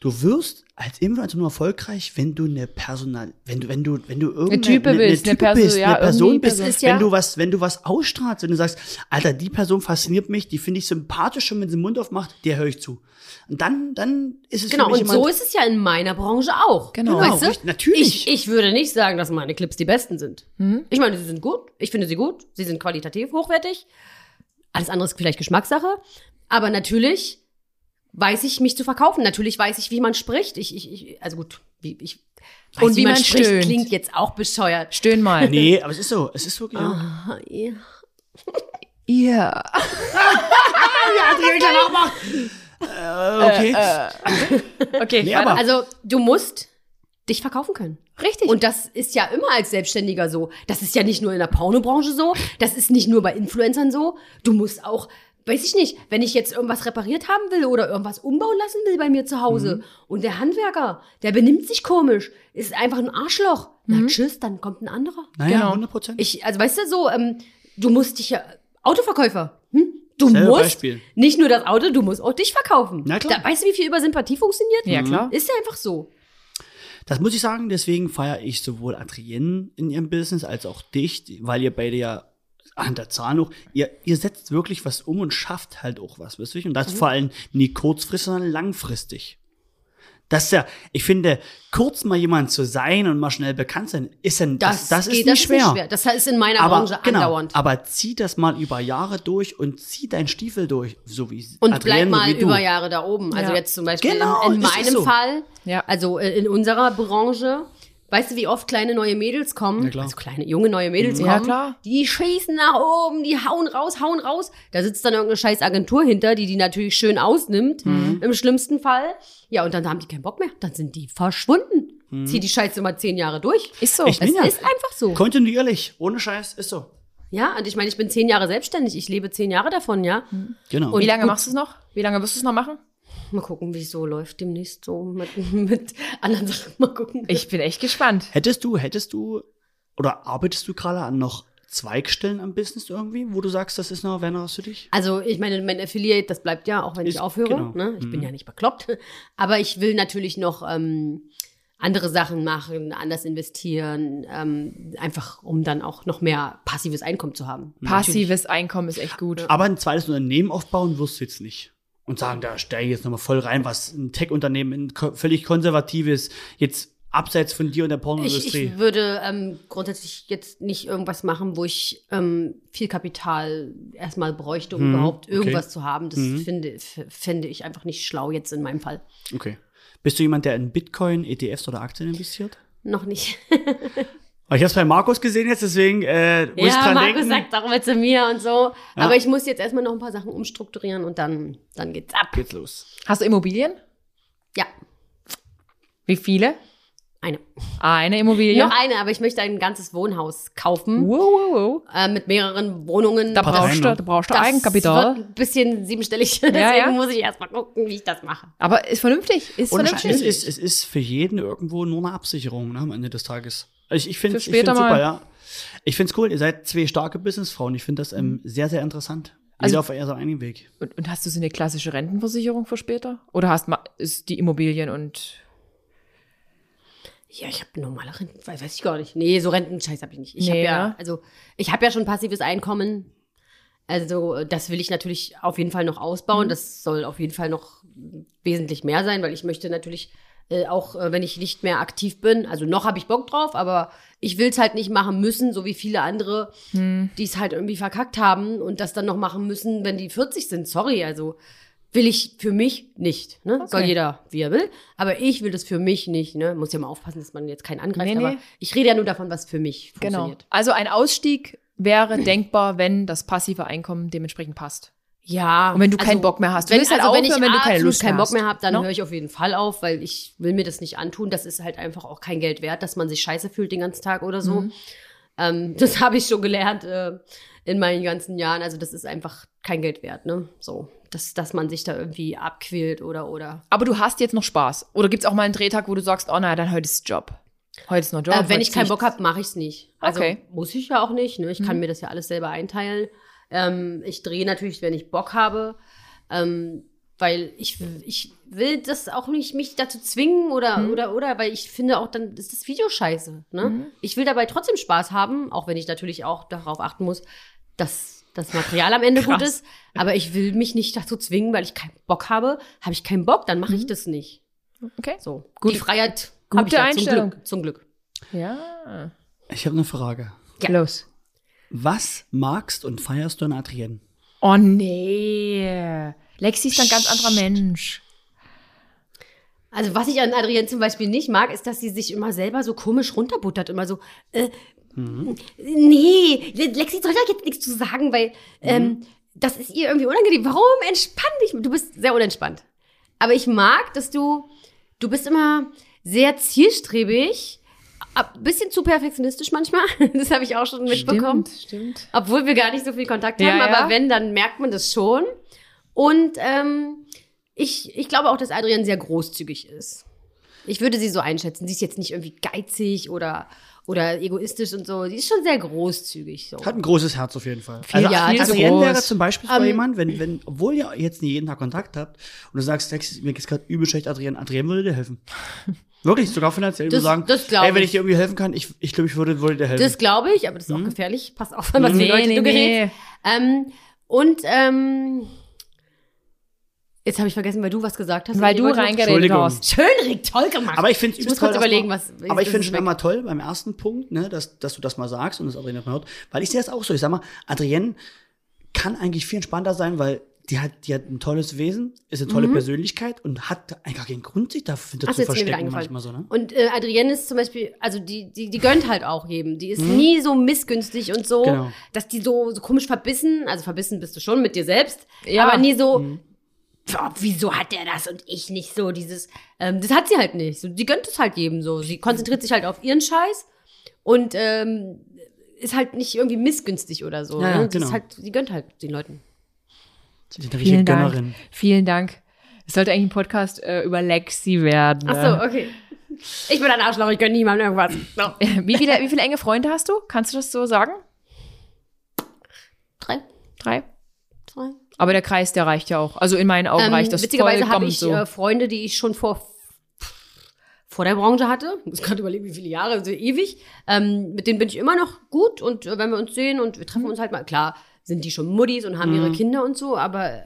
C: du wirst als Influencer nur erfolgreich, wenn du eine Personal, wenn du, wenn du, wenn du irgendeine
A: Type bist, eine Perso- ja,
C: eine Person
A: irgendwie
C: bist,
A: Person. Ist
C: wenn
A: ja-
C: du was, wenn du was ausstrahlst, wenn du sagst, Alter, die Person fasziniert mich, die finde ich sympathisch und wenn sie den Mund aufmacht, der höre ich zu. Und dann, dann ist es
B: Genau,
C: für mich
B: und
C: jemand,
B: so ist es ja in meiner Branche auch.
A: Genau.
B: weißt
C: Genau,
B: du?
C: richtig, natürlich.
B: Ich, ich würde nicht sagen, dass meine Clips die besten sind. Ich meine, sie sind gut. Ich finde sie gut. Sie sind qualitativ hochwertig. Alles andere ist vielleicht Geschmackssache. Aber natürlich weiß ich, mich zu verkaufen. Natürlich weiß ich, wie man spricht. Ich, ich, ich also gut, wie, ich weiß,
A: Und wie man stöhnt.
B: klingt jetzt auch bescheuert.
A: Stöhn mal.
C: nee, aber es ist so, es ist wirklich. Ja.
B: Ah, ja.
A: Ja.
C: Äh, okay.
A: Okay,
C: Nee,
A: warte.
C: aber-
B: Also, du musst dich verkaufen können.
A: richtig.
B: Und das ist ja immer als Selbstständiger so. Das ist ja nicht nur in der Pornobranche so. Das ist nicht nur bei Influencern so. Du musst auch, weiß ich nicht, wenn ich jetzt irgendwas repariert haben will oder irgendwas umbauen lassen will bei mir zu Hause und der Handwerker, der benimmt sich komisch, ist einfach ein Arschloch. Na tschüss, dann kommt ein anderer.
C: naja,
A: genau.
C: 100 Prozent.
B: Ich, also weißt du so, ähm, du musst dich ja, Autoverkäufer, hm? Du
C: Selbe
B: musst
C: Beispiel.
B: nicht nur das Auto, du musst auch dich verkaufen.
C: Na klar.
B: Da, weißt du, wie viel über Sympathie funktioniert?
A: Ja, klar.
B: Ist ja einfach so.
C: Das muss ich sagen, deswegen feiere ich sowohl Adrienne in ihrem Business als auch dich, weil ihr beide ja an der Zahl noch, ihr, ihr setzt wirklich was um und schafft halt auch was, wisst ihr? Und
B: Mhm.
C: das vor allem nie kurzfristig, sondern langfristig. Das ist ja, ich finde, kurz mal jemand zu sein und mal schnell bekannt sein, ist denn, das, das, ist,
B: geht-
C: nicht, schwer.
B: Das ist in meiner
C: Aber,
B: Branche
C: genau,
B: andauernd.
C: aber zieh das mal über Jahre durch und zieh deinen Stiefel durch, so wie
B: Und
C: Adrienne,
B: bleib mal
C: so wie du.
B: über Jahre da oben. Also
A: Ja.
B: jetzt zum Beispiel
C: Genau,
B: in, in
C: das ist
B: meinem
C: so.
B: Fall,
A: Ja.
B: also äh, in unserer Branche, weißt du, wie oft kleine neue Mädels kommen?
C: Na klar.
B: Also kleine, junge neue Mädels kommen.
A: Mhm. Ja, klar.
B: Die schießen nach oben, die hauen raus, hauen raus. Da sitzt dann irgendeine scheiß Agentur hinter, die die natürlich schön ausnimmt,
C: Mhm.
B: im schlimmsten Fall. Ja, und dann haben die keinen Bock mehr. Dann sind die verschwunden. Zieh die Scheiße mal zehn Jahre durch.
A: Ist so.
C: Mhm. Ich
B: Es
C: bin ja-
B: ist einfach so.
C: Kontinuierlich, ohne Scheiß, ist so.
B: Ja, und ich meine, ich bin zehn Jahre selbstständig. Ich lebe zehn Jahre davon, ja.
C: Genau.
A: Wie
B: Und-
A: lange
B: und-
A: machst du es noch? Wie lange wirst du es noch machen?
B: Mal gucken, wie es so läuft demnächst so mit, mit anderen Sachen. Mal gucken.
A: Ich bin echt gespannt.
C: Hättest du, hättest du oder arbeitest du gerade an noch Zweigstellen am Business irgendwie, wo du sagst, das ist noch Werner für dich?
B: Also ich meine, mein Affiliate, das bleibt ja, auch wenn ich
C: Ist-
B: aufhöre.
C: genau.
B: Ne? Ich bin
C: Mhm.
B: ja nicht bekloppt. Aber ich will natürlich noch ähm, andere Sachen machen, anders investieren, ähm, einfach um dann auch noch mehr passives Einkommen zu haben.
C: Mhm.
A: Passives Einkommen ist echt gut.
C: Aber ein zweites Unternehmen aufbauen wirst du jetzt nicht. Und sagen, da steige ich jetzt nochmal voll rein, was ein Tech-Unternehmen, ein ko völlig konservatives, jetzt abseits von dir und der
B: Ich,
C: Pornoindustrie.
B: ich würde ähm, grundsätzlich jetzt nicht irgendwas machen, wo ich ähm, viel Kapital erstmal bräuchte, um
C: Hm,
B: überhaupt
C: okay.
B: irgendwas zu haben. Das
C: Mhm.
B: finde, f- fände ich einfach nicht schlau jetzt in meinem Fall.
C: okay. Bist du jemand, der in Bitcoin, ETFs oder Aktien investiert?
B: Noch nicht.
C: Aber ich habe es bei Markus gesehen jetzt, deswegen äh, muss ich
B: ja,
C: dran
B: Markus
C: denken.
B: sagt auch immer zu mir und so.
C: Ja.
B: Aber ich muss jetzt erstmal noch ein paar Sachen umstrukturieren und dann, dann geht's ab.
C: Geht's los.
A: Hast du Immobilien?
B: Ja,
A: Wie viele?
B: eine.
A: Eine Immobilie.
B: Noch eine, aber ich möchte ein ganzes Wohnhaus kaufen.
A: Wow, wow, wow.
B: Äh, mit mehreren Wohnungen.
A: Uh. Da
C: Parteien
A: brauchst, du,
C: noch.
A: da brauchst du
B: das
A: Eigenkapital.
B: wird ein bisschen siebenstellig. Deswegen
A: ja.
B: muss ich erstmal gucken, wie ich das mache.
A: Aber ist vernünftig. Ist
C: Und es
A: vernünftig.
C: ist, es ist für jeden irgendwo nur eine Absicherung ne, am Ende des Tages. Also ich, ich finde
A: Für
C: es
A: später
C: super,
A: mal.
C: ja. Ich finde es cool, ihr seid zwei starke Businessfrauen. Ich finde das ähm, sehr, sehr interessant.
A: Also-
C: Jeder auf eher seinem eigenen Weg.
A: Und, und hast du so eine klassische Rentenversicherung für später? Oder hast ma- ist die Immobilien und
B: Ja, ich habe normale Renten, we- weiß ich gar nicht. Nee, so Rentenscheiß habe ich nicht. Ich
A: Nee,
B: habe ja,
A: ja.
B: also ich habe ja schon passives Einkommen. Also äh, das will ich natürlich auf jeden Fall noch
A: Mhm.
B: ausbauen. Das soll auf jeden Fall noch wesentlich mehr sein, weil ich möchte natürlich äh, auch, äh, wenn ich nicht mehr aktiv bin, also noch habe ich Bock drauf, aber ich will es halt nicht machen müssen, so wie viele andere,
A: Mhm.
B: die es halt irgendwie verkackt haben und das dann noch machen müssen, wenn die 40 sind. Sorry, also will ich für mich nicht. Ne? Soll
A: Okay.
B: jeder, wie er will. Aber ich will das für mich nicht. Ne? Muss ja mal aufpassen, dass man jetzt keinen angreift.
A: Nee, nee.
B: Aber ich rede ja nur davon, was für mich
A: genau.
B: funktioniert.
A: Also ein Ausstieg wäre denkbar, wenn das passive Einkommen dementsprechend passt.
B: Ja.
A: Und wenn du keinen Bock mehr hast. Du
B: wenn,
A: willst halt
B: also wenn ich
A: aufhören, wenn du keine
B: absolut
A: Lust mehr
B: keinen Bock
A: hast.
B: mehr habe, dann
A: Ne?
B: höre ich auf jeden Fall auf, weil ich will mir das nicht antun. Das ist halt einfach auch kein Geld wert, dass man sich scheiße fühlt den ganzen Tag oder
A: Mhm.
B: so. Ähm, das habe ich schon gelernt äh, in meinen ganzen Jahren. Also das ist einfach kein Geld wert, ne? So. Dass, dass man sich da irgendwie abquält oder oder.
A: Aber du hast jetzt noch Spaß. Oder gibt es auch mal einen Drehtag, wo du sagst, oh naja, dann heute ist Job. Heute ist noch Job.
B: äh, wenn
A: heute
B: ich keinen
A: nicht.
B: Bock habe, mache ich es nicht. Also
A: Okay. Mhm.
B: muss ich ja auch nicht. Ne? Ich kann mir das ja alles selber einteilen. Ähm, ich drehe natürlich, wenn ich Bock habe, ähm, weil ich, ich will das auch nicht mich dazu zwingen oder
A: Mhm.
B: oder oder, weil ich finde auch dann ist das Video scheiße. Ne? Ich will dabei trotzdem Spaß haben, auch wenn ich natürlich auch darauf achten muss, dass das Material am Ende gut
A: Krass.
B: ist. Aber ich will mich nicht dazu zwingen, weil ich keinen Bock habe. Habe ich keinen Bock, dann mache ich das nicht.
A: Okay.
B: So,
A: Gut-
B: die Freiheit
A: Mhm. gute
B: hab ich ja,
A: Einstellung.
B: Zum Glück. Zum Glück.
A: Ja.
C: Ich habe eine Frage.
B: Ja.
A: Los.
C: Was magst und feierst du an Adrienne?
A: Oh nee. Lexi ist ein ganz anderer Mensch.
B: Also was ich an Adrienne zum Beispiel nicht mag, ist, dass sie sich immer selber so komisch runterbuttert. Immer so, äh, nee, Le- Lexi soll da jetzt nichts zu sagen, weil ähm, das ist ihr irgendwie unangenehm. Warum? Entspann dich. Du bist sehr unentspannt. Aber ich mag, dass du, du bist immer sehr zielstrebig, ein bisschen zu perfektionistisch manchmal. Das habe ich auch schon mitbekommen.
A: stimmt.
B: Obwohl wir gar nicht so viel Kontakt
A: Ja,
B: haben,
A: ja.
B: aber wenn, dann merkt man das schon. Und ähm, ich, ich glaube auch, dass Adrian sehr großzügig ist. Ich würde sie so einschätzen. Sie ist jetzt nicht irgendwie geizig oder, oder egoistisch und so. Sie ist schon sehr großzügig. So.
C: Hat ein großes Herz auf jeden Fall. Also
A: Viel-
B: ja, viel zu
C: Adrienne
A: groß.
C: wäre zum Beispiel so
B: Ähm,
C: jemand, wenn, wenn, obwohl ihr jetzt nicht jeden Tag Kontakt habt und du sagst, Lexi, mir geht's gerade übel schlecht, Adrienne, Adrienne würde dir helfen. Wirklich, sogar finanziell.
B: Das-
C: würde sagen,
B: das glaub
C: ey, wenn
B: ich.
C: ich dir irgendwie helfen kann, ich, ich glaube, ich würde, würde dir helfen.
B: Das glaube ich, aber das ist
C: Hm?
B: auch gefährlich. Pass auf, an was für
A: Nee,
B: Leute
A: nee,
B: du
A: nee.
B: gerätst. Ähm, und ähm, jetzt habe ich vergessen, weil du was gesagt hast.
A: Weil
B: Ich
A: du
B: wollte-
A: reingeredet
C: Entschuldigung.
A: hast.
B: Schön, Rick, toll gemacht.
C: aber ich finde
B: ich muss kurz überlegen, was.
C: Aber ich
B: das
C: finde
B: ist
C: schon
B: weg.
C: immer toll beim ersten Punkt, ne, dass, dass du das mal sagst und das Adrienne mal hört, weil ich sehe das auch so. Ich sag mal, Adrienne kann eigentlich viel entspannter sein, weil die hat, die hat ein tolles Wesen, ist eine tolle Persönlichkeit und hat eigentlich gar keinen Grund, sich dafür
B: Mhm. Ach,
C: zu
B: jetzt ist mir wieder
C: verstecken
B: eingefallen.
C: manchmal so, ne?
B: Und äh, Adrienne ist zum Beispiel, also die, die, die gönnt halt auch jedem. Die ist nie so missgünstig und so,
C: Mhm. Genau.
B: dass die so, so komisch verbissen, also verbissen bist du schon mit dir selbst,
A: Ja.
B: aber nie so,
C: Mhm.
B: "Pah, wieso hat der das und ich nicht so dieses, ähm, das hat sie halt nicht. So, die gönnt es halt jedem so. Sie konzentriert sich halt auf ihren Scheiß und ähm, ist halt nicht irgendwie missgünstig oder so.
C: Ja, ja,
B: ne? sie,
C: genau.
B: ist halt, sie gönnt halt den Leuten.
C: Sie ist eine richtige
A: Vielen
C: Gönnerin.
A: Dank. Vielen Dank. Es sollte eigentlich ein Podcast äh, über Lexi werden.
B: Ach so, okay. Ich bin ein Arschloch, ich gönne niemandem irgendwas. No.
A: Wie viele, wie viele enge Freunde hast du? Kannst du das so sagen?
B: Drei,
A: Drei?
B: zwei.
A: Aber der Kreis, der reicht ja auch. Also in meinen Augen reicht das
B: Ähm, witzigerweise habe
A: vollkommen
B: ich
A: so.
B: äh, Freunde, die ich schon vor vor der Branche hatte, ich muss gerade überlegen, wie viele Jahre, also ewig, ähm, mit denen bin ich immer noch gut und äh, wenn wir uns sehen und wir treffen
A: Mhm.
B: uns halt mal, klar, sind die schon Muddies und haben ihre Kinder und so, aber äh,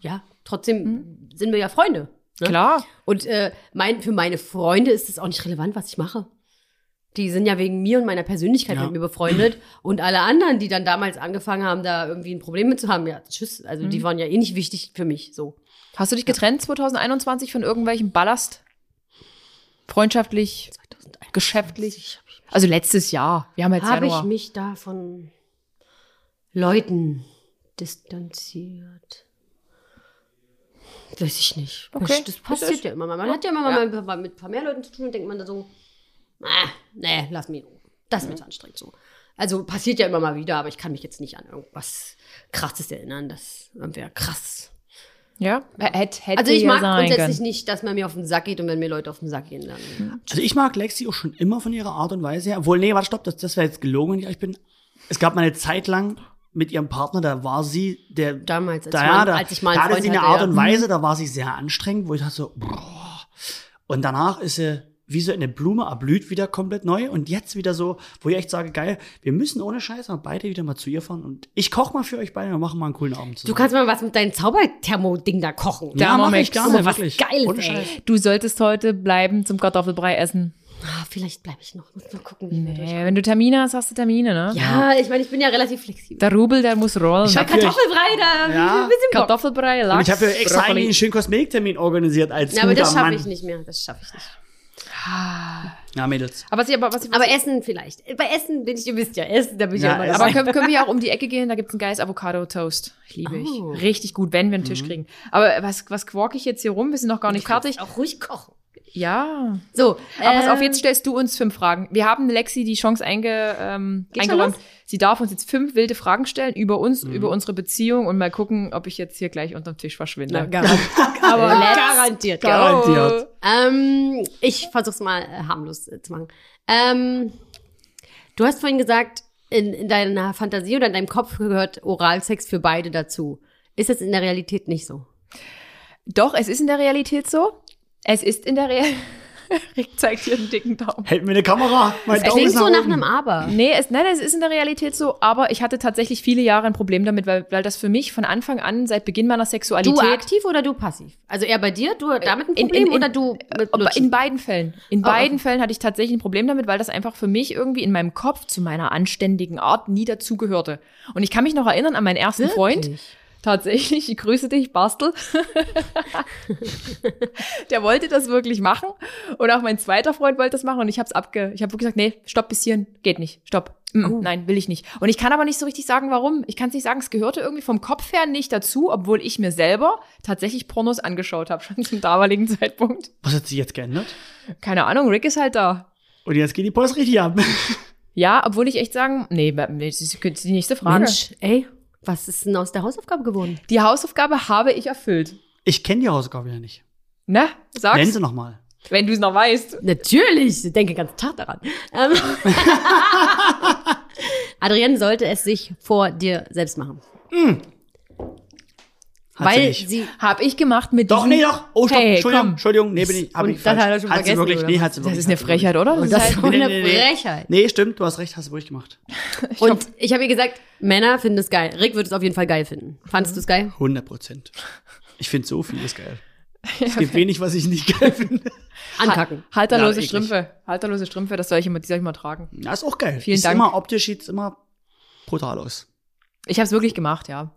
B: ja, trotzdem sind wir ja Freunde. Ne?
A: Mhm. Klar.
B: Und äh, mein, für meine Freunde ist es auch nicht relevant, was ich mache. Die sind ja wegen mir und meiner Persönlichkeit
C: Ja.
B: mit mir befreundet. Und alle anderen, die dann damals angefangen haben, da irgendwie ein Problem mit zu haben, ja, tschüss. Also
A: Mhm.
B: die waren ja eh nicht wichtig für mich. So.
A: Hast du dich getrennt 2021 von irgendwelchem Ballast? Freundschaftlich, geschäftlich? Also letztes Jahr. Wir haben jetzt
B: Habe ich
A: Januar.
B: mich da von Leuten distanziert? Weiß ich nicht.
A: Okay.
B: Das, das passiert ja immer mal. Man hat ja immer mal mit- mit ein paar mehr Leuten zu tun und denkt man da so, ah, nee, lass mich in Ruhe. Das ist mir
A: Mhm.
B: zu anstrengend so. Also passiert ja immer mal wieder, aber ich kann mich jetzt nicht an irgendwas Krasses erinnern. Das wäre krass.
A: Ja? Hätte, hätte
B: Also ich
A: ja
B: mag
A: sein
B: grundsätzlich
A: können. Mhm.
B: nicht, dass man mir auf den Sack geht und wenn mir Leute auf den Sack gehen, dann.
C: Also ich mag Lexi auch schon immer von ihrer Art und Weise her. Obwohl, nee, warte, stopp, das, das wäre jetzt gelogen, wenn ich ehrlich bin. Es gab mal eine Zeit lang mit ihrem Partner, da war sie der.
B: Damals, als
C: da,
B: ich
C: ja,
B: mal-
C: da,
B: als ich mal einen
C: da hatte
B: Freund
C: sie eine
B: hatte,
C: Art
B: ja. Mhm.
C: und Weise, da war sie sehr anstrengend, wo ich dachte so, boah. Und danach ist sie wie so eine Blume erblüht wieder komplett neu und jetzt wieder so, wo ich echt sage, geil, wir müssen ohne Scheiß mal beide wieder mal zu ihr fahren und ich koche mal für euch beide und wir machen mal einen coolen Abend zusammen.
B: Du kannst mal was mit deinem Zauberthermoding da kochen.
C: ja, mach
A: Thermomix.
C: ich gerne,
B: Oh, was
C: wirklich.
B: Geiles,
C: Ohne
B: ey.
C: Scheiß.
A: Du solltest heute bleiben zum Kartoffelbrei essen.
B: Ah, vielleicht bleibe ich noch. Muss mal gucken, wie nee.
A: Nee, wenn du Termine hast, hast du Termine, ne?
B: Ja, ich meine, ich bin ja relativ flexibel.
A: Der Rubel, der muss rollen.
C: Ich hab-
B: Kartoffelbrei, da
C: Ja.
B: ein bisschen Bock.
A: Kartoffelbrei, Lachs,
C: Und ich habe ja extra
A: Brokkoli.
C: eigentlich einen schönen Kosmetiktermin organisiert als
B: Ja, aber das
C: guter
B: schaffe
C: Mann.
B: ich nicht mehr. Das schaffe ich nicht.
C: Ja, Mädels.
A: Aber was ich, aber was ich,
B: Aber Essen vielleicht. Bei Essen bin ich, ihr wisst ja, Essen, da bin ich ja,
C: Ja,
B: immer
C: Essen.
A: aber können, können wir ja auch um die Ecke gehen, da gibt's ein geiles Avocado-Toast. Ich Liebe
B: Oh. Mhm.
A: ich. Richtig gut, wenn wir einen Tisch kriegen. Aber was, was quark ich jetzt hier rum? Wir sind noch gar nicht fertig.
B: Auch ruhig kochen.
A: Ja.
B: So,
A: Aber pass auf,
B: ähm,
A: jetzt stellst du uns fünf Fragen. Wir haben Lexi die Chance einge, ähm,
B: Geht schon
A: eingeräumt.
B: los? Mhm.
A: Sie darf uns jetzt fünf wilde Fragen stellen über uns, über unsere Beziehung und mal gucken, ob ich jetzt hier gleich unterm Tisch verschwinde.
B: Na, garantiert.
A: Ähm,
B: aber garantiert.
A: Go.
C: Garantiert.
B: Ähm, ich versuch's mal äh, harmlos äh, zu machen. Ähm, du hast vorhin gesagt, in, in deiner Fantasie oder in deinem Kopf gehört Oralsex für beide dazu. Ist das in der Realität nicht so?
A: Doch, es ist in der Realität so. Es ist in der Realität. Rick zeigt dir einen dicken Daumen.
C: Hält mir eine Kamera. Mein
B: Es
C: Daumen
B: klingt
C: ist
B: so
C: nach
B: nach
C: oben.
B: einem Aber.
A: Nee, es, nein, es ist in der Realität so, aber ich hatte tatsächlich viele Jahre ein Problem damit, weil, weil das für mich von Anfang an, seit Beginn meiner Sexualität.
B: Du aktiv oder du passiv? Also eher bei dir, du damit ein
A: Äh, In- in-
B: Problem
A: in-
B: oder du mit
A: Ob-
B: Lutschen?
A: In beiden Fällen. In
B: okay.
A: beiden Fällen hatte ich tatsächlich ein Problem damit, weil das einfach für mich irgendwie in meinem Kopf zu meiner anständigen Art nie dazugehörte. Und ich kann mich noch erinnern an meinen ersten Freund. Tatsächlich, ich grüße dich, Bastel. Der wollte das wirklich machen. Und auch mein zweiter Freund wollte das machen. Und ich habe es abge. Ich habe wirklich gesagt, nee, stopp bis hierhin, geht nicht. Stopp. Mm, Nein, will ich nicht. Und ich kann aber nicht so richtig sagen, warum. Ich kann es nicht sagen, es gehörte irgendwie vom Kopf her nicht dazu, obwohl ich mir selber tatsächlich Pornos angeschaut habe, schon zum damaligen Zeitpunkt.
C: Was hat sich jetzt geändert?
A: Keine Ahnung, Rick ist halt da.
C: Und jetzt geht die Post richtig ab.
A: Ja, obwohl ich echt sagen, nee, das ist die nächste Frage.
B: Mensch, ey, was ist denn aus der Hausaufgabe geworden?
A: Die Hausaufgabe habe ich erfüllt.
C: Ich kenne die Hausaufgabe ja nicht.
A: Na,
C: Nennen
A: sag's,
C: sie nochmal.
A: wenn du es noch weißt.
B: Natürlich, ich denke ganz Tag daran. Ähm, Adrienne sollte es sich vor dir selbst machen.
C: Hat
B: weil
C: sie nicht.
B: sie
A: Hab ich gemacht mit
C: Doch,
A: diesem-
C: nee, doch. Oh, stopp.
A: Hey,
C: Entschuldigung,
A: komm.
C: Entschuldigung. Nee, bin ich, hab
B: Und
C: ich
B: das
C: falsch.
B: hat er schon
C: hat sie
B: vergessen,
C: wirklich,
B: oder
C: nee,
B: was?
C: hat sie
A: Das
C: wirklich.
A: ist eine
C: hat sie wirklich.
A: Frechheit, oder?
B: Und
A: Das
B: das
A: ist
B: ist
A: halt-
B: so eine
C: Nee, nee, nee.
B: Frechheit.
C: Nee, stimmt, du hast recht, hast du wirklich gemacht.
B: Und ich habe ihr gesagt, Männer finden es geil. Rick würde es auf jeden Fall geil finden. Fandest du es geil?
C: 100 Prozent. Ich finde so vieles geil. Es gibt wenig, was ich nicht geil finde.
B: Ankacken.
A: Halterlose
C: Ja, eklig.
A: Strümpfe. Halterlose Strümpfe, das soll ich immer, die soll ich mal tragen.
C: Ja, ist auch geil.
A: Vielen
C: ist
A: Dank.
C: Immer optisch sieht's immer brutal aus.
A: Ich habe es wirklich gemacht, ja.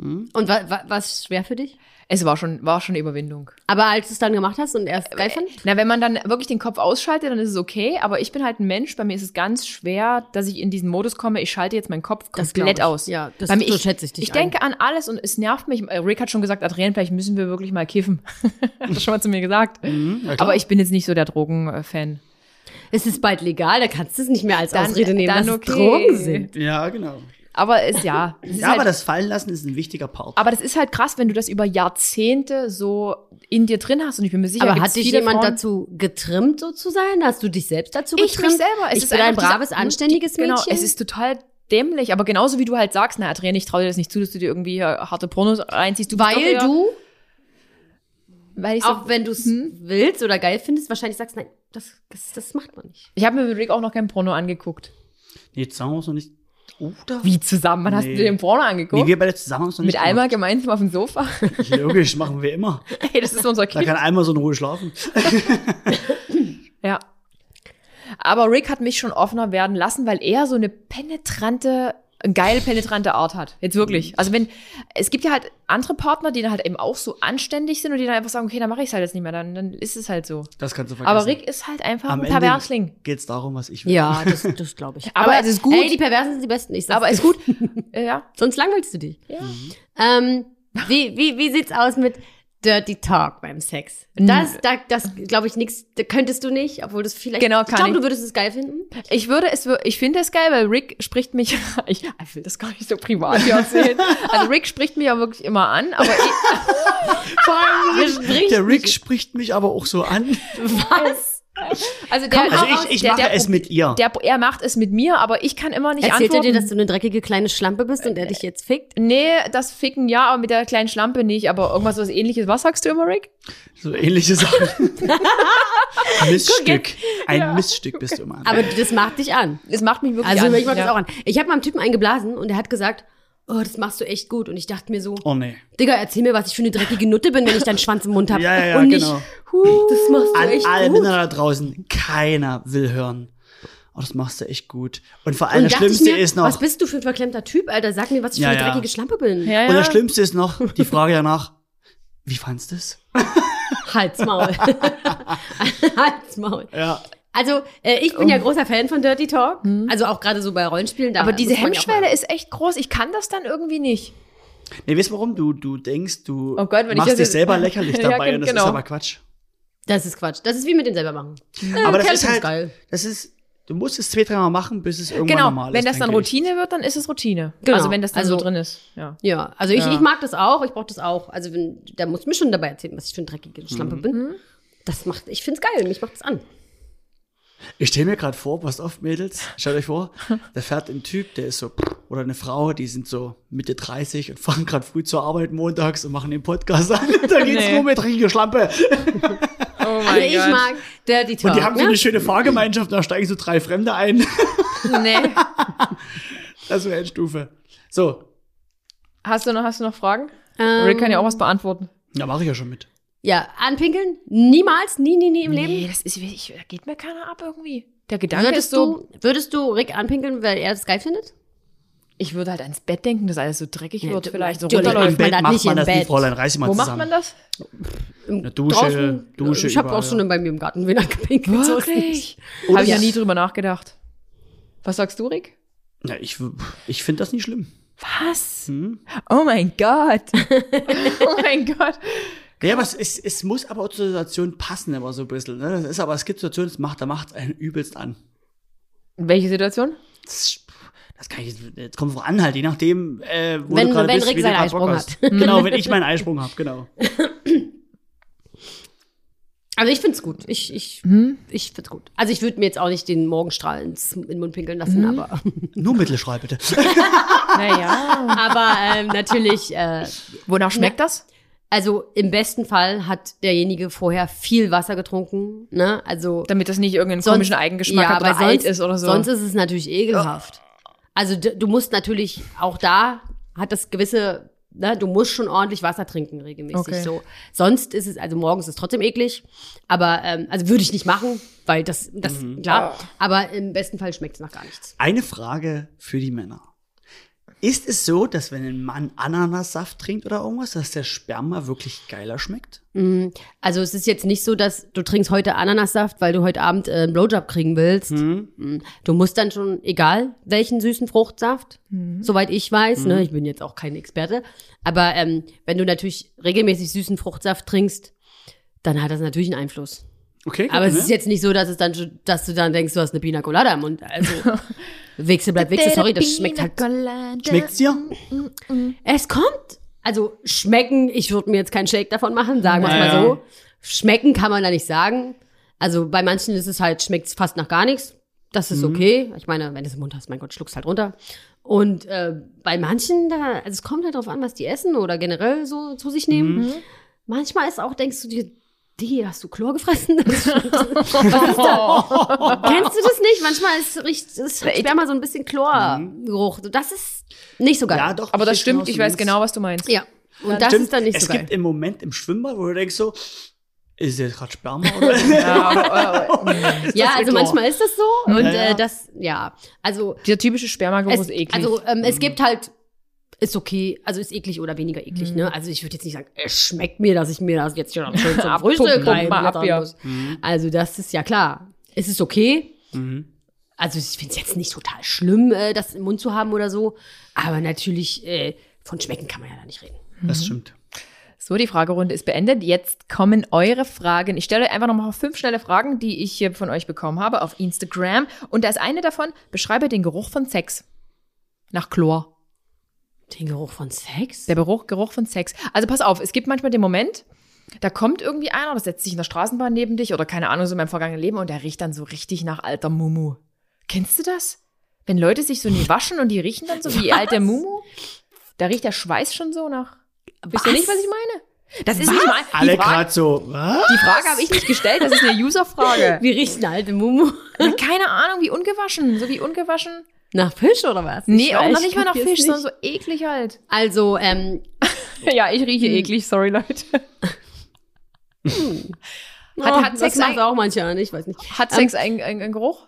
B: Und wa wa was schwer für dich?
A: Es war schon, war schon eine Überwindung.
B: Aber als du es dann gemacht hast und er es geil fand?
A: Na, wenn man dann wirklich den Kopf ausschaltet, dann ist es okay. Aber ich bin halt ein Mensch. Bei mir ist es ganz schwer, dass ich in diesen Modus komme. Ich schalte jetzt meinen Kopf
B: Das
A: komplett
B: glaub ich.
A: aus.
B: Ja, das-
A: Bei mir,
B: so schätze ich dich
A: Ich denke an alles und es nervt mich. Äh, Rick hat schon gesagt, Adrian, vielleicht müssen wir wirklich mal kiffen. hat er schon mal zu mir gesagt.
C: Mhm. Hm, ja, klar.
A: Aber ich bin jetzt nicht so der Drogenfan.
B: Es ist bald legal, da kannst du es nicht mehr als Ausrede nehmen, dass es
A: äh, okay.
B: Drogen sind.
C: Ja, genau.
A: Aber es ja. Es ist
C: Ja,
A: halt,
C: aber das Fallenlassen ist ein wichtiger Part.
A: aber das ist halt krass, wenn du das über Jahrzehnte so in dir drin hast. Und ich bin mir sicher,
B: Aber
A: gibt's
B: hat dich
A: viele
B: jemand
A: Frauen,
B: dazu getrimmt, so zu sein? Hast du dich selbst dazu getrimmt?
A: ich mich selber. Es
B: ich
A: ist
B: bin ein
A: einfach diese-
B: braves, anständiges Mädchen.
A: Genau, es ist total dämlich. Aber genauso wie du halt sagst, na Adrienne, ich traue dir das nicht zu, dass du dir irgendwie hier harte Pornos reinziehst. Du bist doch
B: weil
A: eher-
B: du,
A: weil ich so,
B: auch wenn du es willst oder geil findest, wahrscheinlich sagst, nein, das, das, das macht man nicht.
A: ich habe mir mit Rick auch noch kein Porno angeguckt.
C: nee, zusammen haben wir es noch nicht. Oder?
A: Wie zusammen? Wann hast
C: Nee.
A: du dir den Porno angeguckt?
C: Nee, wir beide zusammen haben es noch
A: mit
C: nicht.
A: Alma gemeinsam auf dem Sofa.
C: gemacht. Logisch, machen wir immer.
A: hey, das ist unser
C: Da
A: Kind.
C: kann Alma so in Ruhe schlafen.
A: Ja. Aber Rick hat mich schon offener werden lassen, weil er so eine penetrante, eine geil penetrante Art hat. Jetzt
C: Mhm.
A: wirklich. Also wenn, es gibt ja halt andere Partner, die dann halt eben auch so anständig sind und die dann einfach sagen, okay, dann mache ich es halt jetzt nicht mehr, dann, dann ist es halt so.
C: Das kannst du vergessen.
A: Aber Rick ist halt einfach
C: also Am
A: ein
C: Ende
A: Perversling.
C: Geht es darum, was ich will.
B: Ja, das, das glaube ich.
A: Aber es ist gut.
B: Ey, die Perversen sind die Besten. Ich sag's
A: Aber
B: dir.
A: ist gut. Äh, ja.
B: Sonst langweilst du dich.
A: ja.
C: Mhm.
B: Ähm, wie, wie, wie sieht's aus mit Dirty Talk beim Sex? Das, da, das glaube ich, nichts, da könntest du nicht, obwohl das vielleicht.
A: Genau,
B: ich
A: kann
B: glaube,
A: ich.
B: du würdest es geil finden.
A: Ich würde es, wür- ich finde es geil, weil Rick spricht mich, ich, ich will das gar nicht so privat hier erzählen. Also Rick spricht mich ja wirklich immer an, aber ich,
B: Wir spricht
C: Der Rick spricht mich aber auch so an.
B: was?
A: also der,
C: Also ich, ich
A: der,
C: mache
A: der,
C: es mit ihr.
A: Der, er macht es mit mir, aber ich kann immer nicht
B: Erzählt er
A: antworten.
B: dir, dass du eine dreckige kleine Schlampe bist und er dich jetzt fickt?
A: Nee, das Ficken ja, aber mit der kleinen Schlampe nicht, aber irgendwas was ähnliches. Was sagst du immer, Rick?
C: So ähnliche Sachen. Missstück. Ein Missstück bist du immer.
B: Aber das macht dich an.
A: Es macht mich wirklich
B: Also
A: an.
B: ich mach das
A: ja.
B: auch an. Ich habe meinem Typen eingeblasen und er hat gesagt, oh, das machst du echt gut. Und ich dachte mir so,
C: oh nee.
B: Digga, erzähl mir, was ich für eine dreckige Nutte bin, wenn ich deinen Schwanz im Mund habe.
C: Ja, ja, ja,
B: und
C: genau.
B: nicht, huh, das machst du
C: An
B: echt
C: alle
B: gut.
C: Männer da draußen, keiner will hören. Oh, das machst du echt gut. Und vor allem
B: Und
C: das
B: dachte ich
C: Schlimmste
B: mir,
C: ist noch.
B: was bist du für ein verklemmter Typ, Alter? Sag mir, was ich
C: Ja,
B: für eine
C: ja.
B: dreckige Schlampe bin.
A: Ja, ja.
C: Und das Schlimmste ist noch die Frage danach, wie fandst du es?
B: Halt's Maul. Halt's Maul.
C: Ja.
B: Also, äh, ich bin ja großer Fan von Dirty Talk. Also auch gerade so bei Rollenspielen. Da
A: Oh. Mhm. Aber diese
B: muss man ja auch mal-
A: Hemmschwelle ist echt groß. Ich kann das dann irgendwie nicht.
C: Nee, weißt du warum? Du, du denkst, du
A: Oh Gott, wenn ich
C: machst
A: das
C: dich
A: jetzt-
C: selber lächerlich
A: Ja,
C: dabei und das
A: genau.
C: ist aber Quatsch.
B: Das ist Quatsch. Das ist wie mit dem selber machen.
C: aber das
B: Kerl
C: ist
B: find's
C: halt,
B: geil.
C: das ist, du musst es zwei, dreimal machen, bis es irgendwann
A: Genau,
C: normal ist.
A: wenn das dann
C: denke ich.
A: Routine wird, dann ist es Routine.
B: Genau.
A: Also wenn das dann
B: Also-
A: so drin ist. Ja.
B: Ja, also ich,
A: Ja.
B: ich mag das auch. Ich brauche das auch. Also wenn, da muss mir schon dabei erzählen, was ich für eine dreckige
C: Mhm.
B: Schlampe
A: Mhm.
B: bin. Das macht, ich find's geil. Mich macht's an.
C: Oh Ich stelle mir gerade vor, passt auf, Mädels, schaut euch vor, da fährt ein Typ, der ist so, oder eine Frau, die sind so Mitte 30 und fahren gerade früh zur Arbeit montags und machen den Podcast an. Da geht's
A: Nee.
C: nur mit richtiger Schlampe.
A: Oh
B: Also ich mag Dirty Talk.
C: Und die haben so
B: ne?
C: eine schöne Fahrgemeinschaft, da steigen so drei Fremde ein.
A: Nee.
C: Das wäre eine Stufe. So,
A: Hast du noch, hast du noch Fragen?
B: Ähm,
A: Rick kann ja auch was beantworten.
C: da mache ich ja schon mit.
B: Ja, anpinkeln? Niemals, nie, nie, nie im Leben.
A: Nee, das ist, ich, da geht mir keiner ab irgendwie. Der Gedanke ist
B: Würdest
A: so,
B: du, würdest du Rick anpinkeln, weil er das geil findet?
A: ich würde halt ans Bett denken, dass alles so dreckig
B: Ja,
A: wird,
B: du-
A: vielleicht so
B: du-
A: runterläuft.
B: läuft man das nicht im Bett.
C: Fräulein. Reiß dich mal
A: Wo macht
C: zusammen.
A: man das?
B: Eine
C: Dusche, Dusche
B: Ich habe
C: überall,
B: auch schon bei mir im Garten wen angepinkelt. So ist nicht.
A: Habe ich ja
B: ja.
A: nie drüber nachgedacht. Was sagst du, Rick?
C: Na, ich w- ich finde das nicht schlimm.
A: Was?
C: Hm?
A: Oh mein Gott. oh mein Gott.
C: Ja,
B: Genau.
C: aber es, es, es muss aber auch zur Situation passen, aber so ein bisschen. Ne? Das ist aber, es gibt Situationen, das macht, da macht es einen übelst an.
A: Welche Situation?
C: Das, das kann ich, jetzt kommt drauf an halt, je nachdem, äh, wo
B: Wenn-
C: du gerade
B: wenn
C: bist,
B: Rick
C: wie du
B: seinen
C: gerade Bock
B: Eisprung
C: hast. Genau, wenn ich meinen Eisprung habe, genau.
B: Also ich find's gut. Ich, ich, ich find's gut. Also ich würde mir jetzt auch nicht den Morgenstrahl ins, in den Mund pinkeln lassen,
C: Mhm.
B: aber,
C: Nur Mittelstrahl bitte.
A: Naja.
B: aber ähm, natürlich, äh,
A: Wonach schmeckt das?
B: also im besten Fall hat derjenige vorher viel Wasser getrunken. Ne? Also
A: Damit das nicht irgendeinen
B: Sonst-
A: komischen Eigengeschmack hat
B: aber
A: oder alt ist oder so.
B: Sonst ist es natürlich ekelhaft. Also d- du musst natürlich, auch da hat das gewisse, ne, du musst schon ordentlich Wasser trinken regelmäßig.
A: Okay.
B: So. Sonst ist es, also morgens ist es trotzdem eklig, aber ähm, also würde ich nicht machen, weil das, das klar, aber im besten Fall schmeckt es nach gar nichts.
C: Eine Frage für die Männer. Ist es so, dass wenn ein Mann Ananassaft trinkt oder irgendwas, dass der Sperma wirklich geiler schmeckt?
B: Mhm. Also es ist jetzt nicht so, dass du trinkst heute Ananassaft, weil du heute Abend äh, einen Blowjob kriegen willst. Mhm. Du musst dann schon, egal welchen süßen Fruchtsaft, soweit ich weiß, ne, ich bin jetzt auch kein Experte, aber ähm, wenn du natürlich regelmäßig süßen Fruchtsaft trinkst, dann hat das natürlich einen Einfluss.
C: Okay, gut,
B: Aber es
C: ne?
B: ist jetzt nicht so, dass es dann, schon- dass du dann denkst, du hast eine Pina Colada im Mund. Also Wichse bleibt Wichse, sorry, das schmeckt halt.
A: halt.
C: Schmeckt's dir?
B: Es kommt. Also schmecken, ich würde mir jetzt keinen Shake davon machen, sagen wir mal
C: Naja.
B: so. Schmecken kann man da nicht sagen. Also bei manchen ist es halt, schmeckt es fast nach gar nichts. Das
C: Mhm.
B: ist okay. Ich meine, wenn du es im Mund hast, mein Gott, schluckst halt runter. Und äh, bei manchen, da, also es kommt halt drauf an, was die essen oder generell so zu sich nehmen.
C: Mhm.
B: Manchmal ist auch, denkst du dir, die, hast du Chlor gefressen? was ist Oh. da? Kennst du das nicht? Manchmal ist, riecht, es riecht mal so ein bisschen Chlorgeruch.
C: Mhm.
B: Das ist nicht so geil.
C: Ja, doch.
A: Aber das
C: ich weiß
A: stimmt,
C: genau, was
A: ich
C: du
A: weiß
C: meinst.
A: genau, was du meinst.
B: Ja. Und das
C: Stimmt,
B: ist dann nicht
C: es
B: so
C: gibt
B: geil.
C: im Moment im Schwimmbad, wo du denkst so, ist jetzt gerade Sperma oder?
A: Ja, aber, äh,
B: Ja, also
C: Chlor?
B: manchmal ist das so. Und
C: Ja, ja.
B: äh, das, ja. Also,
A: dieser typische Spermageruch
B: es,
A: ist eklig.
B: also ähm, es gibt halt, ist okay, also ist eklig oder weniger eklig,
A: Mhm.
B: ne? Also ich würde jetzt nicht sagen, es schmeckt mir, dass ich mir das jetzt hier schön zum Frühstück
A: Abpumpen, pumpen mal ab,
B: reinblättern
A: ja.
B: muss. Also das ist ja klar. Es ist okay.
C: Mhm.
B: Also ich finde es jetzt nicht total schlimm, äh, das im Mund zu haben oder so. Aber natürlich, äh, von Schmecken kann man ja da nicht reden.
C: Das stimmt.
A: So, die Fragerunde ist beendet. Jetzt kommen eure Fragen. Ich stelle euch einfach nochmal fünf schnelle Fragen, die ich hier von euch bekommen habe auf Instagram. Und da ist eine davon, beschreibe den Geruch von Sex. Nach Chlor.
B: Den Geruch von Sex?
A: Der Geruch, Geruch von Sex. Also pass auf, es gibt manchmal den Moment, da kommt irgendwie einer, das setzt sich in der Straßenbahn neben dich oder keine Ahnung, so in meinem vergangenen Leben und der riecht dann so richtig nach alter Mumu. Kennst du das? Wenn Leute sich so nie waschen und die riechen dann so wie alte Mumu, da riecht der Schweiß schon so nach. Wisst ihr
B: Was?
A: nicht, was ich meine? Das ist nicht mein.
C: Alle
A: Die Frage,
C: gerade so, was?
A: die Frage habe ich nicht gestellt, das ist eine User-Frage.
B: Wie riecht eine alte Mumu?
A: Na, Keine Ahnung, wie ungewaschen, so wie ungewaschen.
B: Nach Fisch oder was?
A: Nee,
B: Ich
A: auch
B: weiß,
A: noch nicht mal nach
B: ich
A: Fisch,
B: weiß
A: sondern
B: nicht.
A: so eklig halt. Hm.
B: Also, ähm,
A: Ja, ich rieche eklig, sorry Leute. Hat,
B: oh,
A: hat Sex
B: das
A: ein,
B: macht auch manche an, ich weiß nicht. Ähm,
A: Hat Sex einen ein, ein Geruch?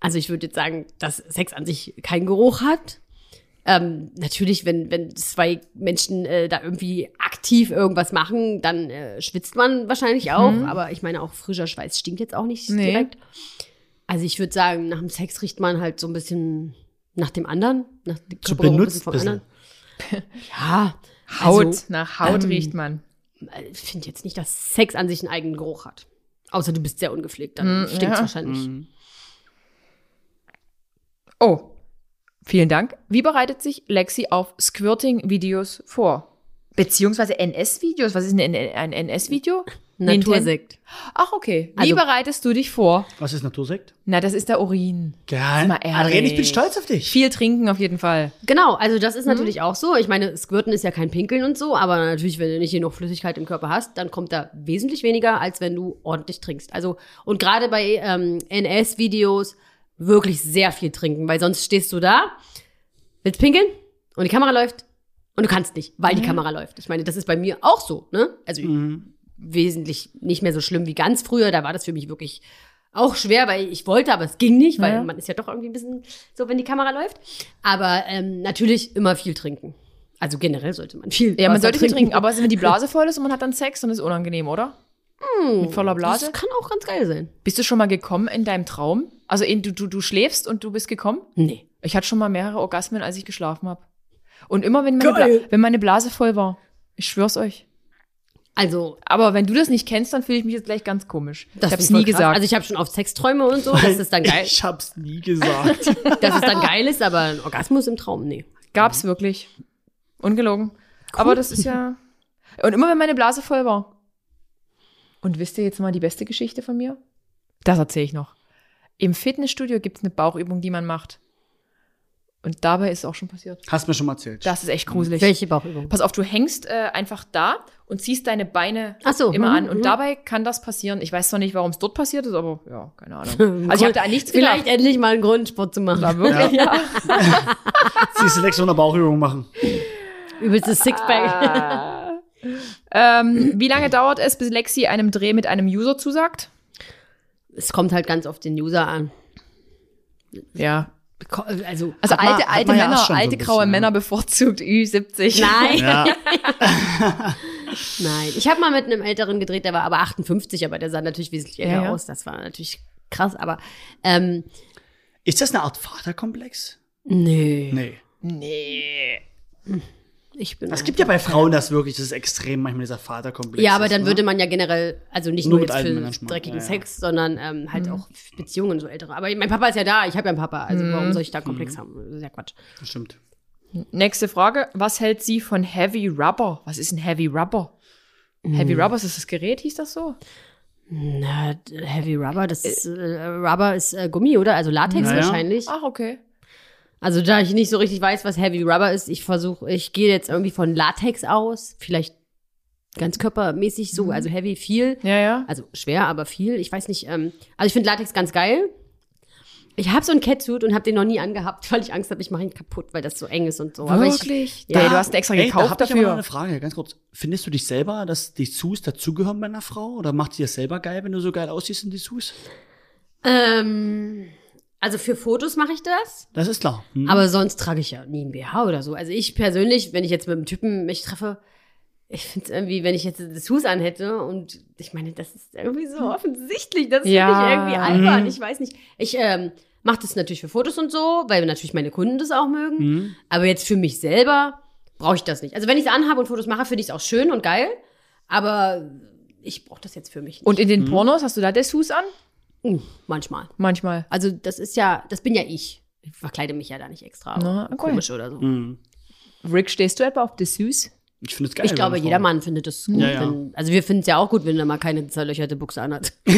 B: Also ich würde jetzt sagen, dass Sex an sich keinen Geruch hat. Ähm, natürlich, wenn, wenn zwei Menschen äh, da irgendwie aktiv irgendwas machen, dann äh, schwitzt man wahrscheinlich auch. Aber ich meine, auch frischer Schweiß stinkt jetzt auch nicht
A: Nee.
B: direkt. Also ich würde sagen, nach dem Sex riecht man halt so ein bisschen nach dem anderen, nach dem
C: So
B: Körpergeruch ein
C: benutzt
B: vom
C: bisschen.
B: anderen. Ja,
A: Haut.
B: Also,
A: Nach Haut
B: ähm,
A: riecht man.
B: äh, ich finde jetzt nicht, dass Sex an sich einen eigenen Geruch hat. Außer du bist sehr ungepflegt, dann
A: Mm,
B: stinkt's
A: ja.
B: wahrscheinlich.
C: Mhm.
A: Oh. Vielen Dank. Wie bereitet sich Lexi auf Squirting-Videos vor? Beziehungsweise NS-Videos? Was ist ein, ein NS-Video?
B: Natursekt.
A: Ach, okay. Wie
B: Also-
A: bereitest du dich vor?
C: Was ist Natursekt?
A: Na, das ist der Urin.
C: Geil.
A: mal ehrlich.
C: Adrian, ich bin stolz auf dich.
A: Viel trinken auf jeden Fall.
B: Genau, also das ist natürlich auch so. Ich meine, Squirten ist ja kein Pinkeln und so, aber natürlich, wenn du nicht genug Flüssigkeit im Körper hast, dann kommt da wesentlich weniger, als wenn du ordentlich trinkst. Also, und gerade bei ähm, NS-Videos wirklich sehr viel trinken, weil sonst stehst du da, willst pinkeln und die Kamera läuft und du kannst nicht, weil die Kamera läuft. Ich meine, das ist bei mir auch so, ne? Also wesentlich nicht mehr so schlimm wie ganz früher. Da war das für mich wirklich auch schwer, weil ich wollte, aber es ging nicht, weil
A: Ja.
B: man ist ja doch irgendwie ein bisschen so, wenn die Kamera läuft. Aber ähm, natürlich immer viel trinken. Also generell sollte man viel.
A: Ja, man
B: Wasser
A: sollte viel trinken, aber wenn die Blase voll ist und man hat dann Sex, dann ist es unangenehm, oder? Mit voller Blase?
B: Das kann auch ganz geil sein.
A: Bist du schon mal gekommen in deinem Traum? Also in, du, du, du schläfst und du bist gekommen?
B: Nee.
A: Ich hatte schon mal mehrere Orgasmen, als ich geschlafen habe. Und immer, wenn meine,
B: Geil.
A: Bla wenn meine Blase voll war. Ich schwör's euch.
B: Also,
A: Aber wenn du das nicht kennst, dann fühle ich mich jetzt gleich ganz komisch.
B: das
A: ich hab's
B: find
A: nie
B: voll krass.
A: gesagt.
B: Also ich habe schon oft Sexträume und so, dass es dann geil,
C: Ich hab's nie gesagt.
B: dass es dann geil ist, aber ein Orgasmus im Traum, nee. Mhm.
A: Gab's wirklich. Ungelogen. Aber das ist ja. Und immer, wenn meine Blase voll war. Und wisst ihr jetzt mal die beste Geschichte von mir? Das erzähle ich noch. Im Fitnessstudio gibt's eine Bauchübung, die man macht. Und dabei ist es auch schon passiert.
C: Hast mir schon mal erzählt.
A: Das ist echt gruselig.
B: Welche Bauchübung?
A: Pass auf, du hängst äh, einfach da und ziehst deine Beine
B: Ach so,
A: immer
B: mhm,
A: an. Und
B: mhm.
A: dabei kann das passieren. Ich weiß zwar nicht, warum es dort passiert ist, aber ja, keine Ahnung. Also ich habe da an nichts
B: Vielleicht
A: gedacht.
B: endlich mal einen Grundsport zu machen.
A: Aber wirklich, ja.
C: Siehst du, Lex, so eine Bauchübung machen.
B: Übelstes Sixpack.
A: ähm, wie lange dauert es, bis Lexi einem Dreh mit einem User zusagt?
B: Es kommt halt ganz auf den User an.
A: Ja.
B: Ko- Also,
A: Also
C: Hat man-
A: alte,
C: hat
A: alte
C: man ja
A: Männer,
C: schon so ein
A: alte graue
C: bisschen, ne?
A: Männer
C: ja.
A: bevorzugt Ü70.
B: nein,
C: Ja.
B: nein. Ich habe mal mit einem Älteren gedreht, der war aber 58, aber der sah natürlich wesentlich älter
A: Ja, ja.
B: aus. Das war natürlich krass, aber ähm,
C: Ist das eine Art Vaterkomplex?
B: nee.
C: Nee.
A: Nee.
B: Ich bin
C: Das
B: ein-
C: gibt ja bei Frauen das wirklich, das ist extrem manchmal dieser Vaterkomplex.
B: Ja, aber
C: ist,
B: dann
C: ne?
B: würde man ja generell, also nicht
C: Nur
B: nur,
C: mit
B: jetzt
C: allen
B: für
C: Männern schmarrn.
B: dreckigen
C: Ja, ja.
B: Sex, sondern ähm,
A: Mhm.
B: halt auch Beziehungen, so ältere. Aber mein Papa ist ja da, ich habe ja einen Papa, also
A: Mhm.
B: warum soll ich da
C: Mhm.
B: Komplex haben? Das ist ja Quatsch.
C: Das stimmt.
A: Nächste Frage. Was hält sie von Heavy Rubber? Was ist ein Heavy Rubber?
C: Hm.
A: Heavy Rubber, ist das das Gerät, hieß das so?
B: Na, d- Heavy Rubber, das ist, äh, Rubber ist äh, Gummi, oder? Also Latex
C: Naja.
B: wahrscheinlich.
A: Ach, okay.
B: Also da ich nicht so richtig weiß, was Heavy Rubber ist, ich versuche, ich gehe jetzt irgendwie von Latex aus, vielleicht ganz körpermäßig
A: Mhm.
B: so, also Heavy viel.
A: Ja, ja.
B: Also schwer, aber viel. Ich weiß nicht. Ähm, also ich finde Latex ganz geil. Ich habe so einen Catsuit und habe den noch nie angehabt, weil ich Angst habe, ich mache ihn kaputt, weil das so eng ist und so. Aber ich,
A: Ja,
B: Ja.
A: du hast den extra
C: Ah, Ey, da
A: gekauft
C: hab ich aber noch
A: dafür.
C: eine Frage, ganz kurz. Findest du dich selber, dass Dessous dazugehören bei einer Frau? Oder macht sie das selber geil, wenn du so geil aussiehst in Dessous?
B: ähm, also für Fotos mache ich das,
C: Das ist klar. Hm.
B: aber sonst trage ich ja nie einen BH oder so. Also ich persönlich, wenn ich jetzt mit einem Typen mich treffe, ich finde es irgendwie, wenn ich jetzt das Hus anhätte und ich meine, das ist irgendwie so offensichtlich, das finde
A: Ja. Mhm.
B: ich irgendwie albern, ich weiß nicht. Ich ähm, mache das natürlich für Fotos und so, weil natürlich meine Kunden das auch mögen.
A: Mhm.
C: Hm.
B: Aber jetzt für mich selber brauche ich das nicht. Also wenn ich es anhabe und Fotos mache, finde ich es auch schön und geil. Aber ich brauche das jetzt für mich nicht.
A: Und in den
C: Hm.
A: Pornos hast du da Dessous an?
B: Uh, manchmal.
A: Manchmal.
B: Also das ist ja, das bin ja ich. Ich verkleide mich ja da nicht extra.
A: Na, okay. Mhm.
B: Komisch oder so.
C: Hm.
A: Rick, stehst du etwa auf Dessous?
C: Ich finde es geil.
B: Ich glaube,
C: bei einer
B: jeder
C: Frau.
B: Mann findet es gut.
C: Ja, ja.
B: Wenn, also wir finden es ja auch gut, wenn er mal keine zerlöcherte Buchse anhat.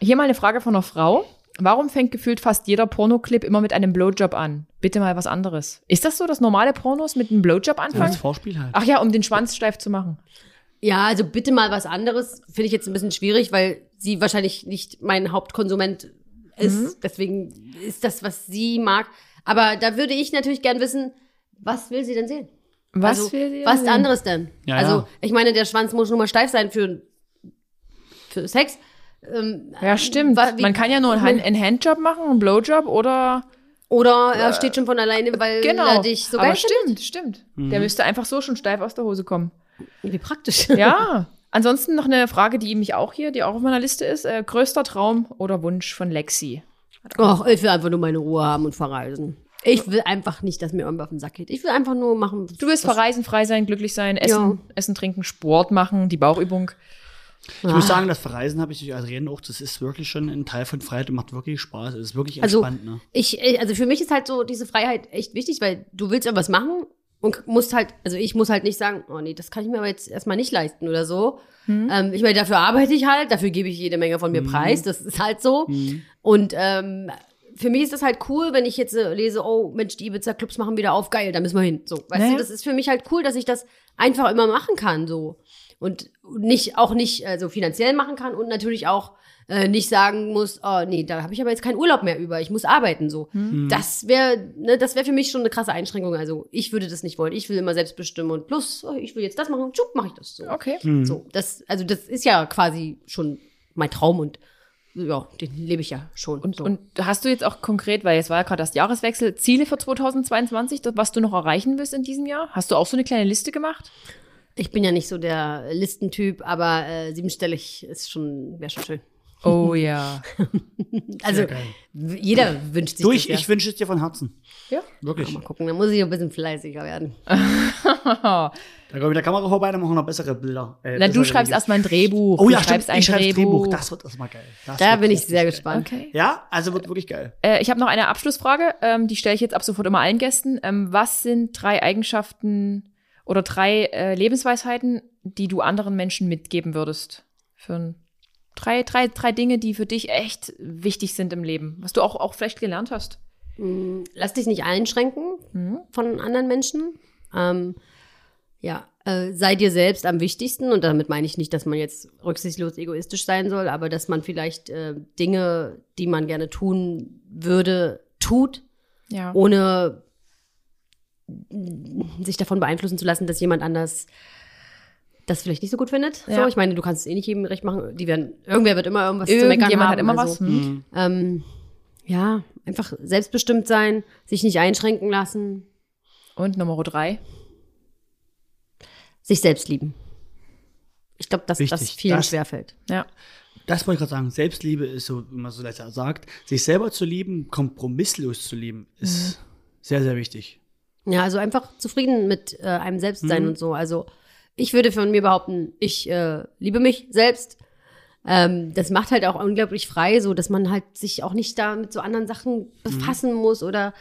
A: Hier mal eine Frage von einer Frau. Warum fängt gefühlt fast jeder Pornoclip immer mit einem Blowjob an? Bitte mal was anderes. Ist das so, dass normale Pornos mit einem Blowjob
C: Ja, das
A: anfangen?
C: Vorspiel halt.
A: Ach ja, um den Schwanz steif zu machen.
B: Ja, also bitte mal was anderes. Finde ich jetzt ein bisschen schwierig, weil sie wahrscheinlich nicht mein Hauptkonsument ist.
A: Mhm.
B: Deswegen ist das, was sie mag. Aber da würde ich natürlich gern wissen, was will sie denn sehen?
A: Was
B: also,
A: will sie
B: Was
A: denn?
B: anderes denn?
C: Ja,
B: also,
C: ja.
B: ich meine, der Schwanz muss schon mal steif sein für, für Sex. Ähm,
A: Ja, stimmt.
B: Wa- wie-
A: Man kann ja nur einen, Hand einen Handjob machen, einen Blowjob oder.
B: oder er steht schon von alleine, weil
A: Äh, Genau.
B: er dich so
A: Aber
B: geil findet.
A: stimmt, stimmt. Der müsste einfach so schon steif aus der Hose kommen.
B: Wie praktisch.
A: Ja. Ansonsten noch eine Frage, die mich auch hier, die auch auf meiner Liste ist. Äh, größter Traum oder Wunsch von Lexi?
B: Och, ich will einfach nur meine Ruhe haben und verreisen. Ich will einfach nicht, dass mir irgendwas auf den Sack geht. Ich will einfach nur machen.
A: Du willst verreisen, frei sein, glücklich sein, essen, essen, trinken, Sport machen, die Bauchübung.
C: Ich muss sagen, das Verreisen habe ich durch Adrienne auch. Das ist wirklich schon ein Teil von Freiheit und macht wirklich Spaß. Es ist wirklich
B: Also,
C: entspannt, ne?
B: ich, ich- also für mich ist halt so diese Freiheit echt wichtig, weil du willst irgendwas machen und musst halt, also ich muss halt nicht sagen, oh nee, das kann ich mir aber jetzt erstmal nicht leisten oder so.
A: Hm.
B: Ähm, ich meine, dafür arbeite ich halt, dafür gebe ich jede Menge von
C: Hm.
B: mir preis, das ist halt so. Und ähm, für mich ist das halt cool, wenn ich jetzt äh, lese, oh Mensch, die Ibiza Clubs machen wieder auf, geil, da müssen wir hin. So, weißt
A: Naja.
B: du, das ist für mich halt cool, dass ich das einfach immer machen kann, so. Und nicht, auch nicht äh, so finanziell machen kann und natürlich auch äh, nicht sagen muss, oh nee, da habe ich aber jetzt keinen Urlaub mehr über, ich muss arbeiten, so.
A: Hm.
B: Das wäre, ne, das wäre für mich schon eine krasse Einschränkung. Also ich würde das nicht wollen. Ich will immer selbst bestimmen und plus, oh, ich will jetzt das machen, tschupp, mache ich das so.
A: Okay.
B: So, das, also das ist ja quasi schon mein Traum und ja, den lebe ich ja schon.
A: Und,
B: so.
A: und hast du jetzt auch konkret, weil jetzt war ja gerade das Jahreswechsel, Ziele für 2022, das, was du noch erreichen willst in diesem Jahr? Hast du auch so eine kleine Liste gemacht?
B: Ich bin ja nicht so der Listentyp, aber äh, siebenstellig ist schon, wäre schon schön.
A: Oh ja.
B: Also w- jeder wünscht sich
C: Du, ich,
B: das,
C: ich wünsche es dir von Herzen.
A: Ja.
B: ja.
C: Wirklich.
B: Mal gucken, da muss ich ein bisschen fleißiger werden.
C: Da kommen wir mit der Kamera vorbei, dann machen wir noch bessere Bilder. Äh,
A: Na, du
C: bessere
A: schreibst
C: Videos.
A: erstmal ein Drehbuch.
C: Oh
A: du
C: ja,
A: schreibst
C: stimmt.
A: ein
C: Ich schreibe das
A: Drehbuch.
C: Drehbuch. Das wird erstmal geil. Das
B: Da
C: wird
B: bin ich
C: richtig
B: sehr
C: geil.
B: gespannt.
A: Okay.
C: Ja, also wird wirklich geil.
A: Äh, ich habe noch eine Abschlussfrage, ähm, die stelle ich jetzt ab sofort immer allen Gästen. Ähm, was sind drei Eigenschaften oder drei äh, Lebensweisheiten, die du anderen Menschen mitgeben würdest? Für ein, drei, drei, drei Dinge, die für dich echt wichtig sind im Leben, was du auch, auch vielleicht gelernt hast.
B: Mm, Lass dich nicht einschränken
A: Mhm.
B: von anderen Menschen. Ähm, ja, äh, sei dir selbst am wichtigsten und damit meine ich nicht, dass man jetzt rücksichtslos egoistisch sein soll, aber dass man vielleicht äh, Dinge, die man gerne tun würde, tut,
A: Ja.
B: Oh, ohne sich davon beeinflussen zu lassen, dass jemand anders das vielleicht nicht so gut findet.
A: Ja.
B: So, ich meine, du kannst es eh nicht jedem recht machen. Die werden, irgendwer wird immer irgendwas zu meckern
A: Irgendjemand
B: haben.
A: hat immer was.
B: also,
A: Hm.
C: Mhm.
B: Ähm, ja, einfach selbstbestimmt sein, sich nicht einschränken lassen,
A: Und Nummer drei.
B: sich selbst lieben. Ich glaube, dass das
C: Wichtig.
B: vielen
C: Das-
B: schwerfällt.
A: Ja.
C: Das wollte ich gerade sagen.
A: Mhm.
C: Selbstliebe ist so, wie man so leicht sagt, sich selber zu lieben, kompromisslos zu lieben, ist Sehr, sehr wichtig.
B: Ja, also einfach zufrieden mit äh, einem selbst
A: Mhm.
B: sein und so. Also ich würde von mir behaupten, ich äh, liebe mich selbst. Ähm, das macht halt auch unglaublich frei, so dass man halt sich auch nicht da mit so anderen
A: Mhm.
B: Sachen befassen muss oder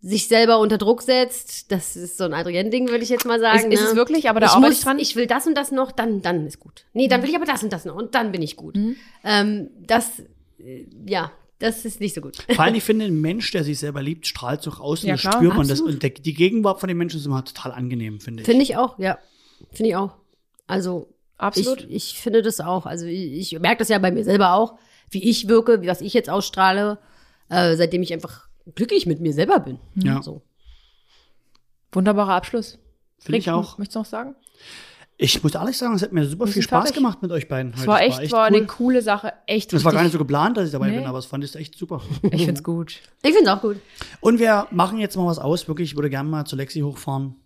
B: sich selber unter Druck setzt. Das ist so ein Adrien-Ding, würde ich jetzt mal sagen.
A: Ist- ist
B: ne?
A: es wirklich? Aber da
B: ich
A: arbeite
B: muss,
A: ich dran. Mhm.
B: Ich will das und das noch, dann, dann ist gut. Nee, dann will ich aber das und das noch und dann bin ich gut. Ähm, das, äh, ja, das ist nicht so gut.
C: Vor allem, ich finde, ein Mensch, der sich selber liebt, strahlt doch aus und
A: Ja,
C: das
A: klar,
C: spürt man das.
B: absolut.
C: Und der, die Gegenwart von den Menschen ist immer total angenehm, finde ich.
B: Finde ich auch, ja. Finde ich auch. Also,
A: Absolut.
B: Ich, ich finde das auch. Also, ich, ich merke das ja bei mir selber auch, wie ich wirke, wie was ich jetzt ausstrahle, äh, seitdem ich einfach glücklich mit mir selber bin.
C: Ja.
B: So.
A: Wunderbarer Abschluss.
C: Finde ich
A: Rick,
C: auch.
A: Möchtest du noch sagen?
C: Ich muss ehrlich sagen, es hat mir super
A: Wir
C: viel
A: sind
C: Spaß
A: fertig.
C: gemacht mit euch beiden. heute.
A: Es war echt, war
C: cool.
A: eine coole Sache. Echt
C: Das war gar nicht
A: richtig-
C: so geplant, dass ich dabei bin,
A: Nee.
C: aber es fand ich echt super.
A: Ich find's gut.
B: Ich finde es auch gut.
C: Und wir machen jetzt mal was aus. Wirklich, ich würde gerne mal zu Lexi hochfahren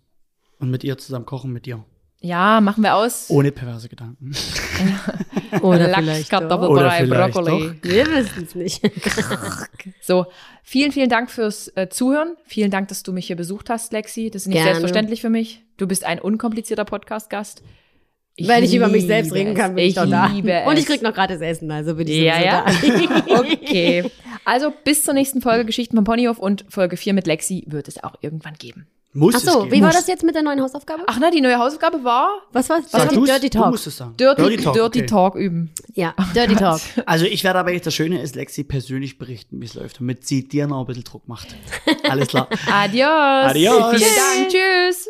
C: und mit ihr zusammen kochen, mit dir.
A: Ja, machen wir aus.
C: Ohne perverse Gedanken.
B: Oder
A: Lachs,
B: vielleicht. Doch.
A: Kartoffelbrei,
C: Oder vielleicht
A: Brokkoli.
B: Wir wissen es nicht.
A: So, vielen, vielen Dank fürs äh, Zuhören. Vielen Dank, dass du mich hier besucht hast, Lexi. Das ist nicht
B: Gerne.
A: selbstverständlich für mich. Du bist ein unkomplizierter Podcast-Gast.
B: Weil ich über mich
A: liebe
B: selbst reden
A: es.
B: kann, bin ich, doch da.
A: liebe es.
B: Und ich krieg noch gratis Essen, also bin ich
A: Ja,
B: sowieso da.
A: Okay. Also bis zur nächsten Folge Geschichten vom Ponyhof und Folge 4 mit Lexi wird es auch irgendwann geben.
C: Muss
B: Ach
C: es
B: so,
C: geben.
B: wie war
C: Muss.
B: das jetzt mit der neuen Hausaufgabe?
A: Ach na, die neue Hausaufgabe war
B: was war's?
C: Sag
B: Dirty,
C: du's,
B: Dirty
C: Du
B: Talk.
C: musst es sagen.
A: Dirty, Dirty, Talk,
C: okay.
A: üben.
B: ja, Dirty Talk.
C: Also ich werde aber jetzt, das Schöne ist, Lexi persönlich berichten, wie es läuft, damit sie dir noch ein bisschen Druck macht. Alles klar.
A: Adios.
C: Adios.
A: Vielen Dank. Tschüss.